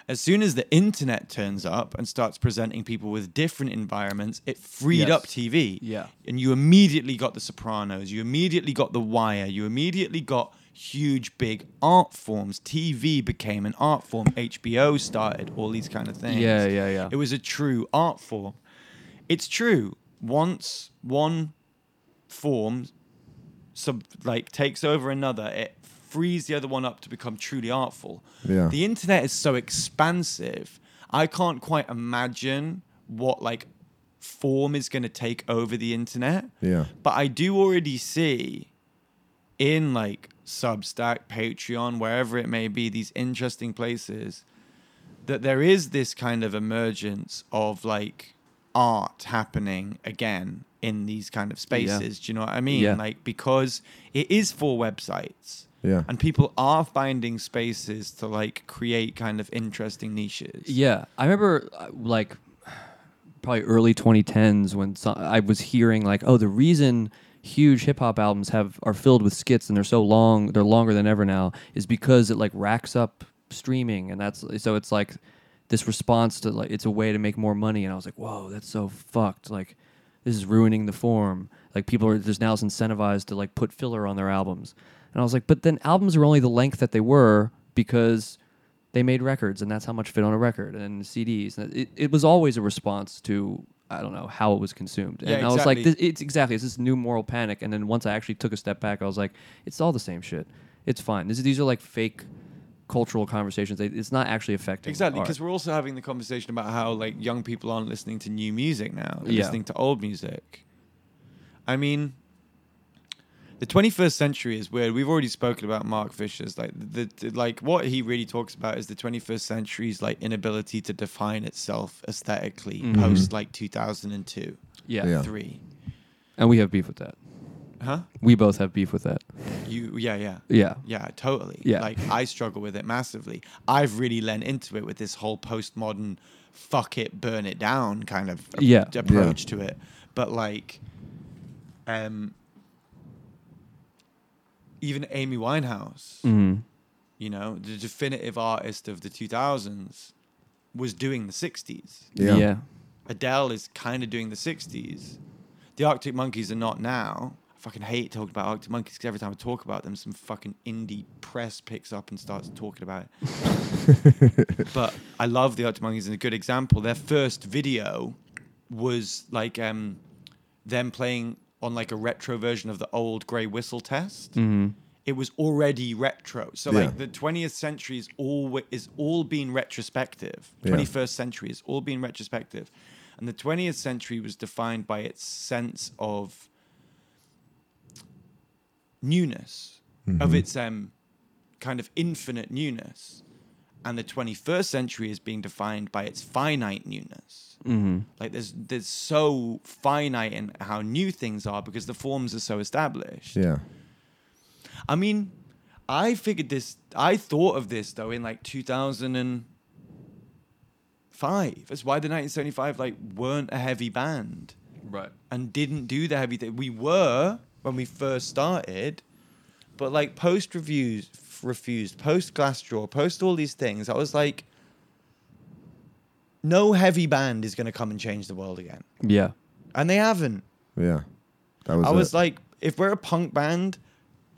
As soon as the internet turns up and starts presenting people with different environments, it freed Yes. up TV. Yeah. And you immediately got The Sopranos, you immediately got The Wire, you immediately got huge, big art forms. TV became an art form. HBO started, all these kind of things. Yeah, yeah, yeah. It was a true art form. It's true. Once one form sub like takes over another, it frees the other one up to become truly artful. Yeah. The internet is so expansive. I can't quite imagine what like form is going to take over the internet. Yeah. But I do already see in like Substack, Patreon, wherever it may be, these interesting places that there is this kind of emergence of like art happening again in these kind of spaces. Do you know what I mean? Yeah. Like because it is for websites. Yeah. And people are finding spaces to like create kind of interesting niches. Yeah, I remember uh, like probably early 2010s when so- I was hearing like, oh, the reason huge hip hop albums have are filled with skits and they're so long, they're longer than ever now, is because it like racks up streaming, and that's so it's like this response to like it's a way to make more money, and I was like, whoa, that's so fucked, like. This is ruining the form. Like people are just now incentivized to like put filler on their albums, and I was like, but then albums are only the length that they were because they made records and that's how much fit on a record and CDs. And it, it was always a response to I don't know how it was consumed, and Yeah, I was like, exactly. this, it's exactly it's this new moral panic. And then once I actually took a step back, I was like, it's all the same shit. It's fine. This, these are like fake cultural conversations. They, it's not actually affecting Exactly, art. because we're also having the conversation about how like young people aren't listening to new music now; they're Yeah. listening to old music. I mean, the 21st century is weird. We've already spoken about Mark Fisher's like the, the like what he really talks about is the 21st century's like inability to define itself esthetically Mhm. post like 2002, Yeah. Yeah. three. and we have beef with that. Huh? We both have beef with that. You yeah yeah Yeah. yeah totally Yeah. Like I struggle with it massively. I've really lent into it with this whole postmodern fuck it burn it down kind of ap- Yeah. Yeah. approach to it. But like, um, even Amy Winehouse, Mhm. you know, the definitive artist of the 2000s, was doing the 60s. Yeah. Yeah. Adele is kind of doing the 60s. The Arctic Monkeys are not now. I fucking hate talking about Arctic Monkeys because every time I talk about them, some fucking indie press picks up and starts talking about it. but I love the Arctic Monkeys and a good example. Their first video was like um, them playing on like a retro version of the old grey whistle test Mhm. it was already retro. So Yeah. like the 20th century is all is all being retrospective. Yeah. 21st century is all being retrospective. And the 20th century was defined by its sense of newness, of Mhm. its um, kind of infinite newness. And the 21st century is being defined by its finite newness. Mhm. Like there's there's so finite in how new things are because the forms are so established. Yeah. I mean, I figured this. I thought of this though in like 2005. That's why the 1975 like weren't a heavy band, right? And didn't do the heavy thing. We were when we first started, but like post reviews refused, post Glassjaw, post all these things. I was like, no heavy band is going to come and change the world again, Yeah. and they haven't. Yeah. That was I was it. like, if we're a punk band,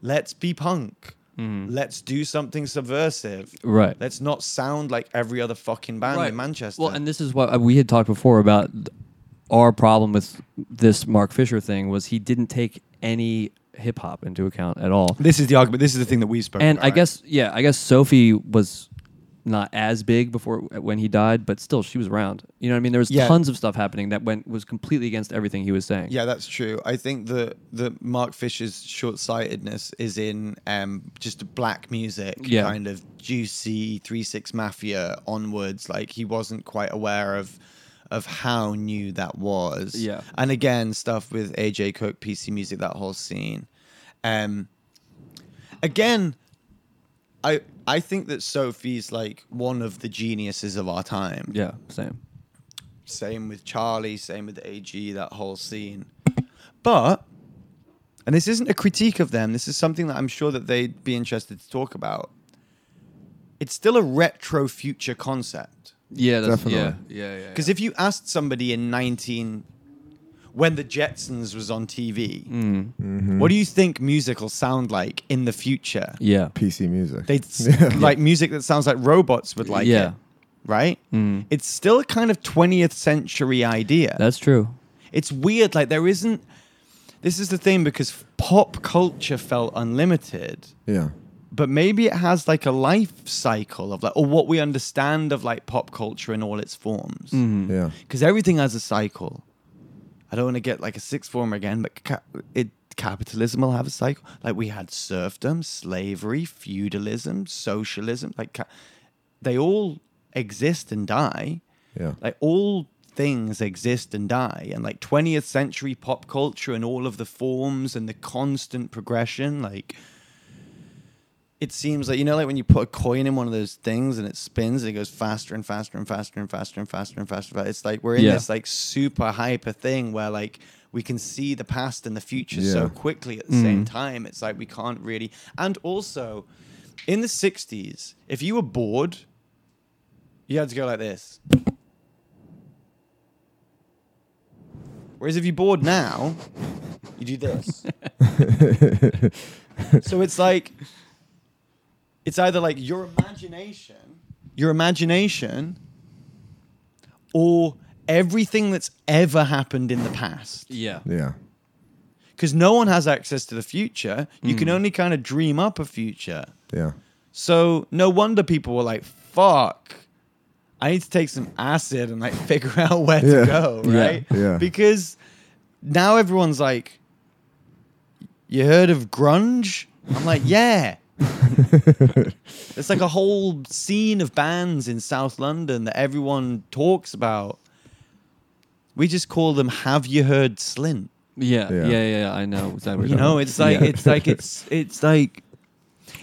let's be punk. Let's do something subversive. Right. Let's not sound like every other fucking band Right. in Manchester. Well, and this is what uh, we had talked before about th- our problem with this Mark Fisher thing was he didn't take any hip hop into account at all. This is the argument. This is the thing that we spoke. and about, I guess yeah, I guess Sophie was not as big before uh, when he died, but still she was around. You know what I mean? There was Yeah. tons of stuff happening that went was completely against everything he was saying. Yeah, that's true. I think that the Mark Fisher's short-sightedness is in um, just black music, Yeah. kind of juicy Three Six Mafia onwards. Like he wasn't quite aware of of how new that was. Yeah. and again, stuff with AJ Cook, PC Music, that whole scene. Um, again, I I think that Sophie's like one of the geniuses of our time. Yeah, same. Same with Charlie, same with AG, that whole scene. But and this isn't a critique of them, this is something that I'm sure that they'd be interested to talk about. It's still a retro future concept. Yeah, that's, Definitely. Yeah, yeah, yeah. Because if you asked somebody in 19 when the Jetsons was on TV, Mm. what do you think music will sound like in the future? Yeah. PC music. They like music that sounds like robots would like Yeah. Mm. it, right? It's still a kind of 20th century idea. That's true. It's weird. Like there isn't. This is the thing because f- pop culture felt unlimited, Yeah. but maybe it has like a life cycle of like, or what we understand of like pop culture in all its forms. Yeah. Because everything has a cycle. I don't want to get like a sixth form again, but ca- it capitalism will have a cycle. Like we had serfdom, slavery, feudalism, socialism. Like ca- they all exist and die. Yeah. Like all things exist and die, and like 20th century pop culture and all of the forms and the constant progression, like. It seems like you know, like when you put a coin in one of those things and it spins, and it goes faster and faster and faster and faster and faster and faster. It's like we're in Yeah. this like super hyper thing where like we can see the past and the future Yeah. so quickly at the same Mm. time. It's like we can't really. And also, in the '60s, if you were bored, you had to go like this. Whereas if you're bored now, you do this. so it's like it's either like your imagination, your imagination, or everything that's ever happened in the past. Yeah. Yeah. Because no one has access to the future. You can Mm. only kind of dream up a future. Yeah. So no wonder people were like, fuck, I need to take some acid and like figure out where Yeah. to go, Yeah. right? Yeah. Because now everyone's like, you heard of grunge? I'm like, yeah. It's like a whole scene of bands in South London that everyone talks about. We just call them "Have you heard Slint?" Yeah, yeah, yeah. yeah, I know. Is that what You you're know, talking it's about? like Yeah. it's like it's it's like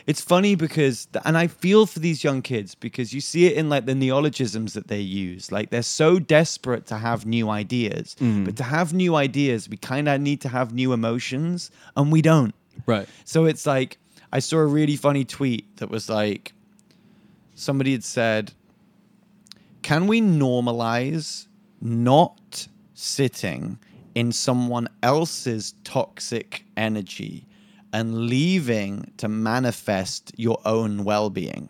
it's funny because th- and I feel for these young kids because you see it in like the neologisms that they use. Like they're so desperate to have new ideas, Mm. but to have new ideas, we kind of need to have new emotions, and we don't. Right. So it's like I saw a really funny tweet that was like somebody had said, "Can we normalize not sitting in someone else's toxic energy and leaving to manifest your own well-being?"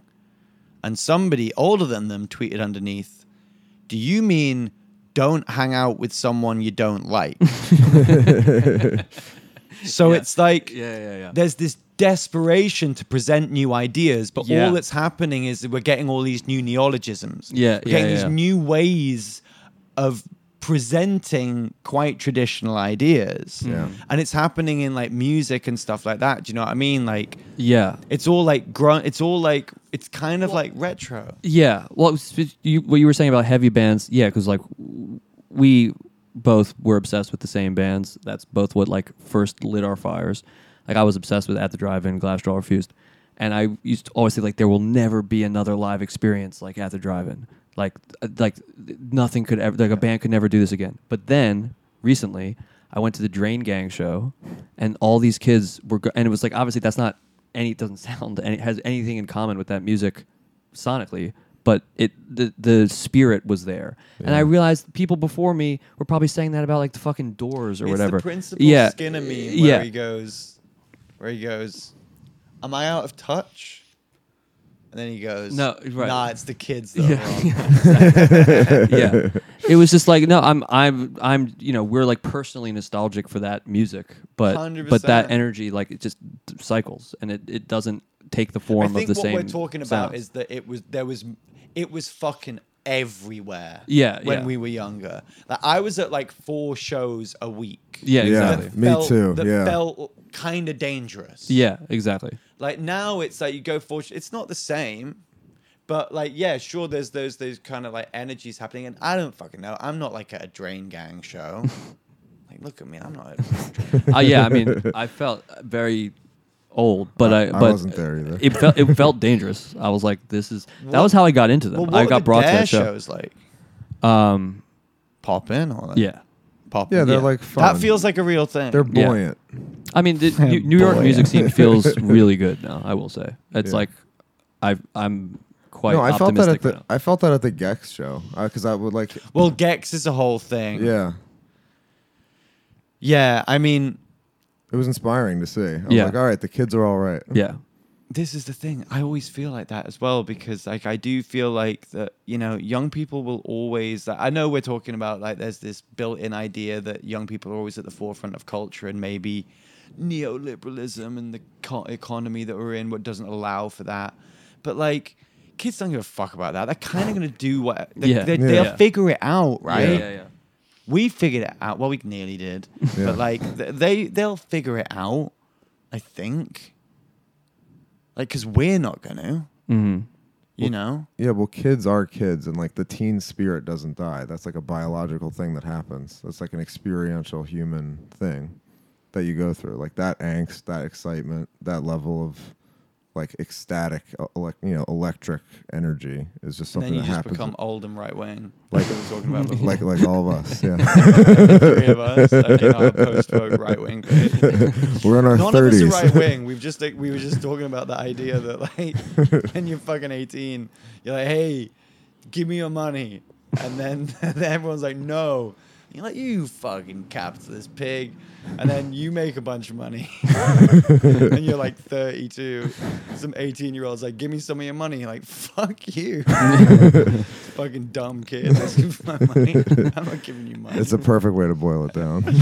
And somebody older than them tweeted underneath, "Do you mean don't hang out with someone you don't like?" So it's like Yeah, yeah, yeah. there's this desperation to present new ideas, but Yeah. all that's happening is that we're getting all these new neologisms. Yeah, we're yeah, getting yeah. these new ways of presenting quite traditional ideas. Yeah. And it's happening in like music and stuff like that. Do you know what I mean? Like yeah. it's all like grunt it's all like it's kind of like retro. Yeah. Well, it was- you, what you were saying about heavy bands, yeah, because like w- we both were obsessed with the same bands. That's both what like first lit our fires. Like I was obsessed with At the Drive-In, Glassjaw Refused, and I used to always say like there will never be another live experience like At the Drive-In. Like uh, like nothing could ever like a band could never do this again. But then recently, I went to the Drain Gang show, and all these kids were go- and it was like obviously that's not any it doesn't sound and it has anything in common with that music sonically, but it the the spirit was there. And I realized people before me were probably saying that about like the fucking doors or it's whatever. The principal Skinner meme where yeah. he goes, where he goes, "Am I out of touch?" And then he goes, No, right. nah, it's the kids that Yeah. are wrong." yeah. It was just like no, I'm I'm I'm you know, we're like personally nostalgic for that music, but but that 100%. energy like it just cycles and it, it doesn't take the I form think of the what same we're talking about sounds. is that it was there was it was fucking everywhere. Yeah, when yeah. we were younger, like I was at like four shows a week. Yeah, Yeah, exactly. that me felt- too, That yeah. felt kind of dangerous. Yeah, exactly. Like now, it's like you go for it's not the same, but like yeah, sure. There's those those kind of like energies happening, and I don't fucking know. I'm not like at a Drain Gang show. like look at me, I'm not. At uh, yeah, I mean, I felt very old, but I, I but wasn't there either. It felt it felt dangerous. I was like, this is that was What- how I got into them. Well, what I were got the brought to Dare that show. shows like? Um, pop in or like, yeah, pop. Yeah, in. they're like that fun. feels like a real thing. They're Yeah. buoyant. I mean, the, New, New York Boy. music scene feels really good now. I will say it's Yeah. like I I'm quite no, I felt that optimistic. at the I felt that at the Gex show because I would like Well, Gex is a whole thing. yeah yeah. I mean, it was inspiring to see. I was Yeah. like all right, the kids are all right. yeah, this is the thing. I always feel like that as well because like I do feel like that you know young people will always. I know we're talking about like there's this built-in idea that young people are always at the forefront of culture and maybe neoliberalism and the co- economy that we're in what doesn't allow for that. But like kids don't give a fuck about that. They're kind of gonna do what they, Yeah. they, Yeah. they'll Yeah. figure it out, right? Yeah, yeah, yeah. We figured it out. Well, we nearly did, Yeah. but like th- they they'll figure it out. I think, like, because we're not gonna, Mm-hmm. you know. Yeah, well, kids are kids, and like the teen spirit doesn't die. That's like a biological thing that happens. That's like an experiential human thing that you go through. Like that angst, that excitement, that level of like ecstatic, uh, elec- you know, electric energy is just And something then you that just happens. become old and right wing. like Like we were talking about before. like like all of us, yeah. The three of us, like, in our post-woke right wing. We're in our None thirties. of us are right wing. We've just like, we were just talking about the idea that like when you're fucking 18, you're like, hey, give me your money, and then, then everyone's like, no. You're like, you fucking capitalist pig. And then you make a bunch of money. and you're like 32. Some 18 year old's like, give me some of your money. You're like, fuck you. fucking dumb kid. Let's give my money. I'm not giving you money. It's a perfect way to boil it down.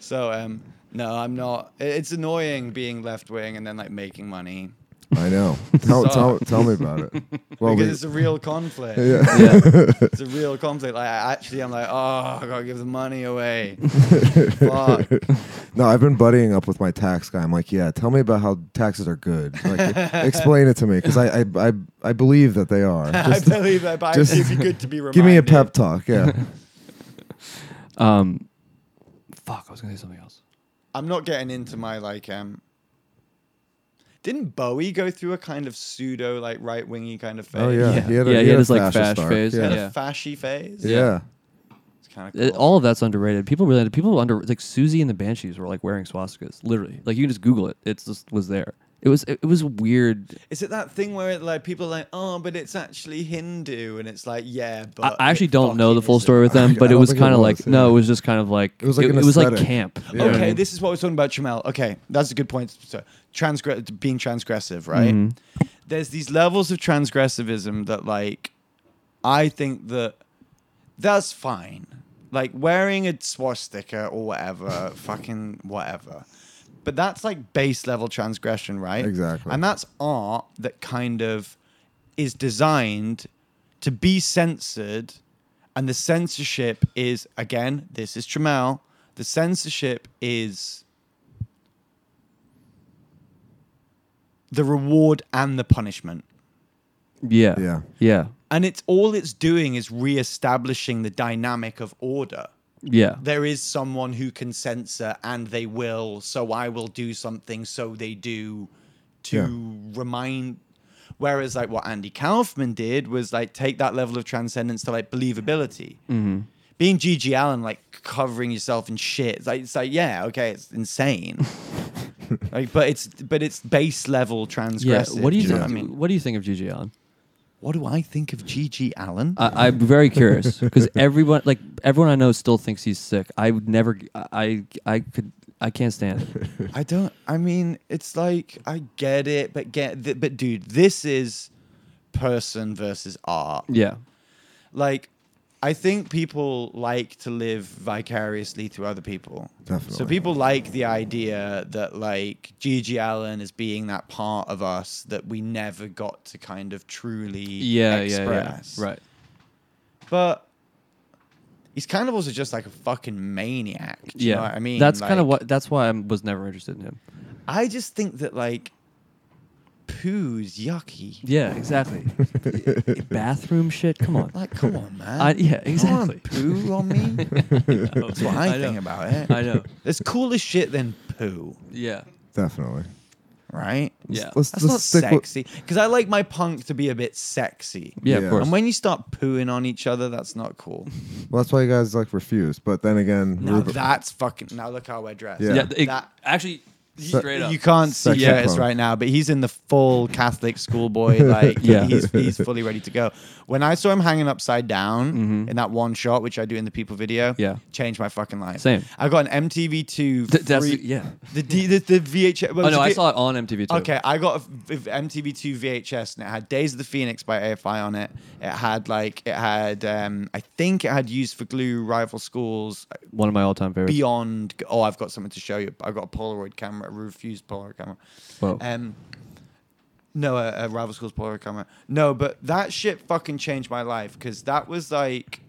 So, um, no, I'm not. i- It's annoying being left wing and then like making money. I know. Tell, tell, Sucks. tell me about it. Well, because we- it's a real conflict. Oh, Yeah. it's a real conflict. Like I actually, I'm like, oh, I gotta give the money away. Fuck. no, I've been buddying up with my tax guy. I'm like, yeah, tell me about how taxes are good. Like, e- explain it to me because I, I, I, I believe that they are. I believe that, but it'd be good to be Give me a reminded. pep talk. Yeah. um, fuck, I was gonna say something else. I'm not getting into my like um. Didn't Bowie go through a kind of pseudo like right wingy kind of phase? Oh, yeah. Yeah. He had a- Yeah, he he had had a his, like, fascist fash arc, phase, yeah. Had yeah. a fashy phase. Yeah. It's kind of Uh, All of that's underrated. People really, people under like Susie and the Banshees were like wearing swastikas, literally. Like you can just Google it. It's just was there. It was it, it was weird. Is it that thing where it, like people are like, oh, but it's actually Hindu, and it's like, yeah, I, but I actually don't know the full story with them, I but it don't was think it kind of was, like no, it was just kind of like it was like it, was like camp. you know what I Okay, mean? this is what we're talking about, Chamel. Okay, that's a good point. So, transgre- being transgressive, right? Mhm. There's these levels of transgressivism that, like, I think that that's fine. Like wearing a swastika or whatever, fucking whatever. But that's like base level transgression, right? Exactly. And that's art that kind of is designed to be censored. And the censorship is, again, this is Trammell. The censorship is the reward and the punishment. yeah, yeah, yeah, And it's all it's doing is reestablishing the dynamic of order. yeah. There is someone who can censor and they will, so I will do something, so they do to remind. Whereas, like, what Andy Kaufman did was like take that level of transcendence to like believability. Mm-hmm. Being Gigi Allen, like covering yourself in shit, it's like, it's like yeah, okay, it's insane. like, but it's but it's base level Yeah, transgressive. what do you know think? what I mean, What do you think of Gigi Allen? what do I think of Gigi Allen? I, I'm very curious because everyone, like everyone I know, still thinks he's sick. I would never. I I could. I can't stand it. I don't. I mean, it's like I get it, but get. Th- but dude, this is person versus art. Yeah. Like, I think people like to live vicariously through other people. Definitely. So people like the idea that like Gigi Allen is being that part of us that we never got to kind of truly Yeah, yeah, yeah. express. Right. But he's kind of also just like a fucking maniac. Do you yeah. know what I mean? that's kind Like- of what. That's why I was never interested in him. I just think that like poo's yucky. Yeah, exactly. Bathroom shit. Come on. Like, come on, man. I, yeah, You don't wanna exactly. poo on me. That's what I, I know. think about it. I know. There's cooler shit than poo, Yeah. Definitely. right? Yeah. Let's- let's That's not stick with- sexy. Because I like my punk to be a bit sexy. Yeah, of Yeah. course. And when you start pooing on each other, that's not cool. Well, that's why you guys like refuse. But then again, Now Ruben- that's fucking. Now look how we're dressed. Yeah. Yeah, it- That- Actually, Se- straight up. You can't see Sex Curtis appeal. right now, but he's in the full Catholic schoolboy. Like, Yeah. he's, he's fully ready to go. When I saw him hanging upside down in that one shot, which I do in the People video, Mm-hmm. Yeah. changed my fucking life. Same. I got an MTV2 Th- that's- free- yeah. The, D, the, the VHS. well, Oh, it's no, a I V- saw it on MTV2. Okay, I got a v- v- MTV2 VHS and it had Days of the Phoenix by AFI on it. It had like it had um I think it had Used for Glue, Rival Schools, One of my all-time favorites. beyond oh i've got something to show you i've got a polaroid camera a refused polaroid camera Whoa. um no a, a rival school's polaroid camera no but that shit fucking changed my life because that was like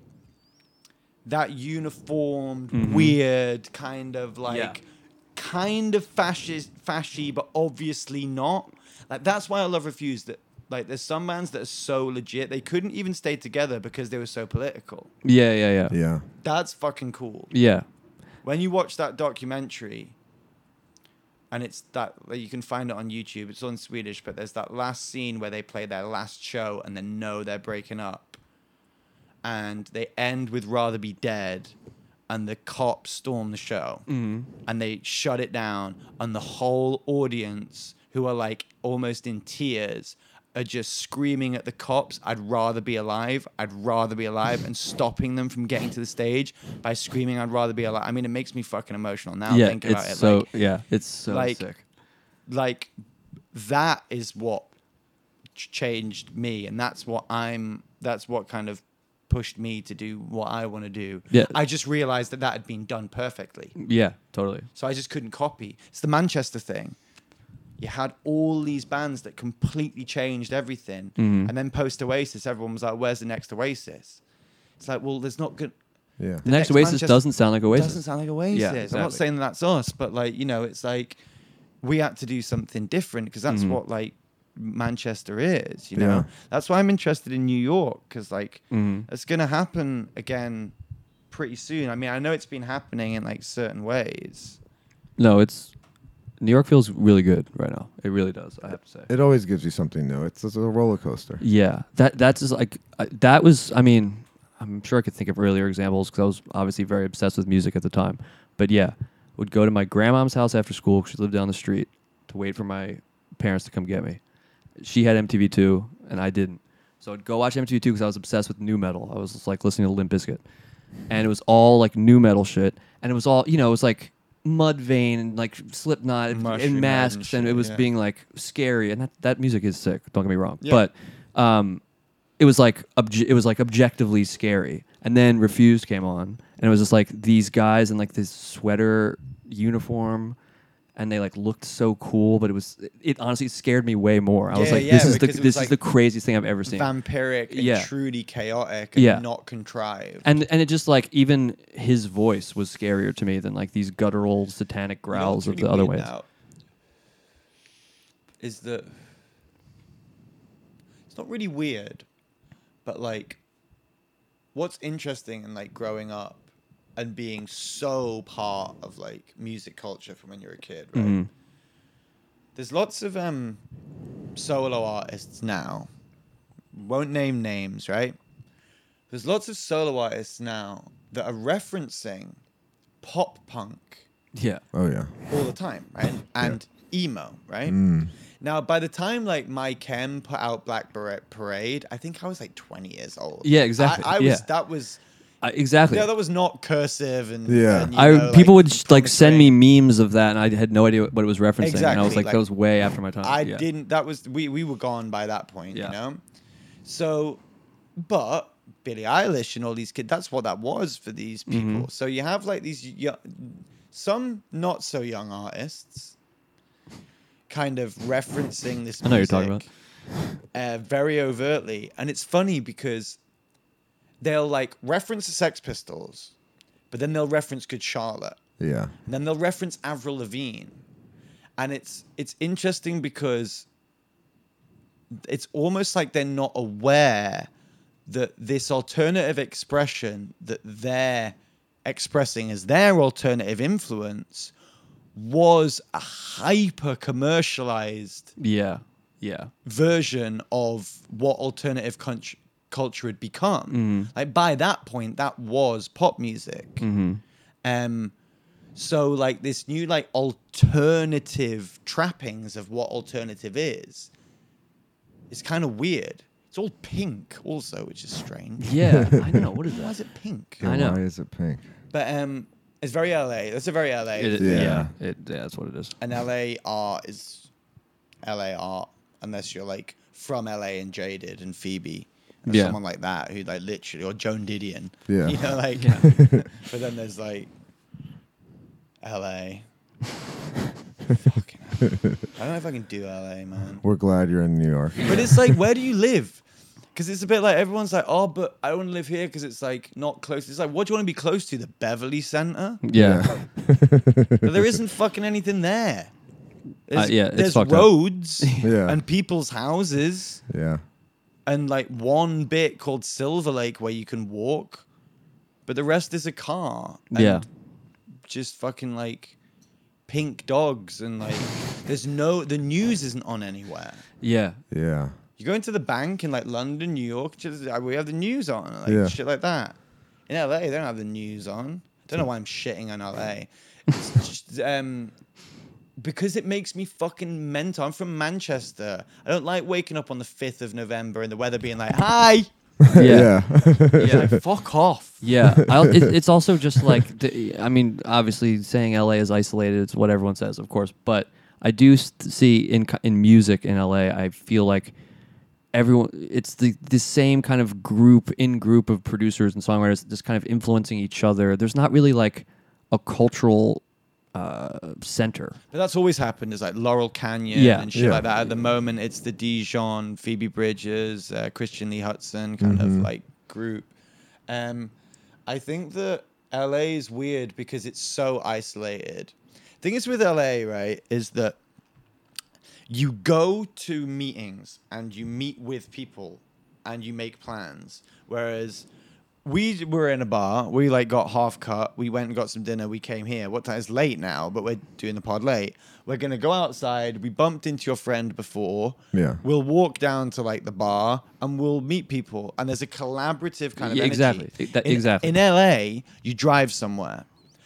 that uniformed Mhm. weird kind of like Yeah. kind of fascist fashy but obviously not like that's why i love refused that like there's some bands that are so legit they couldn't even stay together because they were so political Yeah, yeah, yeah. Yeah. that's fucking cool Yeah. when you watch that documentary and it's that like, you can find it on youtube it's on swedish but there's that last scene where they play their last show and then know they're breaking up and they end with rather be dead and the cops storm the show Mhm. and they shut it down and the whole audience who are like almost in tears are just screaming at the cops, I'd rather be alive, I'd rather be alive, and stopping them from getting to the stage by screaming, I'd rather be alive. I mean, it makes me fucking emotional now Yeah, thinking about it's it. so- like, yeah, it's so like, sick. Like, that is what ch- changed me, and that's what I'm, that's what kind of pushed me to do what I want to do. Yeah. I just realized that that had been done perfectly. Yeah, totally. So I just couldn't copy. It's the Manchester thing. You had all these bands that completely changed everything. Mhm. And then post Oasis, everyone was like, where's the next Oasis? It's like, well, there's not good. Yeah. The next Oasis doesn't sound like Oasis. Doesn't sound like Yeah, Oasis. I'm exactly. not saying that's us, but like, you know, it's like we had to do something different because that's Mhm. what like Manchester is, you Yeah. know? That's why I'm interested in New York because like Mhm. it's going to happen again pretty soon. I mean, I know it's been happening in like certain ways. No, it's New York feels really good right now. It really does. I have to say. It always gives you something new. It's, it's a roller coaster. Yeah, that that's just like I that was. I mean, I'm sure I could think of earlier examples because I was obviously very obsessed with music at the time. But yeah, would go to my grandmom's house after school. 'cause She lived down the street to wait for my parents to come get me. She had MTV two, and I didn't. So I'd go watch MTV two because I was obsessed with new metal. I was just like listening to Limp Bizkit, and it was all like new metal shit. And it was all you know. It was like Mudvayne and like Slipknot and, Mushroom and Head masks, and, and shit, it was yeah. being like scary. And that, that music is sick. Don't get me wrong, Yeah. but um, it was like obje- it was like objectively scary. And then Refused came on, and it was just like these guys in like this sweater uniform, and they like looked so cool, but it was it honestly scared me way more. I was Yeah, like, yeah, this is the because it was, this like, is the craziest thing I've ever seen. Vampiric, and Yeah. truly chaotic, and Yeah. not contrived. and and it just like even his voice was scarier to me than like these guttural satanic growls of the other ways. Is that it's not really weird, but like what's interesting in like growing up and being so part of like music culture from when you're a kid, right? Mhm. There's lots of um solo artists now. Won't name names, right? There's lots of solo artists now that are referencing pop punk Yeah. Oh yeah. all the time, right? And emo, right? Mm. Now, by the time like My Chem put out Black Beret Parade, I think I was like 20 years old. Yeah, exactly, I, I yeah. was. That was. I- exactly. Yeah, that was not cursive and. and, you I know, people like, would sh- like send me memes of that, and I had no idea what it was referencing. And I was like, Exactly, like, that was way after my time. I Yeah. didn't. That was we we were gone by that point, you know. So, but Billie Eilish and all these kids. That's what that was for these people. Mhm. So you have like these young, some not so young artists, kind of referencing I this. know what you're talking music, about. Uh, very overtly, and it's funny because they'll like reference the Sex Pistols, but then they'll reference Good Charlotte. Yeah. And then they'll reference Avril Lavigne. And it's it's interesting because it's almost like they're not aware that this alternative expression that they're expressing as their alternative influence was a hyper commercialized Yeah. Yeah. version of what alternative cult- culture had become. Mhm. Like by that point, that was pop music. Mm-hmm. Um, so like this new like alternative trappings of what alternative is, it's kind of weird. It's all pink also, which is strange. Yeah, I know. What is Why that? is it pink? Yeah, Why is it pink? But um, it's very LA. That's a very LA. It- Yeah. yeah. It, yeah. That's what it is. And LA art is LA art, unless you're like from LA and Jaded and Phoebe. Or Yeah. Someone like that who like literally or Joan Didion. Yeah. You know, like Yeah. but then there's like LA. Fucking hell. I don't know if I can do LA, man. We're glad you're in New York. But it's like, where do you live? Because it's a bit like everyone's like, oh, but I want to live here because it's like not close. It's like, what do you want to be close to? The Beverly Center? Yeah. But there isn't fucking anything there. There's, Uh, yeah, it's there's fucked up. roads Yeah. and people's houses yeah. and like one bit called Silver Lake where you can walk, but the rest is a car. And Yeah. Just fucking like pink dogs and like there's no the news isn't on anywhere. Yeah. Yeah. You go into the bank in like London, New York, just, uh, we have the news on, like Yeah. shit like that. In LA, they don't have the news on. Don't know why I'm shitting on LA. It's just, um, because it makes me fucking mental. I'm from Manchester. I don't like waking up on the 5th of November and the weather being like, hi. Yeah. yeah. like, fuck off. Yeah, I'll, it, it's also just like the, I mean, obviously saying LA is isolated. It's what everyone says, of course. But I do s- see in co- in music in LA, I feel like everyone. It's the the same kind of group in group of producers and songwriters, just kind of influencing each other. There's not really like a cultural uh, center. But that's always happened. Is like Laurel Canyon Yeah. and shit Yeah. like that. At the moment, it's the Dijon, Phoebe Bridges, uh, Christian Lee Hudson kind of Mm-hmm. Mhm. like group. Um, I think that LA is weird because it's so isolated. Thing is with LA, right, is that you go to meetings and you meet with people and you make plans. Whereas we were in a bar, we like got half cut, we went and got some dinner, we came here. What time? It's late now, but we're doing the pod late. We're gonna go outside. We bumped into your friend before. Yeah. We'll walk down to like the bar and we'll meet people. And there's a collaborative kind of Yeah, energy. exactly. I- that- in, exactly. In LA, you drive somewhere,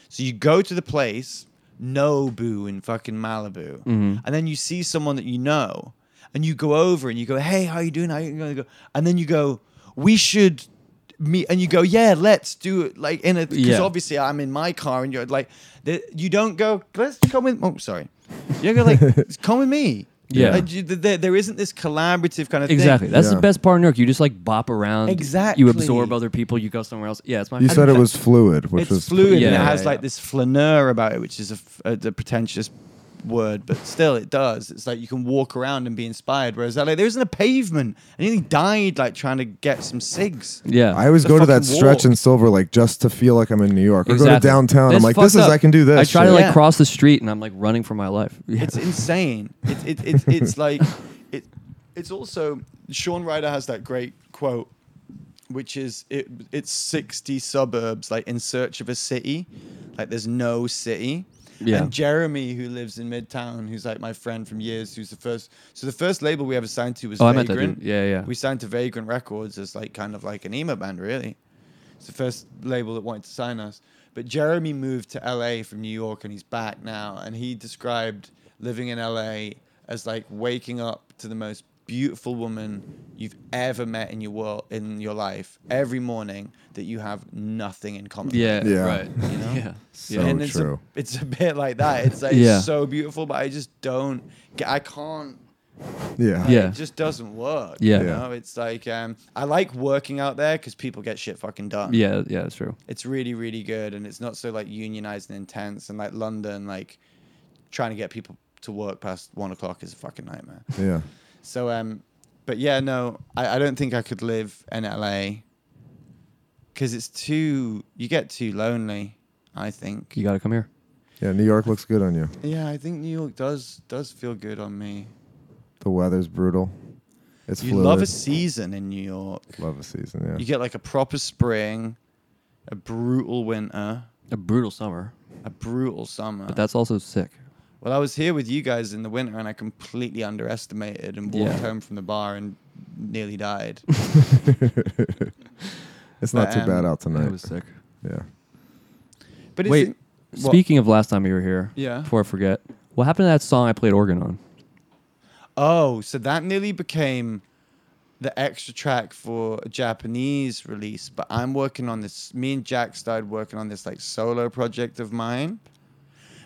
so you go to the place Nobu in fucking Malibu, Mhm. and then you see someone that you know, and you go over and you go, "Hey, how you doing? How you going?" Go, and then you go, "We should." meet," and you go, yeah, let's do it. Like in a because Yeah. obviously I'm in my car and you're like, the, you don't go. Let's come with. Oh, sorry. You go like, come with me. Yeah. Like, you- there, there isn't this collaborative kind of thing. Exactly. That's the best part of New York. You just like bop around. Exactly. You absorb other people. You go somewhere else. Yeah, it's my. You I said think it was that- fluid, which it's was fluid and Yeah, it has yeah, like this flaneur about it, which is a, f- a- a pretentious word, but still it does. It's like you can walk around and be inspired. Whereas LA, there isn't a pavement. I nearly died like trying to get some cigs. I always The go to that fucking stretch walk. in Silver Lake just to feel like I'm in New York. Or go to Exactly. downtown. I'm It's like, fucked this is up. I can do this. I try shit. to like Yeah. cross the street and I'm like running for my life. Yeah. It's insane. It, it, it, it's like it. It's also Sean Ryder has that great quote, which is it. It's sixty suburbs like in search of a city, like there's no city. Yeah. And Jeremy, who lives in Midtown, who's like my friend from years, who's the first. So the first label we ever signed to was Oh, I met that Vagrant. dude. Yeah, yeah. We signed to Vagrant Records as like kind of like an emo band, really. It's the first label that wanted to sign us. But Jeremy moved to LA from New York and he's back now. And he described living in LA as like waking up to the most beautiful woman you've ever met in your world in your life every morning that you have nothing in common. with. Yeah, Yeah. right. You know? Yeah. So and it's a- true. It's a, bit like that. It's like Yeah. so beautiful, but I just don't get I can't Yeah. like, Yeah. It just doesn't work. Yeah. You Yeah. know, it's like um I like working out there because people get shit fucking done. Yeah, yeah, that's true. It's really, really good, and it's not so like unionized and intense. And like London, like trying to get people to work past one o'clock is a fucking nightmare. Yeah. So um, but yeah, no, I, I don't think I could live in LA because it's too. You get too lonely. I think. You got to come here. Yeah, New York looks good on you. Yeah, I think New York does does feel good on me. The weather's brutal. It's you fluid. love a season in New York. Love a season, yeah. You get like a proper spring, a brutal winter, a brutal summer, a brutal summer. But that's also sick. Well, I was here with you guys in the winter, and I completely underestimated and walked Yeah. home from the bar and nearly died. it's not But, too bad um, out tonight. It was sick. Yeah. But is Wait, it- what? speaking of last time you were here, Yeah. before I forget, what happened to that song I played organ on? Oh, so that nearly became the extra track for a Japanese release, but I'm working on this. Me and Jack started working on this like solo project of mine.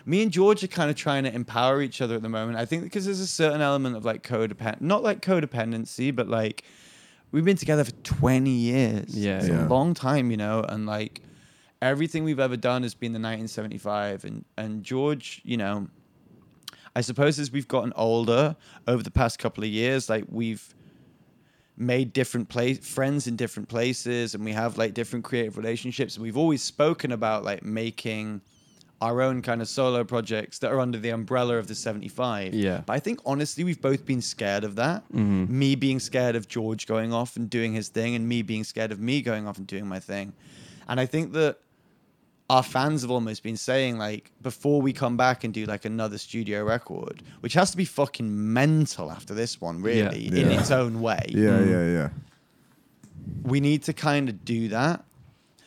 Me and George are kind of trying to empower each other at the moment. I think because there's a certain element of like codependent, not like codependency, but like we've been together for 20 years. Yeah, It's yeah. a long time, you know, and like everything we've ever done has been the 1975 and and George, you know, I suppose as we've gotten older over the past couple of years, like we've made different place friends in different places and we have like different creative relationships and we've always spoken about like making our own kind of solo projects that are under the umbrella of the 75 Yeah. but i think honestly we've both been scared of that Mhm. Mm-hmm. me being scared of george going off and doing his thing and me being scared of me going off and doing my thing and i think that our fans have almost been saying like before we come back and do like another studio record which has to be fucking mental after this one really in Yeah. Mm. its own way Yeah, yeah, yeah. we need to kind of do that.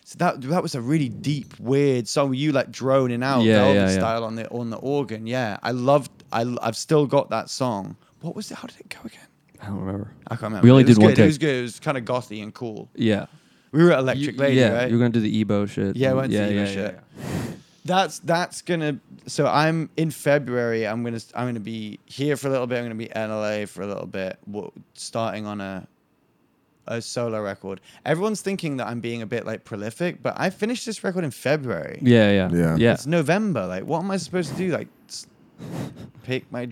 So that that was a really deep, weird song. You like droning out Yeah, Velvet yeah, yeah. style on the on the organ. Yeah, I loved. I I've still got that song. What was it? How did it go again? I don't remember. I can't remember. We only It was did one good, It take. was good. It was kind of gothy and cool. Yeah. We were at Electric You- Lady, yeah, right? You're gonna do the Ebo shit. Yeah, I and- went to Emo shit. That's that's gonna. So I'm in February. I'm gonna I'm gonna be here for a little bit. I'm gonna be in LA for a little bit. wo- Starting on a a solo record. Everyone's thinking that I'm being a bit like prolific, but I finished this record in February. Yeah, yeah, yeah. yeah. It's November. Like, what am I supposed to do? Like, s- pick my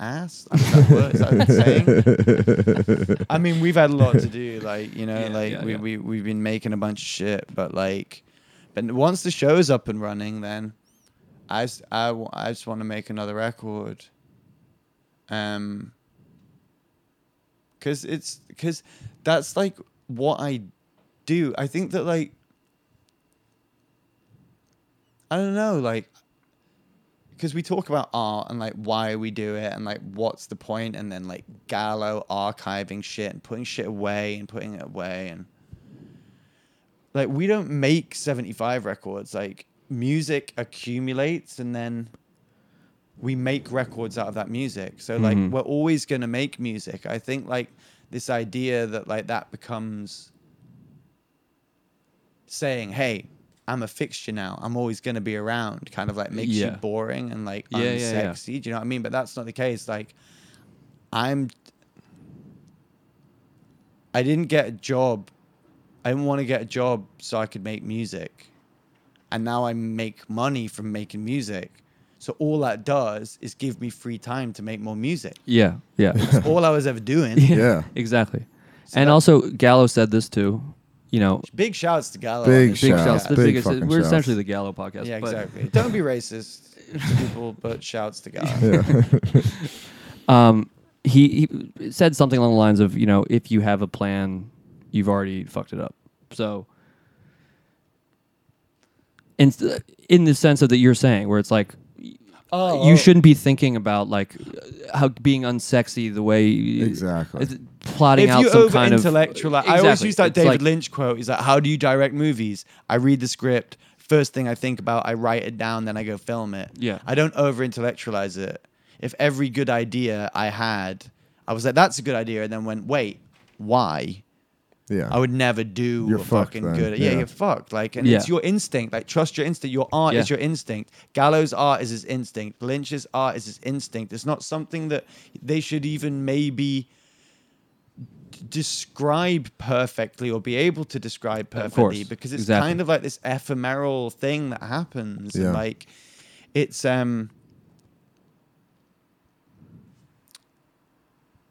ass? I don't know, what is that a saying? I mean, we've had a lot to do. Like, you know, like we, we we've been making a bunch of shit, but like, but once the show's up and running, then I s- I w- I just want to make another record. Um, because it's because that's like what I do. I think that like I don't know, like, because we talk about art and like why we do it and like what's the point, and then like Gallo archiving shit and putting shit away and putting it away, and like we don't make 75 records, like, music accumulates and then we make records out of that music. So, like, Mhm. we're always going to make music. I think like this idea that like that becomes saying, "Hey, I'm a fixture now. I'm always going to be around." Kind of like makes Yeah. you boring and like Yeah, yeah, yeah. unsexy. Do you know what I mean? But that's not the case. Like, I'm. I didn't get a job. I didn't want to get a job so I could make music, and now I make money from making music. So all that does is give me free time to make more music. Yeah, yeah. That's all I was ever doing. exactly. and also, Gallo said this too. You know, Big shouts to Gallo. Big Honestly. shouts, Shouts, the big biggest- fucking we're shouts. essentially the Gallo podcast, Yeah, but- exactly. Don't be racist, to people, but shouts to Gallo. um, he, he said something along the lines of, you know, if you have a plan, you've already fucked it up. So, in in the sense of that you're saying, where it's like, Oh, you oh. shouldn't be thinking about like how being unsexy the way exactly plotting if out you some over kind of intellectual, I always Exactly. use that It's David like- Lynch quote. He's like, "How do you direct movies? I read the script. First thing I think about, I write it down, then I go film it. Yeah. I don't over intellectualize it. If every good idea I had, I was like, "That's a good idea," and then went, "Wait, why?" Yeah. I would never do You're a fucked fucking then. good. Yeah, Yeah. you're fucked. Like, and Yeah. it's your instinct. Like, trust your instinct. Your art is Yeah. your instinct. Gallows' art is his instinct. Lynch's art is his instinct. It's not something that they should even maybe describe perfectly or be able to describe Of course. perfectly because it's Exactly. kind of like this ephemeral thing that happens Yeah. and like it's um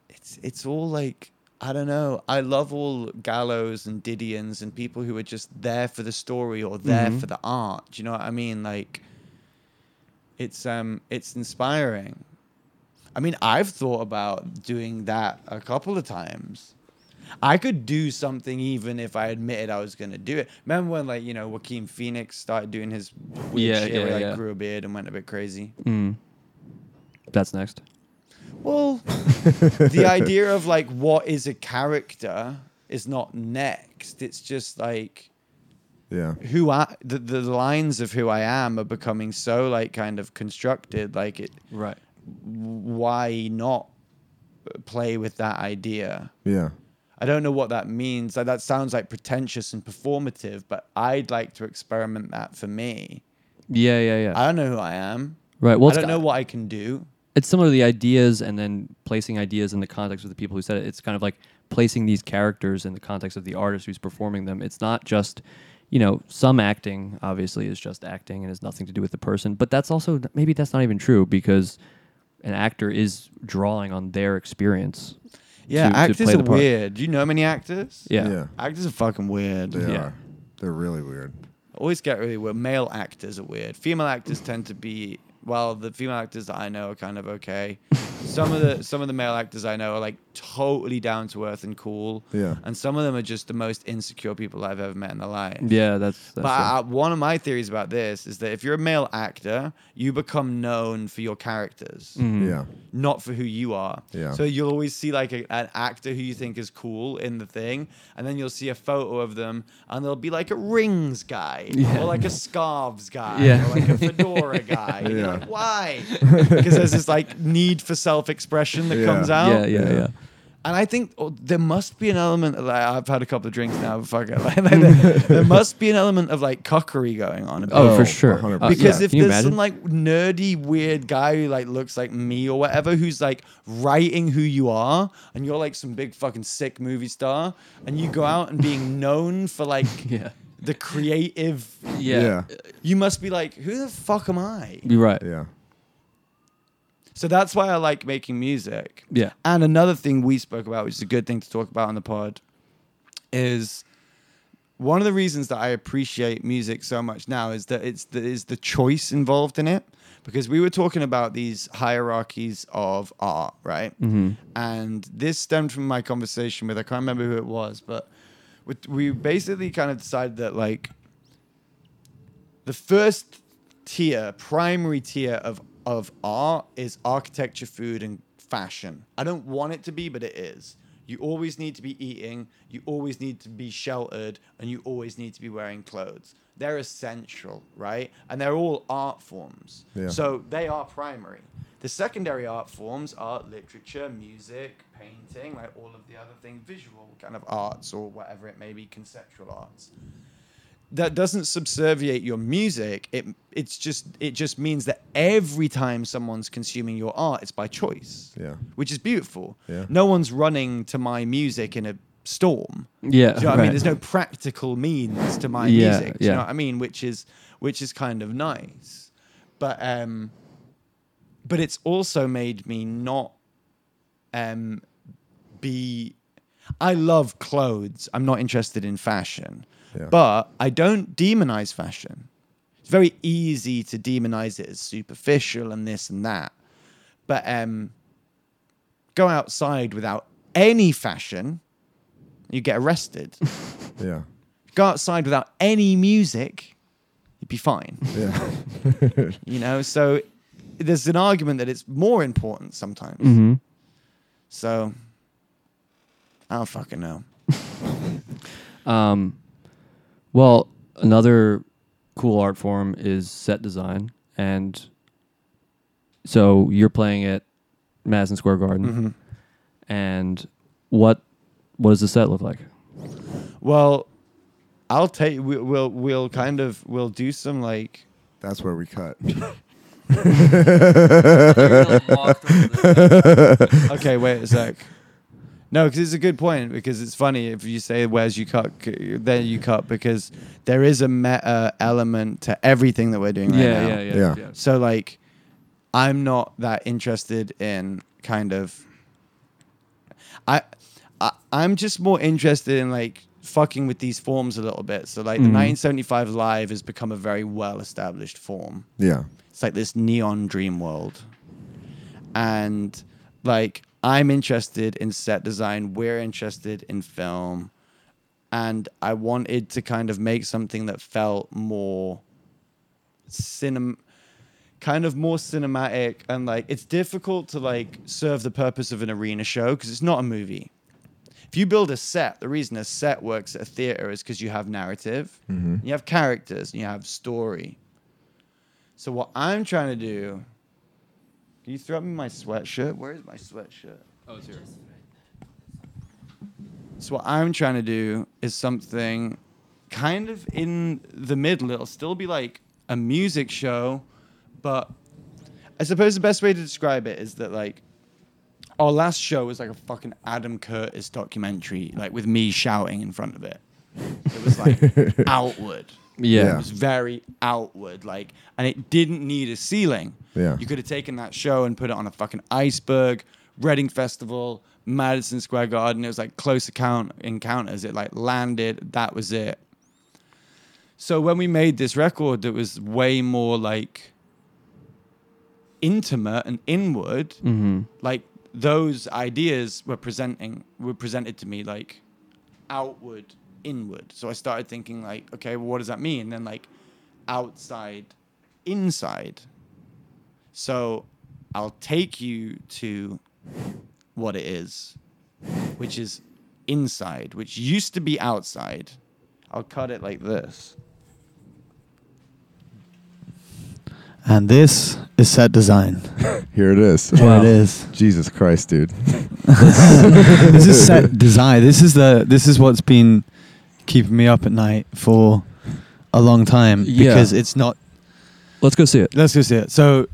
it's it's all like I don't know. I love all gallows and Didions and people who are just there for the story or there Mhm. for the art. Do you know what I mean? Like it's um it's inspiring. I mean, I've thought about doing that a couple of times. I could do something even if I admitted I was gonna do it. Remember when like, you know, Joaquin Phoenix started doing his weird Yeah, shit yeah, where he like yeah. grew a beard and went a bit crazy? Mm. That's next. Well, the idea of like what is a character is not next. It's just like yeah who I the, the lines of who I am are becoming so like kind of constructed. Like it right. Why not play with that idea? yeah I don't know what that means. Like, that sounds like pretentious and performative, but I'd like to experiment that for me. Yeah, yeah, yeah. I don't know who I am. Right, well, I it's don't got- know what I can do. it's similar to the ideas and then placing ideas in the context of the people who said it. It's kind of like placing these characters in the context of the artist who's performing them. It's not just, you know, some acting obviously is just acting and has nothing to do with the person, but that's also maybe that's not even true because an actor is drawing on their experience. Yeah, to- to actors play are the part. weird. Do you know many actors? Yeah. Yeah. Actors are fucking weird. They are. They're really weird. Always get really weird. Male actors are weird. Female actors tend to be, well, the female actors that I know are kind of okay. some of the some of the male actors I know are like totally down to earth and cool. Yeah. And some of them are just the most insecure people I've ever met in their life. Yeah, that's. that's but I, one of my theories about this is that if you're a male actor, you become known for your characters, Mm. Mhm. Yeah. not for who you are. Yeah. So you'll always see like a, an actor who you think is cool in the thing, and then you'll see a photo of them, and they'll be like a rings guy, Yeah. or like a scarves guy, Yeah. or like a fedora guy. And you're Yeah. like, why? Because there's this like need for self-expression that Yeah. comes out. Yeah, yeah, yeah. And I think oh, there must be an element. Like, I've had a couple of drinks now. But fuck it. Like, like, there, there must be an element of like cuckery going on. a bit. Oh, for sure. Uh, Because yeah. if Can you there's some imagine? like nerdy, weird guy who like looks like me or whatever, who's like writing who you are, and you're like some big fucking sick movie star, and you go out and being known for like the creative, Yeah. you must be like, who the fuck am I? You're right. Yeah. So that's why I like making music. Yeah. And another thing we spoke about, which is a good thing to talk about on the pod, is one of the reasons that I appreciate music so much now is that it's the, is the choice involved in it. Because we were talking about these hierarchies of art, right? Mhm. And this stemmed from my conversation with, I can't remember who it was, but we- we basically kind of decided that, like, the first tier, primary tier of of art is architecture, food, and fashion. I don't want it to be, but it is. You always need to be eating. You always need to be sheltered, and you always need to be wearing clothes. They're essential, right? And they're all art forms. Yeah. So they are primary. The secondary art forms are literature, music, painting, like all of the other things, visual kind of arts or whatever it may be, conceptual arts that doesn't subserviate your music. It it's just it just means that every time someone's consuming your art, it's by choice. Yeah. Which is beautiful. Yeah. No one's running to my music in a storm. Yeah, Do you know what I mean? right. There's no practical means to my Yeah, music. Do you yeah. know what I mean? Which is which is kind of nice. But um but it's also made me not um be I love clothes. I'm not interested in fashion. But I don't demonize fashion. It's very easy to demonize it as superficial and this and that. But um go outside without any fashion, you get arrested. Yeah. go outside without any music, you'd be fine. Yeah. you know, so there's an argument that it's more important sometimes. Mhm. So I don't fucking know. Um, well, another cool art form is set design, and so you're playing at Madison Square Garden, Mm-hmm. and what what does the set look like? Well, I'll take. We, we'll we'll kind of we'll do some like. That's where we cut. okay, wait a sec. No, because it's a good point. Because it's funny if you say "Where's you cut?" c- There you cut because there is a meta element to everything that we're doing right Yeah, now. yeah, yeah, Yeah. yeah. So like, I'm not that interested in kind of. I, I, I'm just more interested in like fucking with these forms a little bit. So like the Mhm. 1975 live has become a very well established form. Yeah. It's like this neon dream world. And like I'm interested in set design, we're interested in film. And I wanted to kind of make something that felt more cinema kind of more cinematic and like it's difficult to like serve the purpose of an arena show because it's not a movie. If you build a set, the reason a set works at a theater is because you have narrative, Mhm. you have characters, and you have story. So what I'm trying to do. Can you throw me my sweatshirt? Where is my sweatshirt? Oh, it's here. So what I'm trying to do is something kind of in the middle. It'll still be like a music show, but I suppose the best way to describe it is that like our last show was like a fucking Adam Curtis documentary, like with me shouting in front of it. It was like outward. Yeah. It was very outward, like, and it didn't need a ceiling. Yeah. You could have taken that show and put it on a fucking iceberg, Reading Festival, Madison Square Garden. It was like close account encounters. It like landed. That was it. So when we made this record, it was way more like intimate and inward, Mhm. like those ideas were presenting were presented to me like outward, inward. So I started thinking like, okay, well, what does that mean? And then like outside, inside. So I'll take you to what it is, which is inside, which used to be outside. I'll cut it like this. And this is set design. Here it is. Here it is. Jesus Christ, dude. this is set design. This is the this is what's been keeping me up at night for a long time Yeah. because it's not. Let's go see it. Let's go see it. So,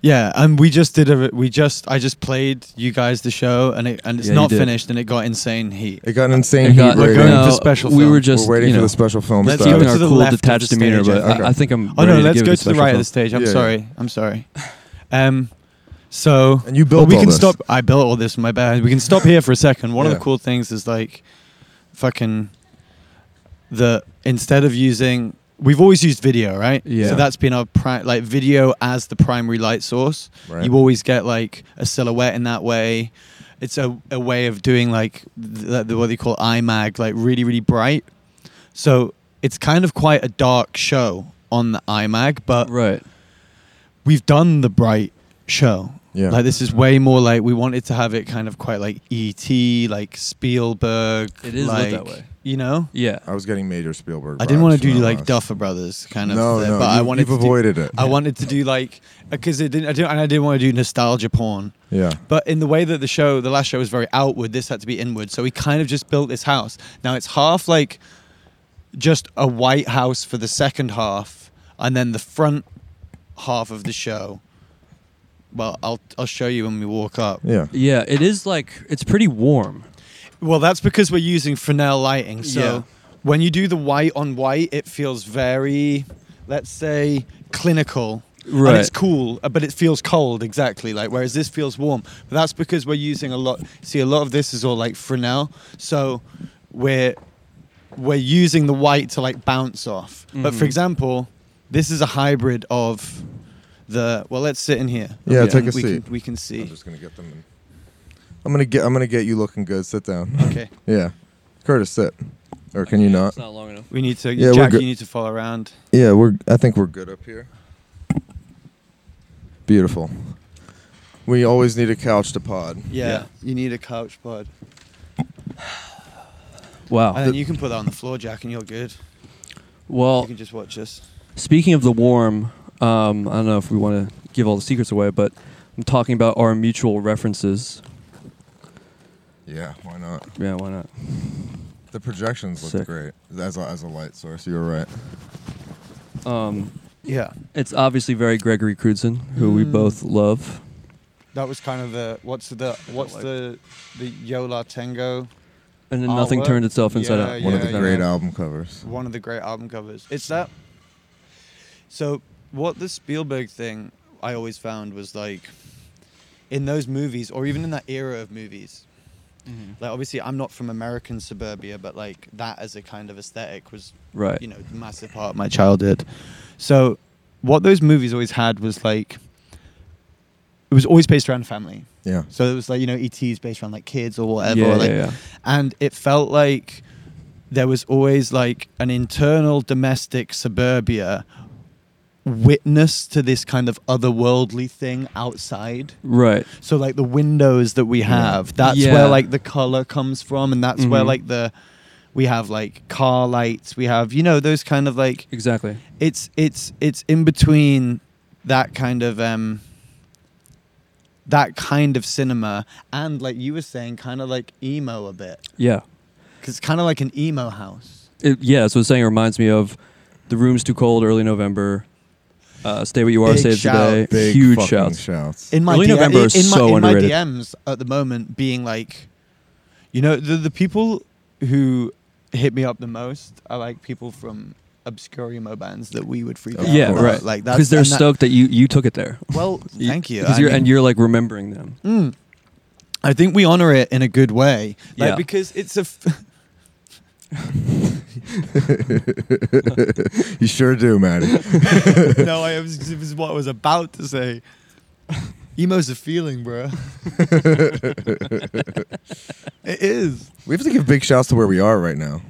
yeah, and we just did a we just I just played you guys the show and it and it's Yeah, you not did. finished and it got insane heat. It got an insane It heat got- rating. We're going for special. uh, we film. were just We're waiting you for know, the special film Let's stuff. go keeping to our the cool left of the detached demeanor, stage, but I- think. I think I'm Oh ready no, to let's give go it a to the special right of film. the stage. I'm Yeah, yeah. sorry. I'm sorry. Um, so and you built. we all can this. stop. I built all this in my bed. We can stop here for a second. One of Yeah. the cool things is like, fucking, the instead of using. We've always used video, right? Yeah. So that's been our pri- like video as the primary light source. Right. You always get like a silhouette in that way. It's a, a way of doing like th- th- what they call IMAG, like really really bright. So it's kind of quite a dark show on the IMAG, but right. we've done the bright show. Yeah. Like this is way more like we wanted to have it kind of quite like E.T., like Spielberg. It is lit like, that way. You know? Yeah. I was getting major Spielberg. I didn't want to do like duff. Duffer Brothers kind of, No, thing, no, but I you- wanted you've to do- avoided it. I wanted to do like because it didn't. I didn't, and I didn't want to do nostalgia porn. Yeah. But in the way that the show, the last show was very outward, this had to be inward. So we kind of just built this house. Now it's half like just a white house for the second half, and then the front half of the show. Well, I'll I'll show you when we walk up. Yeah. Yeah, it is like it's pretty warm. Well, that's because we're using Fresnel lighting. So Yeah. when you do the white on white, it feels very, let's say, clinical. And it's Right. cool, uh, but it feels cold exactly. Like whereas this feels warm. But that's because we're using a lot. See, a lot of this is all like Fresnel. So we're we're using the white to like bounce off. But for Mhm. example, this is a hybrid of the. Well, let's sit in here. Yeah, We take can- a we seat. Can, we can see. I'm just gonna get them. I'm gonna get. I'm gonna get you looking good. Sit down. Okay. Yeah, Curtis, sit. Or can you not? It's not long enough. We need to. Yeah, we're Jack, good. you need to follow around. Yeah, we're. I think we're good up here. Beautiful. We always need a couch to pod. Yeah, you need a couch pod. Wow. And then you can put that on the Oh. floor, Jack, and you're good. Well, you can just watch us. Speaking of the warm, um, I don't know if we want to give all the secrets away, but I'm talking about our mutual references. Yeah. Why not? Yeah, why not? The projections looked Sick. great as a, as a light source. You were right. Um, Yeah. It's obviously very Gregory Crudson, who we Mm. both love. That was kind of the what's the what's the the Yola Tango. And then Nothing artwork? Turned Itself Inside Out. One of Oh, yeah, the great uh, yeah. album covers. One of the great album covers. It's that. So what the Spielberg thing I always found was like, in those movies or even in that era of movies, like obviously I'm not from American suburbia, but like that as a kind of aesthetic was Right. You know, a massive part of my childhood. So what those movies always had was like, it was always based around family. Yeah. So it was like you know ET's based around like kids or whatever. Yeah, or, like, yeah, yeah. And it felt like there was always like an internal domestic suburbia witness to this kind of otherworldly thing outside. Right. So like the windows that we have, that's Yeah. where like the color comes from, and that's where Mhm. like the we have like car lights, we have you know those kind of like Exactly. it's it's it's in between that kind of um that kind of cinema and like you were saying, kind of like emo a bit, Yeah. because it's kind of like an emo house. It, yeah, so I was saying it reminds me of The Room's Too Cold, early November. Uh, Stay What You Are, Big Save shout. Today. Big Huge fucking shouts. shouts. in my early DM November in, is in so my, in my underrated. DMs at the moment being like, you know, the the people who hit me up the most are like people from obscure emo bands that we would freak out. yeah, about. right. Like that's because they're and that- stoked that you you took it there. Well, thank you. Because I you're mean- and you're like remembering them. Mm. I think we honor it in a good way, like Yeah. because it's a. F- you sure do, Maddie. no, I was, it was what I was about to say. Emo's a feeling, bro. it is. We have to give big shouts to where we are right now.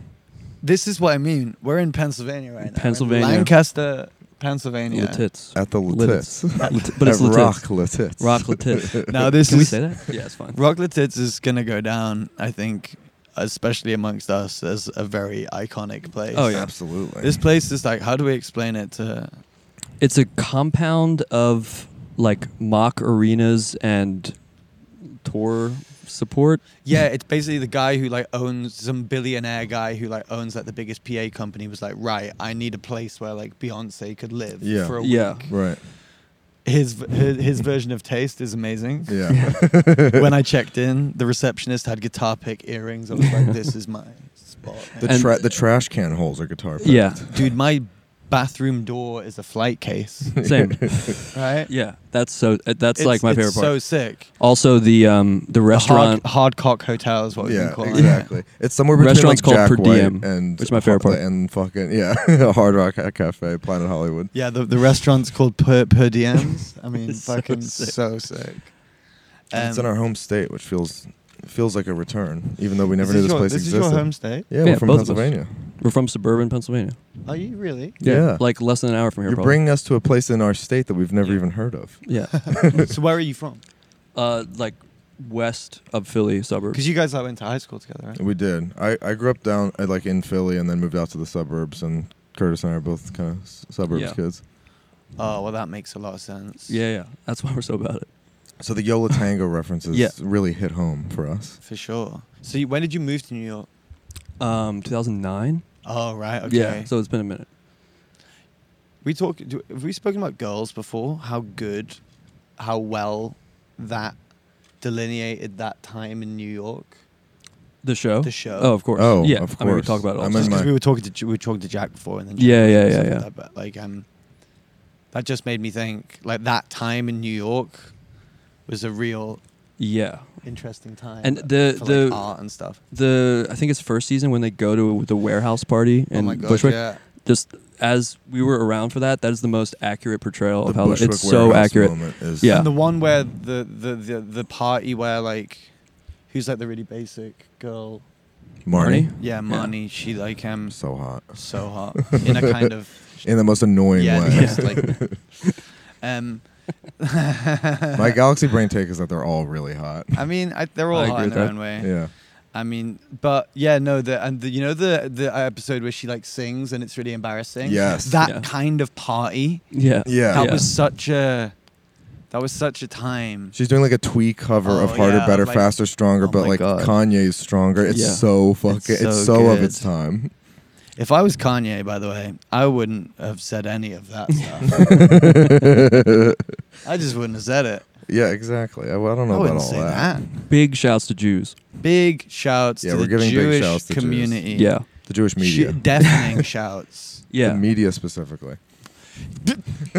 This is what I mean. We're in Pennsylvania right now. Pennsylvania. Lancaster, Pennsylvania. Latits. At the Latits. Latits. Lat- At but it's Latits. Rock Latits. Rock Latits. Now this Can is, we say that? Yeah, it's fine. Rock Latits is gonna go down, I think, especially amongst us, as a very iconic place. Oh, yeah. Absolutely. This place is like, how do we explain it to? It's a compound of like mock arenas and tour support. Yeah, it's basically the guy who like owns some billionaire guy who like owns like the biggest PA company was like, right, I need a place where like Beyonce could live Yeah. for a Yeah. week. Right. His, his his version of taste is amazing. Yeah. when I checked in, the receptionist had guitar pick earrings. I was like, this is my spot. The, tra- the trash can holes are guitar. Picked. Yeah. Dude, my bathroom door is a flight case. Same. right? Yeah, that's so. uh, That's It's- like my it's favorite part. so sick. Also, the um the restaurant. The hard, hardcock hotel is what we Yeah, can call exactly. it. It's somewhere between Restaurant's like called Jack Per White Diem, and which is my favorite part. and fucking yeah, Hard Rock Cafe, Planet Hollywood. Yeah, the, the restaurant's called Per, per Diems. I mean, It's so fucking sick. so sick. And it's Um, in our home state, which feels feels like a return, even though we never This knew is this your- place this is existed. your home state? Yeah, we're from both of us. Pennsylvania. We're from suburban Pennsylvania. Are you really? Yeah. like less than an hour from here. You're probably. bringing us to a place in our state that we've never even heard of. Yeah. so where are you from? uh, like west of Philly suburbs. Because you guys like, went to high school together, right? We did. I, I grew up down uh, like in Philly and then moved out to the suburbs. And Curtis and I are both kind of suburbs Yeah. kids. Oh, well, that makes a lot of sense. Yeah, yeah. That's why we're so about it. So the Yola Tango references Yeah. really hit home for us. For sure. So you, when did you move to New York? Um, 2009. Oh, right. Okay. Yeah. So it's been a minute. We talk. Do, have we spoken about girls before? How good, how well that delineated that time in New York. The show. The show. Oh, of course. Oh, yeah. of I mean, we course. talk about it all I'm the in time. my- Because we were talking to J- we were talking to Jack before, and then Jack Yeah, and yeah, stuff yeah, like yeah. that, But like, um, that just made me think. Like that time in New York was a real Yeah. interesting time. And the for, the like, art and stuff. The I think it's first season when they go to the warehouse party in Oh my God, Bushwick. yeah. Just as we were around for that, that is the most accurate portrayal of The how Bushwick it's so warehouse accurate. moment is- yeah. And the one where the the the, the party where like, who's like the really basic girl. Marnie. Yeah, Marnie. She like um So hot. so hot in a kind of In the most annoying yeah, way. just like um. My Galaxy Brain take is that they're all really hot. I mean, I, they're all I agree hot in with their that. own way. Yeah. I mean, but yeah, no, the and the, you know the the episode where she like sings and it's really embarrassing. Yes. That Yeah. kind of party. Yeah. Yeah. That Yeah. was such a. That was such a time. She's doing like a twee cover Oh, of Harder, yeah, Better, like- Faster, Stronger, oh but my like God. Kanye's stronger. It's Yeah. so fucking. It's so, so of good. its time. If I was Kanye, by the way, I wouldn't have said any of that stuff. I just wouldn't have said it. yeah, exactly. I, well, I don't I know about wouldn't all say that. that. Big shouts to Jews. Big shouts Yeah, to we're the giving big Jewish shouts to Jews. community. Yeah. The Jewish Sh- media. deafening shouts. Yeah. The media specifically.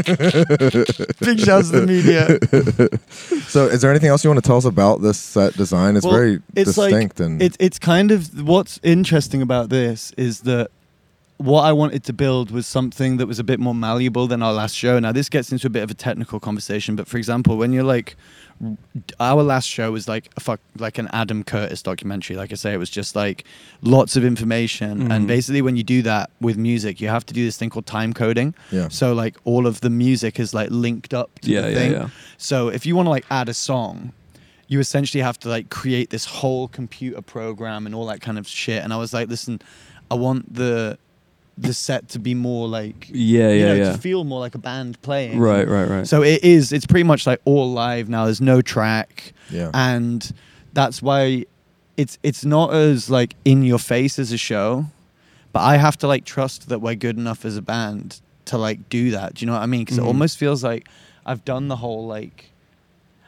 Big shouts to the media. So, is there anything else you want to tell us about this set design? It's Well, very like- distinct and it, it's kind of what's interesting about this is that what I wanted to build was something that was a bit more malleable than our last show. Now this gets into a bit of a technical conversation, but for example, when you're like our last show was like a fuck like an Adam Curtis documentary. Like I say, it was just like lots of information. And Mm-hmm. Mhm. basically when you do that with music, you have to do this thing called time coding. Yeah. So like all of the music is like linked up to Yeah, the yeah, thing. yeah. So if you want to like add a song, you essentially have to like create this whole computer program and all that kind of shit. And I was like, listen, I want the the set to be more like Yeah, you yeah, know, yeah. to feel more like a band playing. Right, right, right. So it is. It's pretty much like all live now. There's no track. Yeah. And that's why it's it's not as like in your face as a show, but I have to like trust that we're good enough as a band to like do that. Do you know what I mean? Because Mhm. Mm-hmm. it almost feels like I've done the whole like.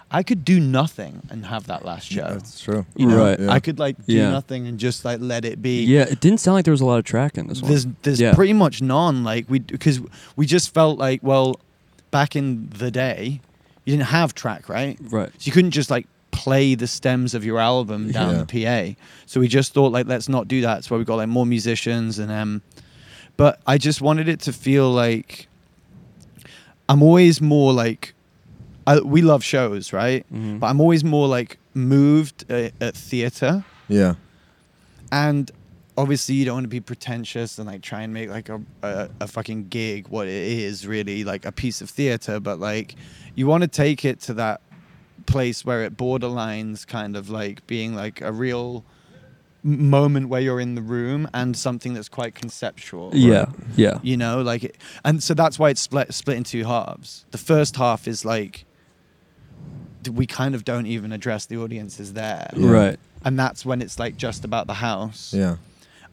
I could do nothing and have that last show. that's true. you know? Right. Yeah. I could like do Yeah. nothing and just like let it be. Yeah, it didn't sound like there was a lot of track in this one. There's there's yeah. pretty much none. Like we because we just felt like well, back in the day, you didn't have track right, Right. so you couldn't just like play the stems of your album down the PA. So we just thought like let's not do that. That's why we got like more musicians and um but I just wanted it to feel like I'm always more like I, we love shows, right? Mm-hmm. But I'm always more like moved at, at theater Yeah. and obviously you don't want to be pretentious and like try and make like a, a, a fucking gig what it is really like a piece of theater but like you want to take it to that place where it borderlines kind of like being like a real m- moment where you're in the room and something that's quite conceptual Yeah, yeah. you know like it, and so that's why it's split split in two halves the first half is like d- we kind of don't even address the audiences there Yeah. Right. and that's when it's like just about the house Yeah.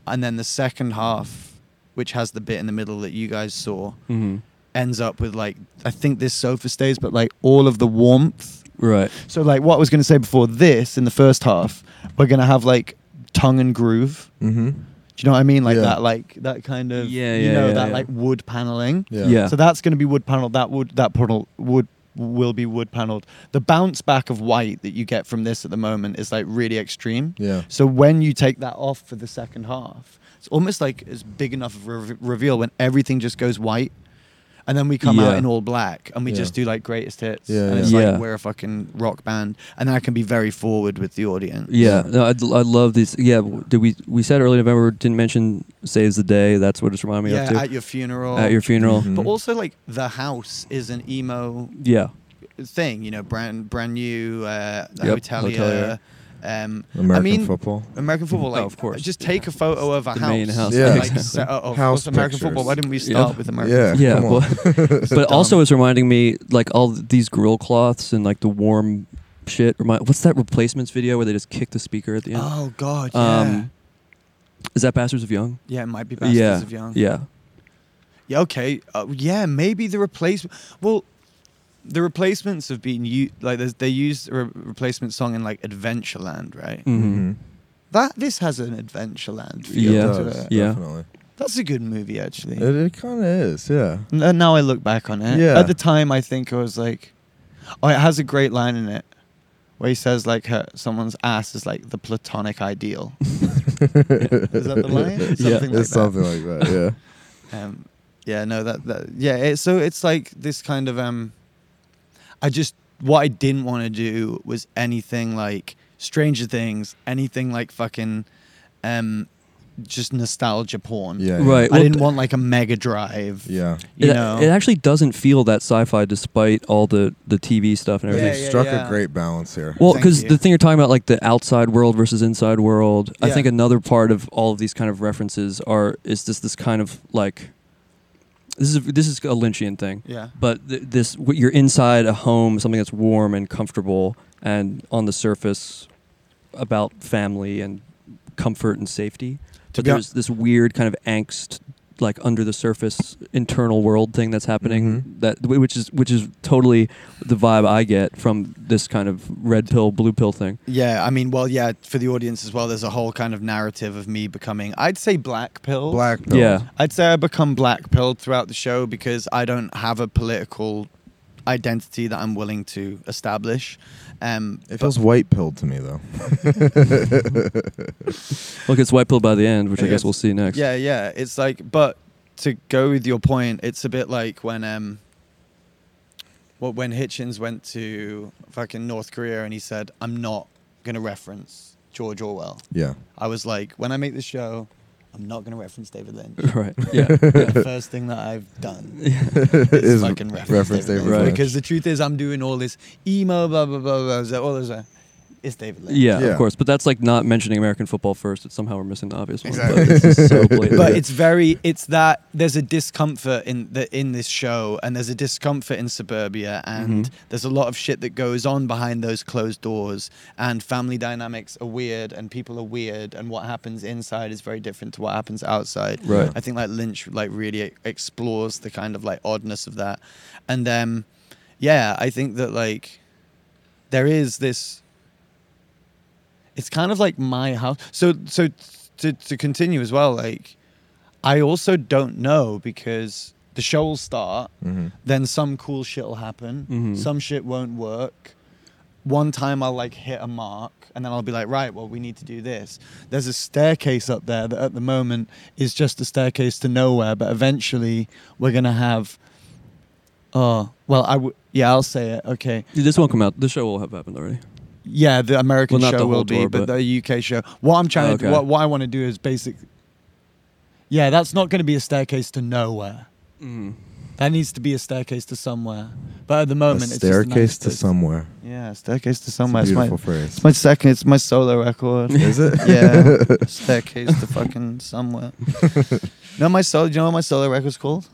and then the second half which has the bit in the middle that you guys saw Mhm. ends up with like i think this sofa stays but like all of the warmth right so like what i was going to say before this in the first half we're going to have like tongue and groove Mm-hmm. do you know what I mean? Like Yeah. that, like that kind of, Yeah, you yeah, know, yeah, that yeah. like wood paneling. Yeah. Yeah. So that's going to be wood paneled. That wood, that panel wood will be wood paneled. The bounce back of white that you get from this at the moment is like really extreme. Yeah. So when you take that off for the second half, it's almost like it's big enough of a re- reveal when everything just goes white, and then we come out Yeah. in all black and we Yeah. just do like greatest hits. Yeah, and yeah. it's Yeah. like we're a fucking rock band, and I can be very forward with the audience. Yeah, no, I, I love these. Yeah, w- did we we said early November didn't mention saves the day. That's what it's reminding me yeah, of too. at your funeral. At your funeral. But also like the house is an emo Mm-hmm. Yeah. thing, you know, brand brand new uh Yep, hotelier. hotelier. Um, I American mean, football. American football, Oh, like of course. Just take a photo of a The house. main house, Yeah, yeah, like, exactly. set up- oh, House what's American pictures. football. Why didn't we start with American? Yeah, yeah. come on. well- but um, also, it's reminding me like all th- these grill cloths and like the warm shit. Remind what's that replacements video where they just kick the speaker at the end? Oh, God, is that Bastards of Young? Yeah, it might be Um, Bastards yeah, of Young. Yeah, Yeah, okay. Uh, yeah, maybe the replacement. Well, the replacements have been u- like there's- they used a re- replacement song in like Adventureland, right? Mm-hmm. Mhm. That this has an Adventureland feel yeah, to it. yeah. That's a good movie, actually. It, it kind of is. Yeah. N- uh, Now I look back on it. Yeah. At the time, I think I was like, oh, it has a great line in it where he says like her, someone's ass is like the platonic ideal. is that the line? Yeah. It's something like that, Yeah. um, yeah. No. That. that yeah. It, so it's like this kind of um. I just what I didn't want to do was anything like Stranger Things, anything like fucking, um, just nostalgia porn. Yeah, yeah. Right, I well, didn't want like a Mega Drive. Yeah. You it, know. it actually doesn't feel that sci-fi despite all the the TV stuff and Yeah, everything. they've struck a great balance here. Well, because the thing you're talking about, like the outside world versus inside world, I Yeah. think another part of all of these kind of references are is just this kind of like this is this is a Lynchian thing. Yeah. But th- this what you're inside a home, something that's warm and comfortable, and on the surface about family and comfort and safety. But be hon- there's this weird kind of angst, like under the surface internal world thing that's happening. Mm-hmm. That which is which is totally the vibe I get from this kind of red pill, blue pill thing. Yeah, I mean, well, yeah, for the audience as well, there's a whole kind of narrative of me becoming, I'd say black pill. Black pilled. Yeah. I'd say I become black pilled throughout the show because I don't have a political identity that I'm willing to establish. Um, It but- feels white pilled to me though. Look, it's white pill by the end, which I It guess is. we'll see next. Yeah, yeah. It's like, but to go with your point, it's a bit like when um, well, when Hitchens went to fucking North Korea and he said, "I'm not gonna reference George Orwell." Yeah. I was like, when I make the show, I'm not gonna reference David Lynch. Right, yeah, the yeah. first thing that I've done Is is fucking reference, reference David, David Lynch. Lynch. because the truth is, I'm doing all this emo, blah blah blah blah. blah all this, uh, it's David Lynch. Yeah, of course. But that's like not mentioning American football first. It's somehow we're missing the obvious one. But this is so blatant. but it's very it's that there's a discomfort in the in this show and there's a discomfort in suburbia and Mhm. Mm-hmm. there's a lot of shit that goes on behind those closed doors and family dynamics are weird and people are weird and what happens inside is very different to what happens outside Right. i think like lynch like really e- explores the kind of like oddness of that and um yeah i think that like there is this it's kind of like my house so so to to continue as well like i also don't know because the show will start Mhm. then some cool shit will happen Mhm. some shit won't work one time I'll like hit a mark and then I'll be like, right, well, we need to do this. There's a staircase up there that at the moment is just a staircase to nowhere, but eventually we're going to have. Oh, well, I would. Yeah, I'll say it. Okay. This won't come out. The show will have happened already. Yeah, the American Well, not show the whole will be, tour, but, but- the UK show. What I'm trying to Okay. do, what, what I want to do is basic. Yeah, that's not going to be a staircase to nowhere. Mm. That needs to be a staircase to somewhere. But at the moment, it's just a nice staircase to place. somewhere. Yeah, staircase to somewhere. It's beautiful my, phrase. It's my second. It's my solo record. Is it? yeah, staircase to fucking somewhere. no, my solo. Do you know what my solo record's called?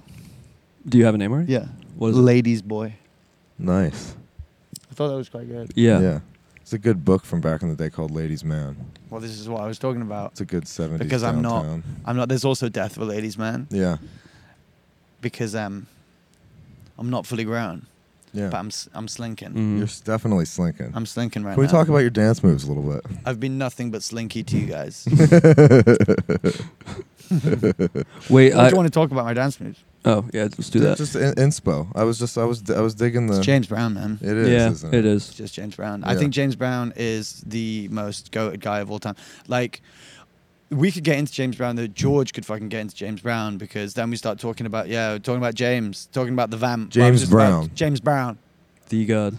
Do you have a name already? Yeah, What is it? Ladies Boy. Nice. I thought that was quite good. Yeah. Yeah. It's a good book from back in the day called Ladies Man. Well, this is what I was talking about. It's a good 70s Because I'm not. downtown. I'm not. There's also Death of a Ladies Man. Yeah. Because um, I'm not fully grown. Yeah. But I'm s- I'm slinking. Mm-hmm. You're s- definitely slinking. I'm slinking right Can we now. talk about your dance moves a little bit? I've been nothing but slinky to you guys. Wait, What do I- you want to talk about my dance moves? Oh yeah, let's do Dude, that. Just in- inspo. I was just I was I was digging the It's James Brown, man. It is. Yeah, isn't it is. It's just James Brown. I Yeah. think James Brown is the most goated guy of all time. Like, we could get into James Brown. That George could fucking get into James Brown because then we start talking about yeah, talking about James, talking about the vamp. Well, I James was just about- Brown. James Brown. The God.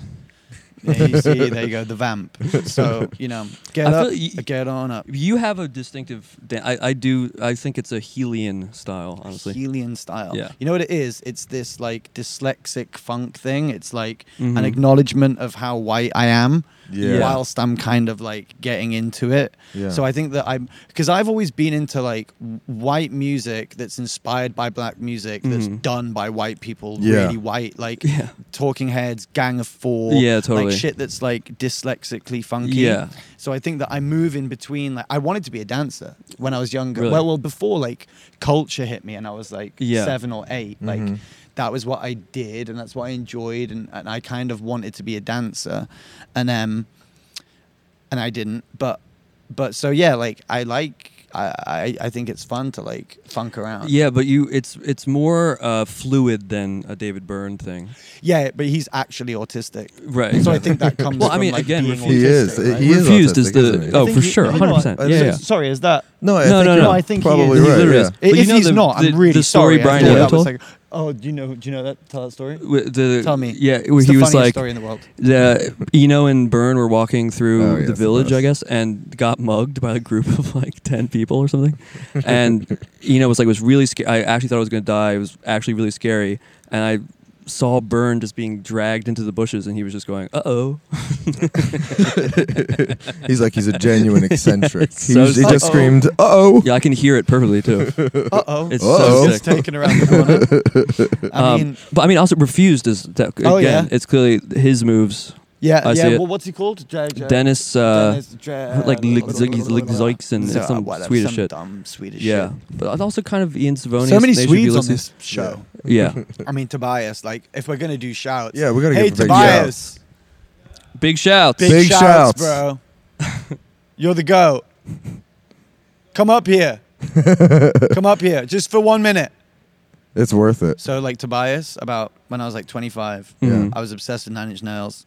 Yeah, you see, there you go, the vamp. So you know, get I up, feel y- get on up. You have a distinctive. Dan- I I do. I think it's a Helian style. Honestly. Helian style. Yeah. You know what it is? It's this like dyslexic funk thing. It's like an Mhm. acknowledgement of how white I am Yeah. whilst I'm kind of like getting into it. Yeah. So I think that I'm because I've always been into like w- white music that's inspired by black music that's Mhm. done by white people, Yeah. really white, like Yeah. Talking Heads, Gang of Four. Yeah, Like totally. shit that's like dyslexically funky. Yeah. So I think that I move in between like I wanted to be a dancer when I was younger. Really? Well, well before like culture hit me and I was like Yeah. seven or 8 Mhm. Like that was what I did and that's what I enjoyed and, and I kind of wanted to be a dancer. And um and I didn't. But but so yeah, like I like I, I, I think it's fun to like funk around. Yeah, but you. It's it's more uh, fluid than a David Byrne thing. Yeah, but he's actually autistic. Right, So I exactly. think that comes Well, I from mean, like again, being Refused- He is- autistic, he right? is Refused is autistic, the- isn't he? oh, I think for he- sure, you know 100%, what? yeah, So- yeah. Sorry, is that No, I no, think no, you're no, I think probably he is. right, He literally yeah. is. But you If know he's the- not, I'm the- really the story sorry. I Brian thought that Eno was told? like, oh, do you know? Do you know that? Tell that story. Wi- the Tell me. Yeah, It's where the he was funniest like story in the world. the Eno and Byrne were walking through Oh, yeah, it's the the village, I guess, and got mugged by a group of like ten people or something. And Eno was like, was really scary. I actually thought I was gonna die. It was actually really scary, and I saw Byrne just being dragged into the bushes, and he was just going, "Uh oh." He's like he's a genuine eccentric. It's he so usually sick. just screamed, "Uh oh!" Yeah, I can hear it perfectly too. Uh-oh. It's Uh-oh. so It's sick. taken around the corner. I Um, mean- but I mean, also refused is that, again. Oh, yeah. It's clearly his moves. Yeah, I yeah. See it. Well, what's he called? Ja- ja- Dennis, uh, Dennis Ja- like Lig- Zig- Lig- Zoiksen, So, uh, it's some whatever, Swedish some shit. dumb Swedish yeah. shit. but also kind of Ian Savoni. So many Swedes on this show. Yeah. Yeah. I mean, Tobias. Like, if we're gonna do shouts, Yeah, we gotta Hey, give a big Tobias. Big shouts. Big, shouts, bro. You're the goat. Come up here. Come up here, just for one minute. It's worth it. So like Tobias, about when I was like 25, Yeah. I was obsessed with Nine Inch Nails,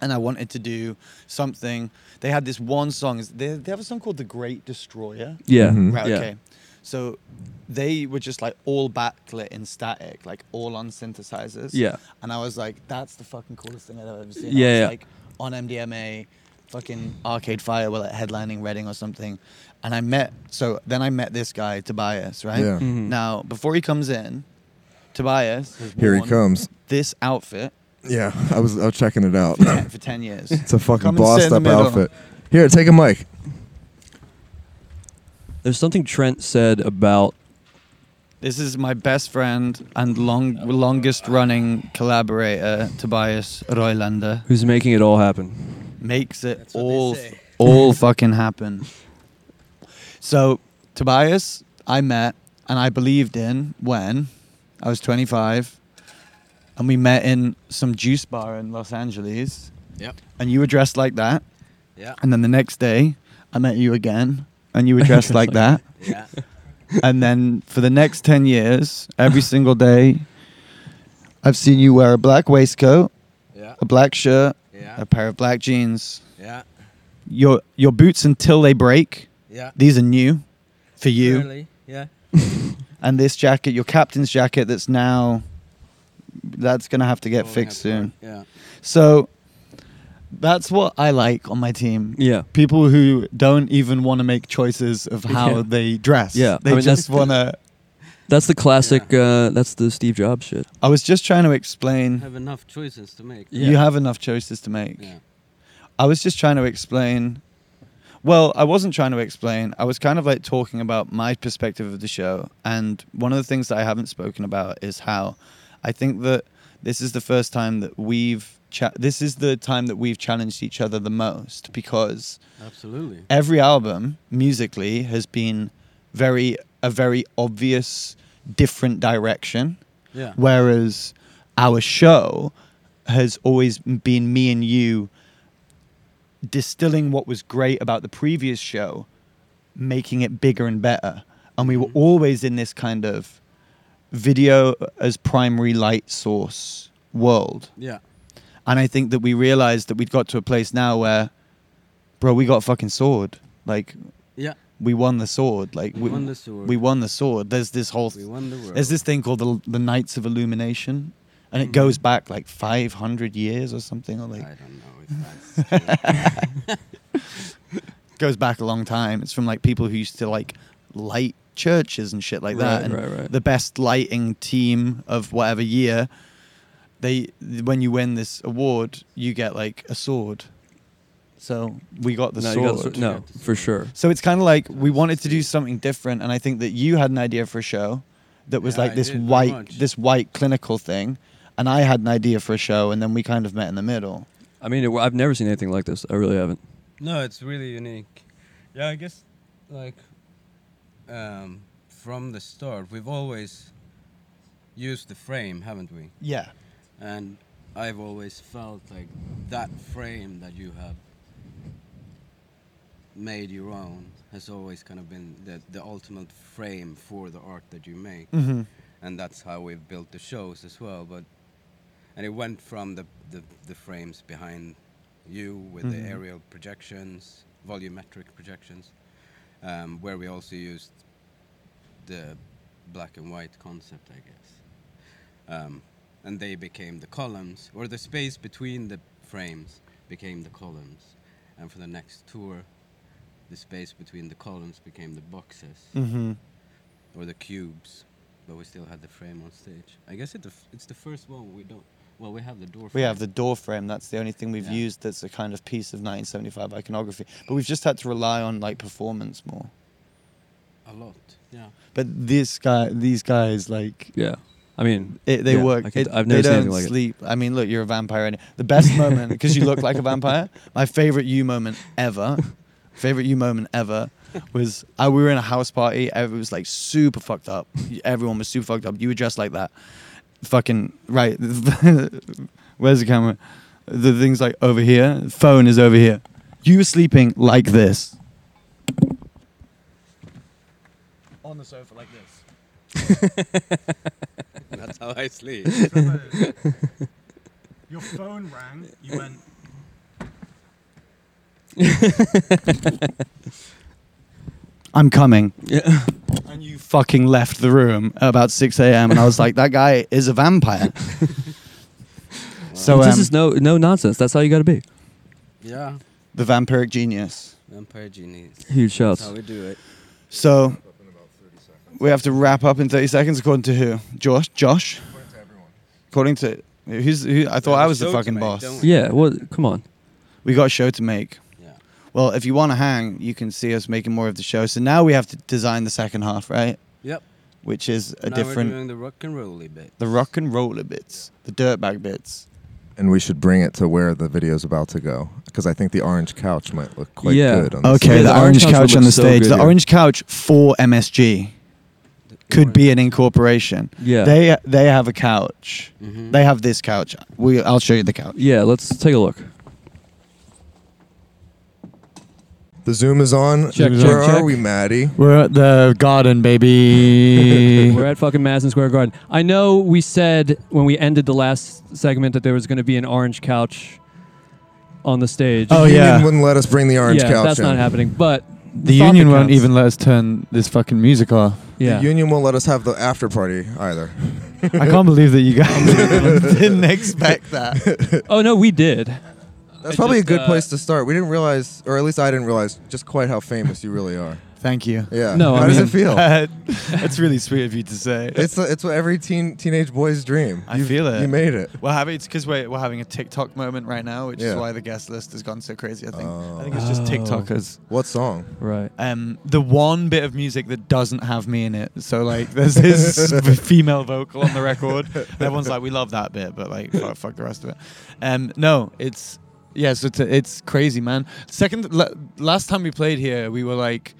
and I wanted to do something. They had this one song. is- They, they have a song called "The Great Destroyer." Yeah. Mm-hmm. Mhm. Right. Yeah. Okay. So they were just like all backlit in static, like all on synthesizers. Yeah. And I was like, that's the fucking coolest thing I've ever seen. I Yeah, was, yeah. Like on MDMA, fucking Arcade Fire were like headlining Reading or something. And I met, so then I met this guy, Tobias, right? Yeah. Mhm. Now, before he comes in, Tobias. has Here he worn comes. This outfit Yeah, I was I was checking it out. for 10 years. it's a fucking Come and sit bossed in the up middle. outfit. Here, take a mic. There's something Trent said about This is my best friend and long, longest running collaborator, Tobias Roylander. who's making it all happen. makes it all all fucking happen. So Tobias, I met and I believed in when I was 25, and we met in some juice bar in Los Angeles. Yep. And you were dressed like that. Yeah. And then the next day, I met you again, and you were dressed like that. Yeah. And then for the next 10 years, every single day, I've seen you wear a black waistcoat, Yeah. a black shirt, a pair of black jeans. Yeah. Your your boots until they break. Yeah. These are new for you. Really? Yeah. And this jacket, your captain's jacket that's now that's gonna have to get Well, Oh, we fixed have to soon. work, yeah. So that's what I like on my team. Yeah. People who don't even want to make choices of how Yeah. they dress. Yeah, They I mean, that's just the- want to That's the classic. Uh, that's the Steve Jobs shit. I was just trying to explain. Have enough choices to make. You have enough choices to make. I was just trying to explain. Well, I wasn't trying to explain. I was kind of like talking about my perspective of the show. And one of the things that I haven't spoken about is how I think that this is the first time that we've. Cha- this is the time that we've challenged each other the most because Absolutely. every album musically has been very a very obvious different direction Yeah. whereas our show has always been me and you distilling what was great about the previous show making it bigger and better and we were Mm-hmm. always in this kind of video as primary light source world Yeah. and I think that we realized that we'd got to a place now where, bro, we got a fucking sword. Like, Yeah. we won the sword. Like, we, won the sword. We won the sword. There's this whole. We won the world. There's this thing called the the Knights of Illumination, and it goes back like 500 years or something, or like. I don't know if that's. goes back a long time. It's from like people who used to like light churches and shit like that, Right, and right, right. the best lighting team of whatever year they when you win this award, you get like a sword. So we got the No, you sword. got the sword. No, You got the for sword. sure. So it's kind of like we wanted to do something different, and I think that you had an idea for a show that was Yeah, like I this did very white, much. this white clinical thing, and I had an idea for a show, and then we kind of met in the middle. I mean, it, I've never seen anything like this. I really haven't. No, it's really unique. Yeah, I guess like um, from the start, we've always used the frame, haven't we? Yeah. And I've always felt like that frame that you have made your own has always kind of been the, the ultimate frame for the art that you make. Mhm. And that's how we've built the shows as well. But and it went from the, the, the frames behind you with the Mhm. aerial projections, volumetric projections, um, where we also used the black and white concept, I guess. Um, and they became the columns, or the space between the frames became the columns. And for the next tour, the space between the columns became the boxes Mhm. or the cubes, but we still had the frame on stage. I guess it the f- it's the first one we don't. Well, we have the door. We have the frame. door frame. That's the only thing we've Yeah. used that's a kind of piece of 1975 iconography. But we've just had to rely on like performance more. a lot. Yeah. But this guy, these guys, like yeah, I mean, it, they yeah, work. I could- it- I've never they seen don't anything like it. sleep. I mean, look, you're a vampire. And the best moment because you look like a vampire. My favorite you moment ever. Favorite you moment ever was I, we were in a house party. Everyone was like super fucked up. Everyone was super fucked up. You were dressed like that. Fucking right. Where's the camera? The thing's like over here. Phone is over here. You were sleeping like this. on the sofa like this. That's how I sleep. Your phone rang. You went. I'm coming. Yeah. And you fucking left the room at about 6 a.m. And I was like, that guy is a vampire. so But this um, is no no nonsense. That's how you got to be. Yeah. the vampiric genius. Vampire genies. Huge shouts. That's how we do it. So we have to wrap up in 30 seconds, according to who? Josh? Josh? According to everyone. According to who's? Who, I thought have I a was the show to fucking make, boss. don't we? Yeah, well, come on. We got a show to make. Well, if you want to hang, you can see us making more of the show. So now we have to design the second half, right? Yep. Which is a now different. We're doing the rock and rolly bit. the rock and roller bits, the dirtbag bits. And we should bring it to where the video's about to go because I think the orange couch might look quite good. On the okay, stage. the, orange couch, on the stage. The orange couch for MSG could be an incorporation. Yeah. They they have a couch. They have this couch. We I'll show you the couch. Yeah, let's take a look. The zoom is on. Check, where check, are check. we, Maddie? We're at the garden, baby. We're at fucking Madison Square Garden. I know we said when we ended the last segment that there was going to be an orange couch on the stage. Oh, The union wouldn't let us bring the orange yeah, couch. That's in. not happening. But The thought union won't counts. even let us turn this fucking music off. Yeah. The union won't let us have the after party either. I can't believe that you guys Didn't expect that. Oh no, we did. I That's probably just, a good uh, place to start. We didn't realize, or at least I didn't realize, just quite how famous you really are. Thank you. Yeah. No, How I does mean- it feel? That's really sweet of you to say. it's it's what every teen teenage boy's dream. I You've- feel it. You made it. We're having it's because we're, we're having a TikTok moment right now, which Yeah. Oh. is why the guest list has gone so crazy. I think I think it's just TikTokers. What song? Right. Um, the one bit of music that doesn't have me in it. So like, there's this female vocal on the record. Everyone's like, we love that bit, but like, fuck, fuck the rest of it. Um, no, it's yeah. So it's, it's crazy, man. Second la- last time we played here, we were like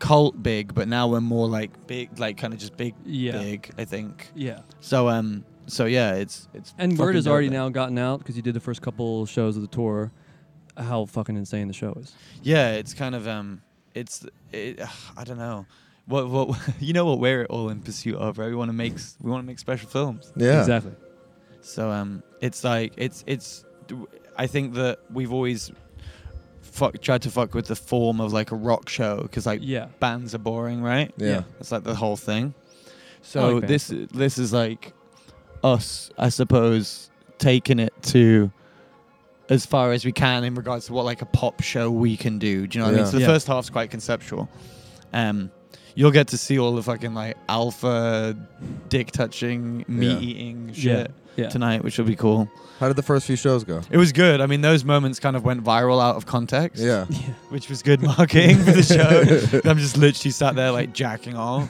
cult big, but now we're more like big, like kind of just big, Yeah. big. I think. Yeah. So um, so yeah, it's it's And word fucking has dope, already man. now gotten out because you did the first couple shows of the tour. How fucking insane the show is. Yeah, it's kind of um, it's it, ugh, I don't know. What what you know what we're all in pursuit of, right? We want to make s- we want to make special films. Yeah. Exactly. So um, it's like it's it's. I think that we've always fuck tried to fuck with the form of like a rock show because like Yeah. bands are boring, right? Yeah. Yeah. That's like the whole thing. So like this this is like us, I suppose, taking it to as far as we can in regards to what like a pop show we can do. Do you know what I Yeah. mean? So the Yeah. first half's quite conceptual. Um, you'll get to see all the fucking like alpha, dick touching, meat eating shit Yeah. tonight, which will be cool. How did the first few shows go? It was good. I mean, those moments kind of went viral out of context. Yeah. Which was good marketing for the show. I'm just literally sat there like jacking off.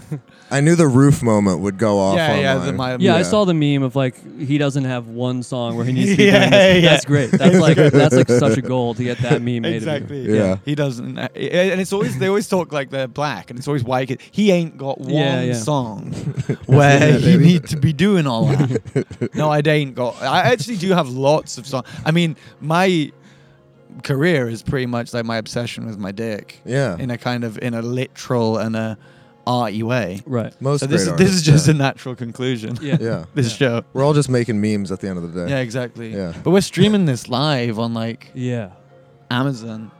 I knew the roof moment would go off. Yeah, yeah, the- online. my- Yeah, I saw the meme of like he doesn't have one song where he needs to be Yeah, doing this. yeah. That's great. That's like that's like such a goal to get that meme made. Of Exactly. you. Yeah. He doesn't, uh, and it's always they always talk like they're black, and it's always white. kid. He ain't got one Yeah, yeah. song where Yeah, you baby. need to be doing all that. no, I ain't got. I actually do have lots of songs. I mean, my career is pretty much like my obsession with my dick. Yeah. In a kind of in a literal and a arty way. Right. Most So this is great this is artists, just yeah. a natural conclusion. Yeah. Yeah. This show. We're all just making memes at the end of the day. Yeah, exactly. Yeah. But we're streaming this live on like Yeah. Amazon.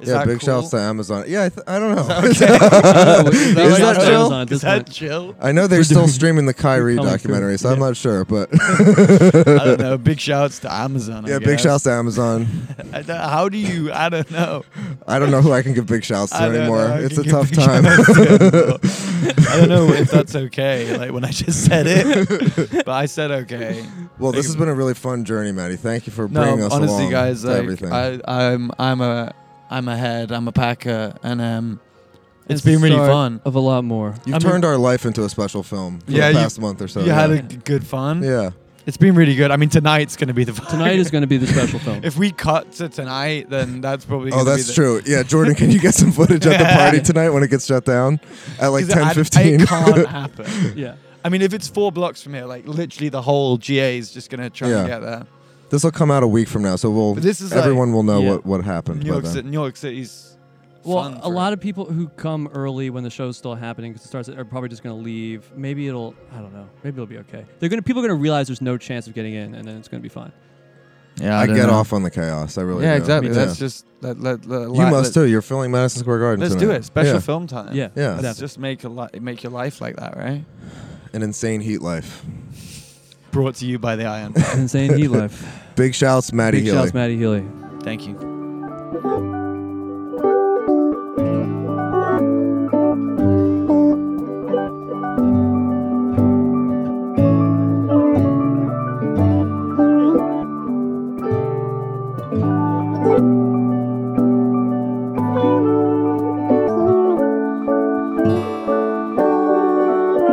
Is yeah, that big cool? shouts to Amazon. Yeah, I, th- I don't know. Is that okay? Is Is that that okay? chill? Amazon at this Is that point. chill? I know they're We're still doing- streaming the Kyrie we're coming through. documentary, so I'm Yeah. not sure, but I don't know. Big shouts to Amazon. I yeah, big guess. shouts to Amazon. I don't- How do you? I don't know. I don't know who I can give big shouts to I don't anymore. know. I It's can a give tough big time. shouts to Amazon. I don't know if that's okay. Like when I just said it, but I said okay. well, this Like, has been a really fun journey, Maddie. Thank you for no, bringing us honestly, along guys. to Like, everything. I, I'm, I'm a, I'm a head. I'm a packer, and um, it's It's the been really start fun. Of a lot more. You've I mean- turned our life into a special film for the you- past month or so. You yeah. had a g- good fun. Yeah. It's been really good. I mean, tonight's going to be the fun. Tonight is going to be the special film. If we cut to tonight, then that's probably. Oh, gonna be that's the- true. Yeah, Jordan, can you get some footage at the party tonight when it gets shut down at like 'Cause I- ten fifteen? It can't happen. Yeah. I mean, if it's four blocks from here, like literally the whole GA is just gonna try Yeah. and get there. This will come out a week from now, so we'll But this is like- everyone will know Yeah. what what happened. New by York, then. City, New York City's. Well, a lot of people who come early when the show's still happening because it starts are probably just going to leave. Maybe it'll I don't know. Maybe it'll be okay. They're going to people are going to realize there's no chance of getting in, and then it's going to be fine. Yeah, I, don't get know. off on the chaos. I really yeah, do. exactly. Yeah. That's just let, let, let, you must too. You're filming Madison Square Garden. Let's tonight. do it. Special Yeah. film time. Yeah. Yeah. Let's Exactly. just make a li- make your life like that, right? An insane heat life. Brought to you by the Iron. Pal. Insane heat life. Big shouts, Maddie Big Healy. shouts, Maddie Healy. Thank you.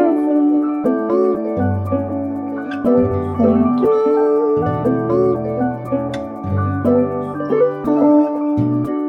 Thank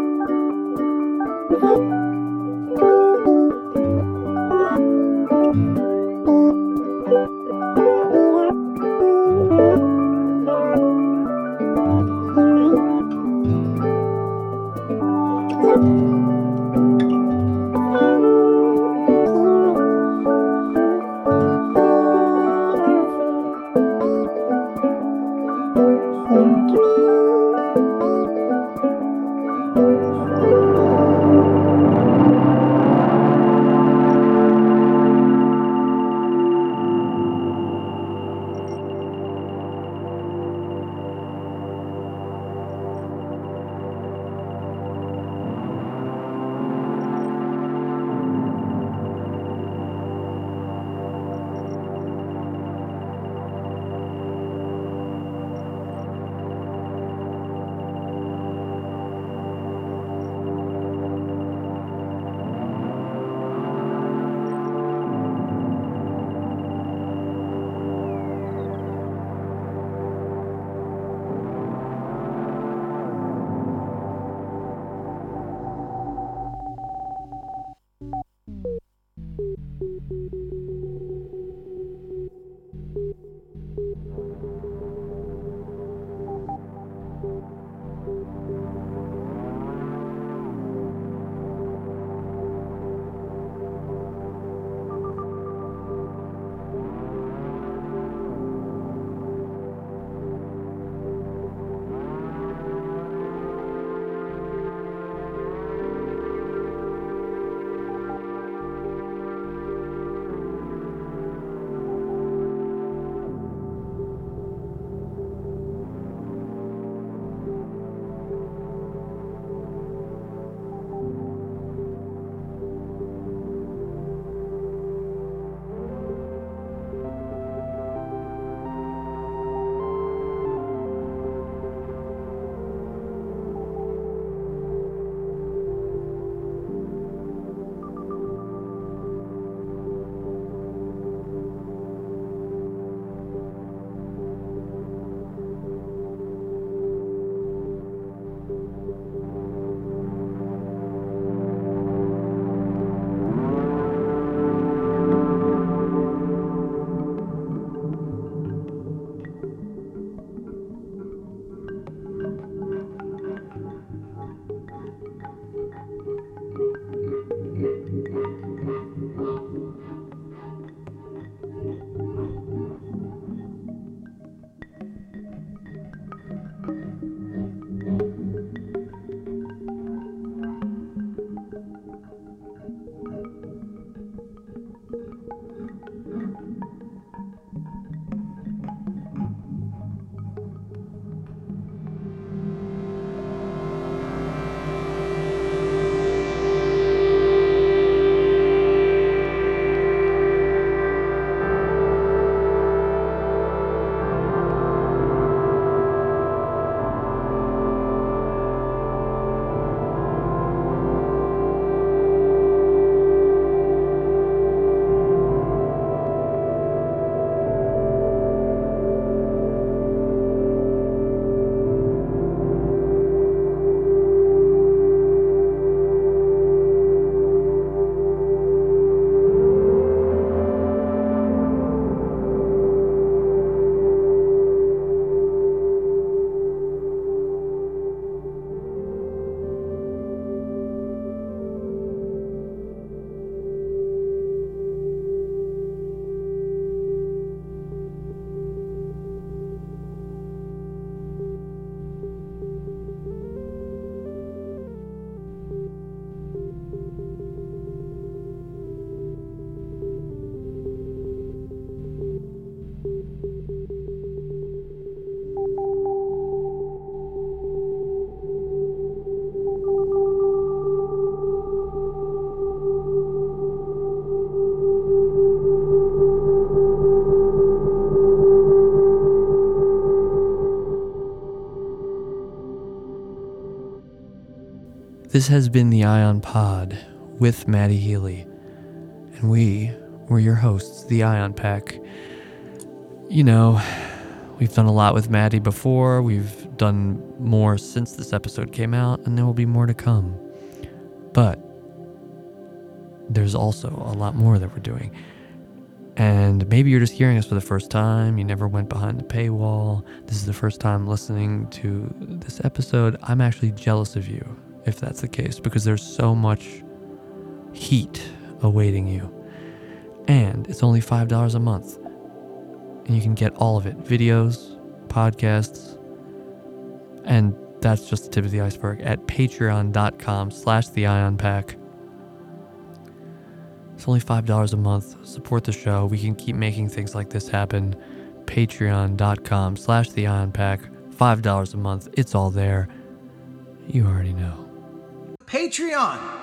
This has been the Ion Pod with Maddie Healy, and we were your hosts, the Ion Pack. You know, we've done a lot with Maddie before, we've done more since this episode came out, and there will be more to come. But there's also a lot more that we're doing. And maybe you're just hearing us for the first time. You never went behind the paywall. This is the first time listening to this episode. I'm actually jealous of you if that's the case because there's so much heat awaiting you. And it's only $5 a month. And you can get all of it videos, podcasts, and that's just the tip of the iceberg at patreon.com slash the ion pack. It's only $5 a month. Support the show. We can keep making things like this happen. Patreon.com slash The Ion Pack. $5 a month. It's all there. You already know. Patreon.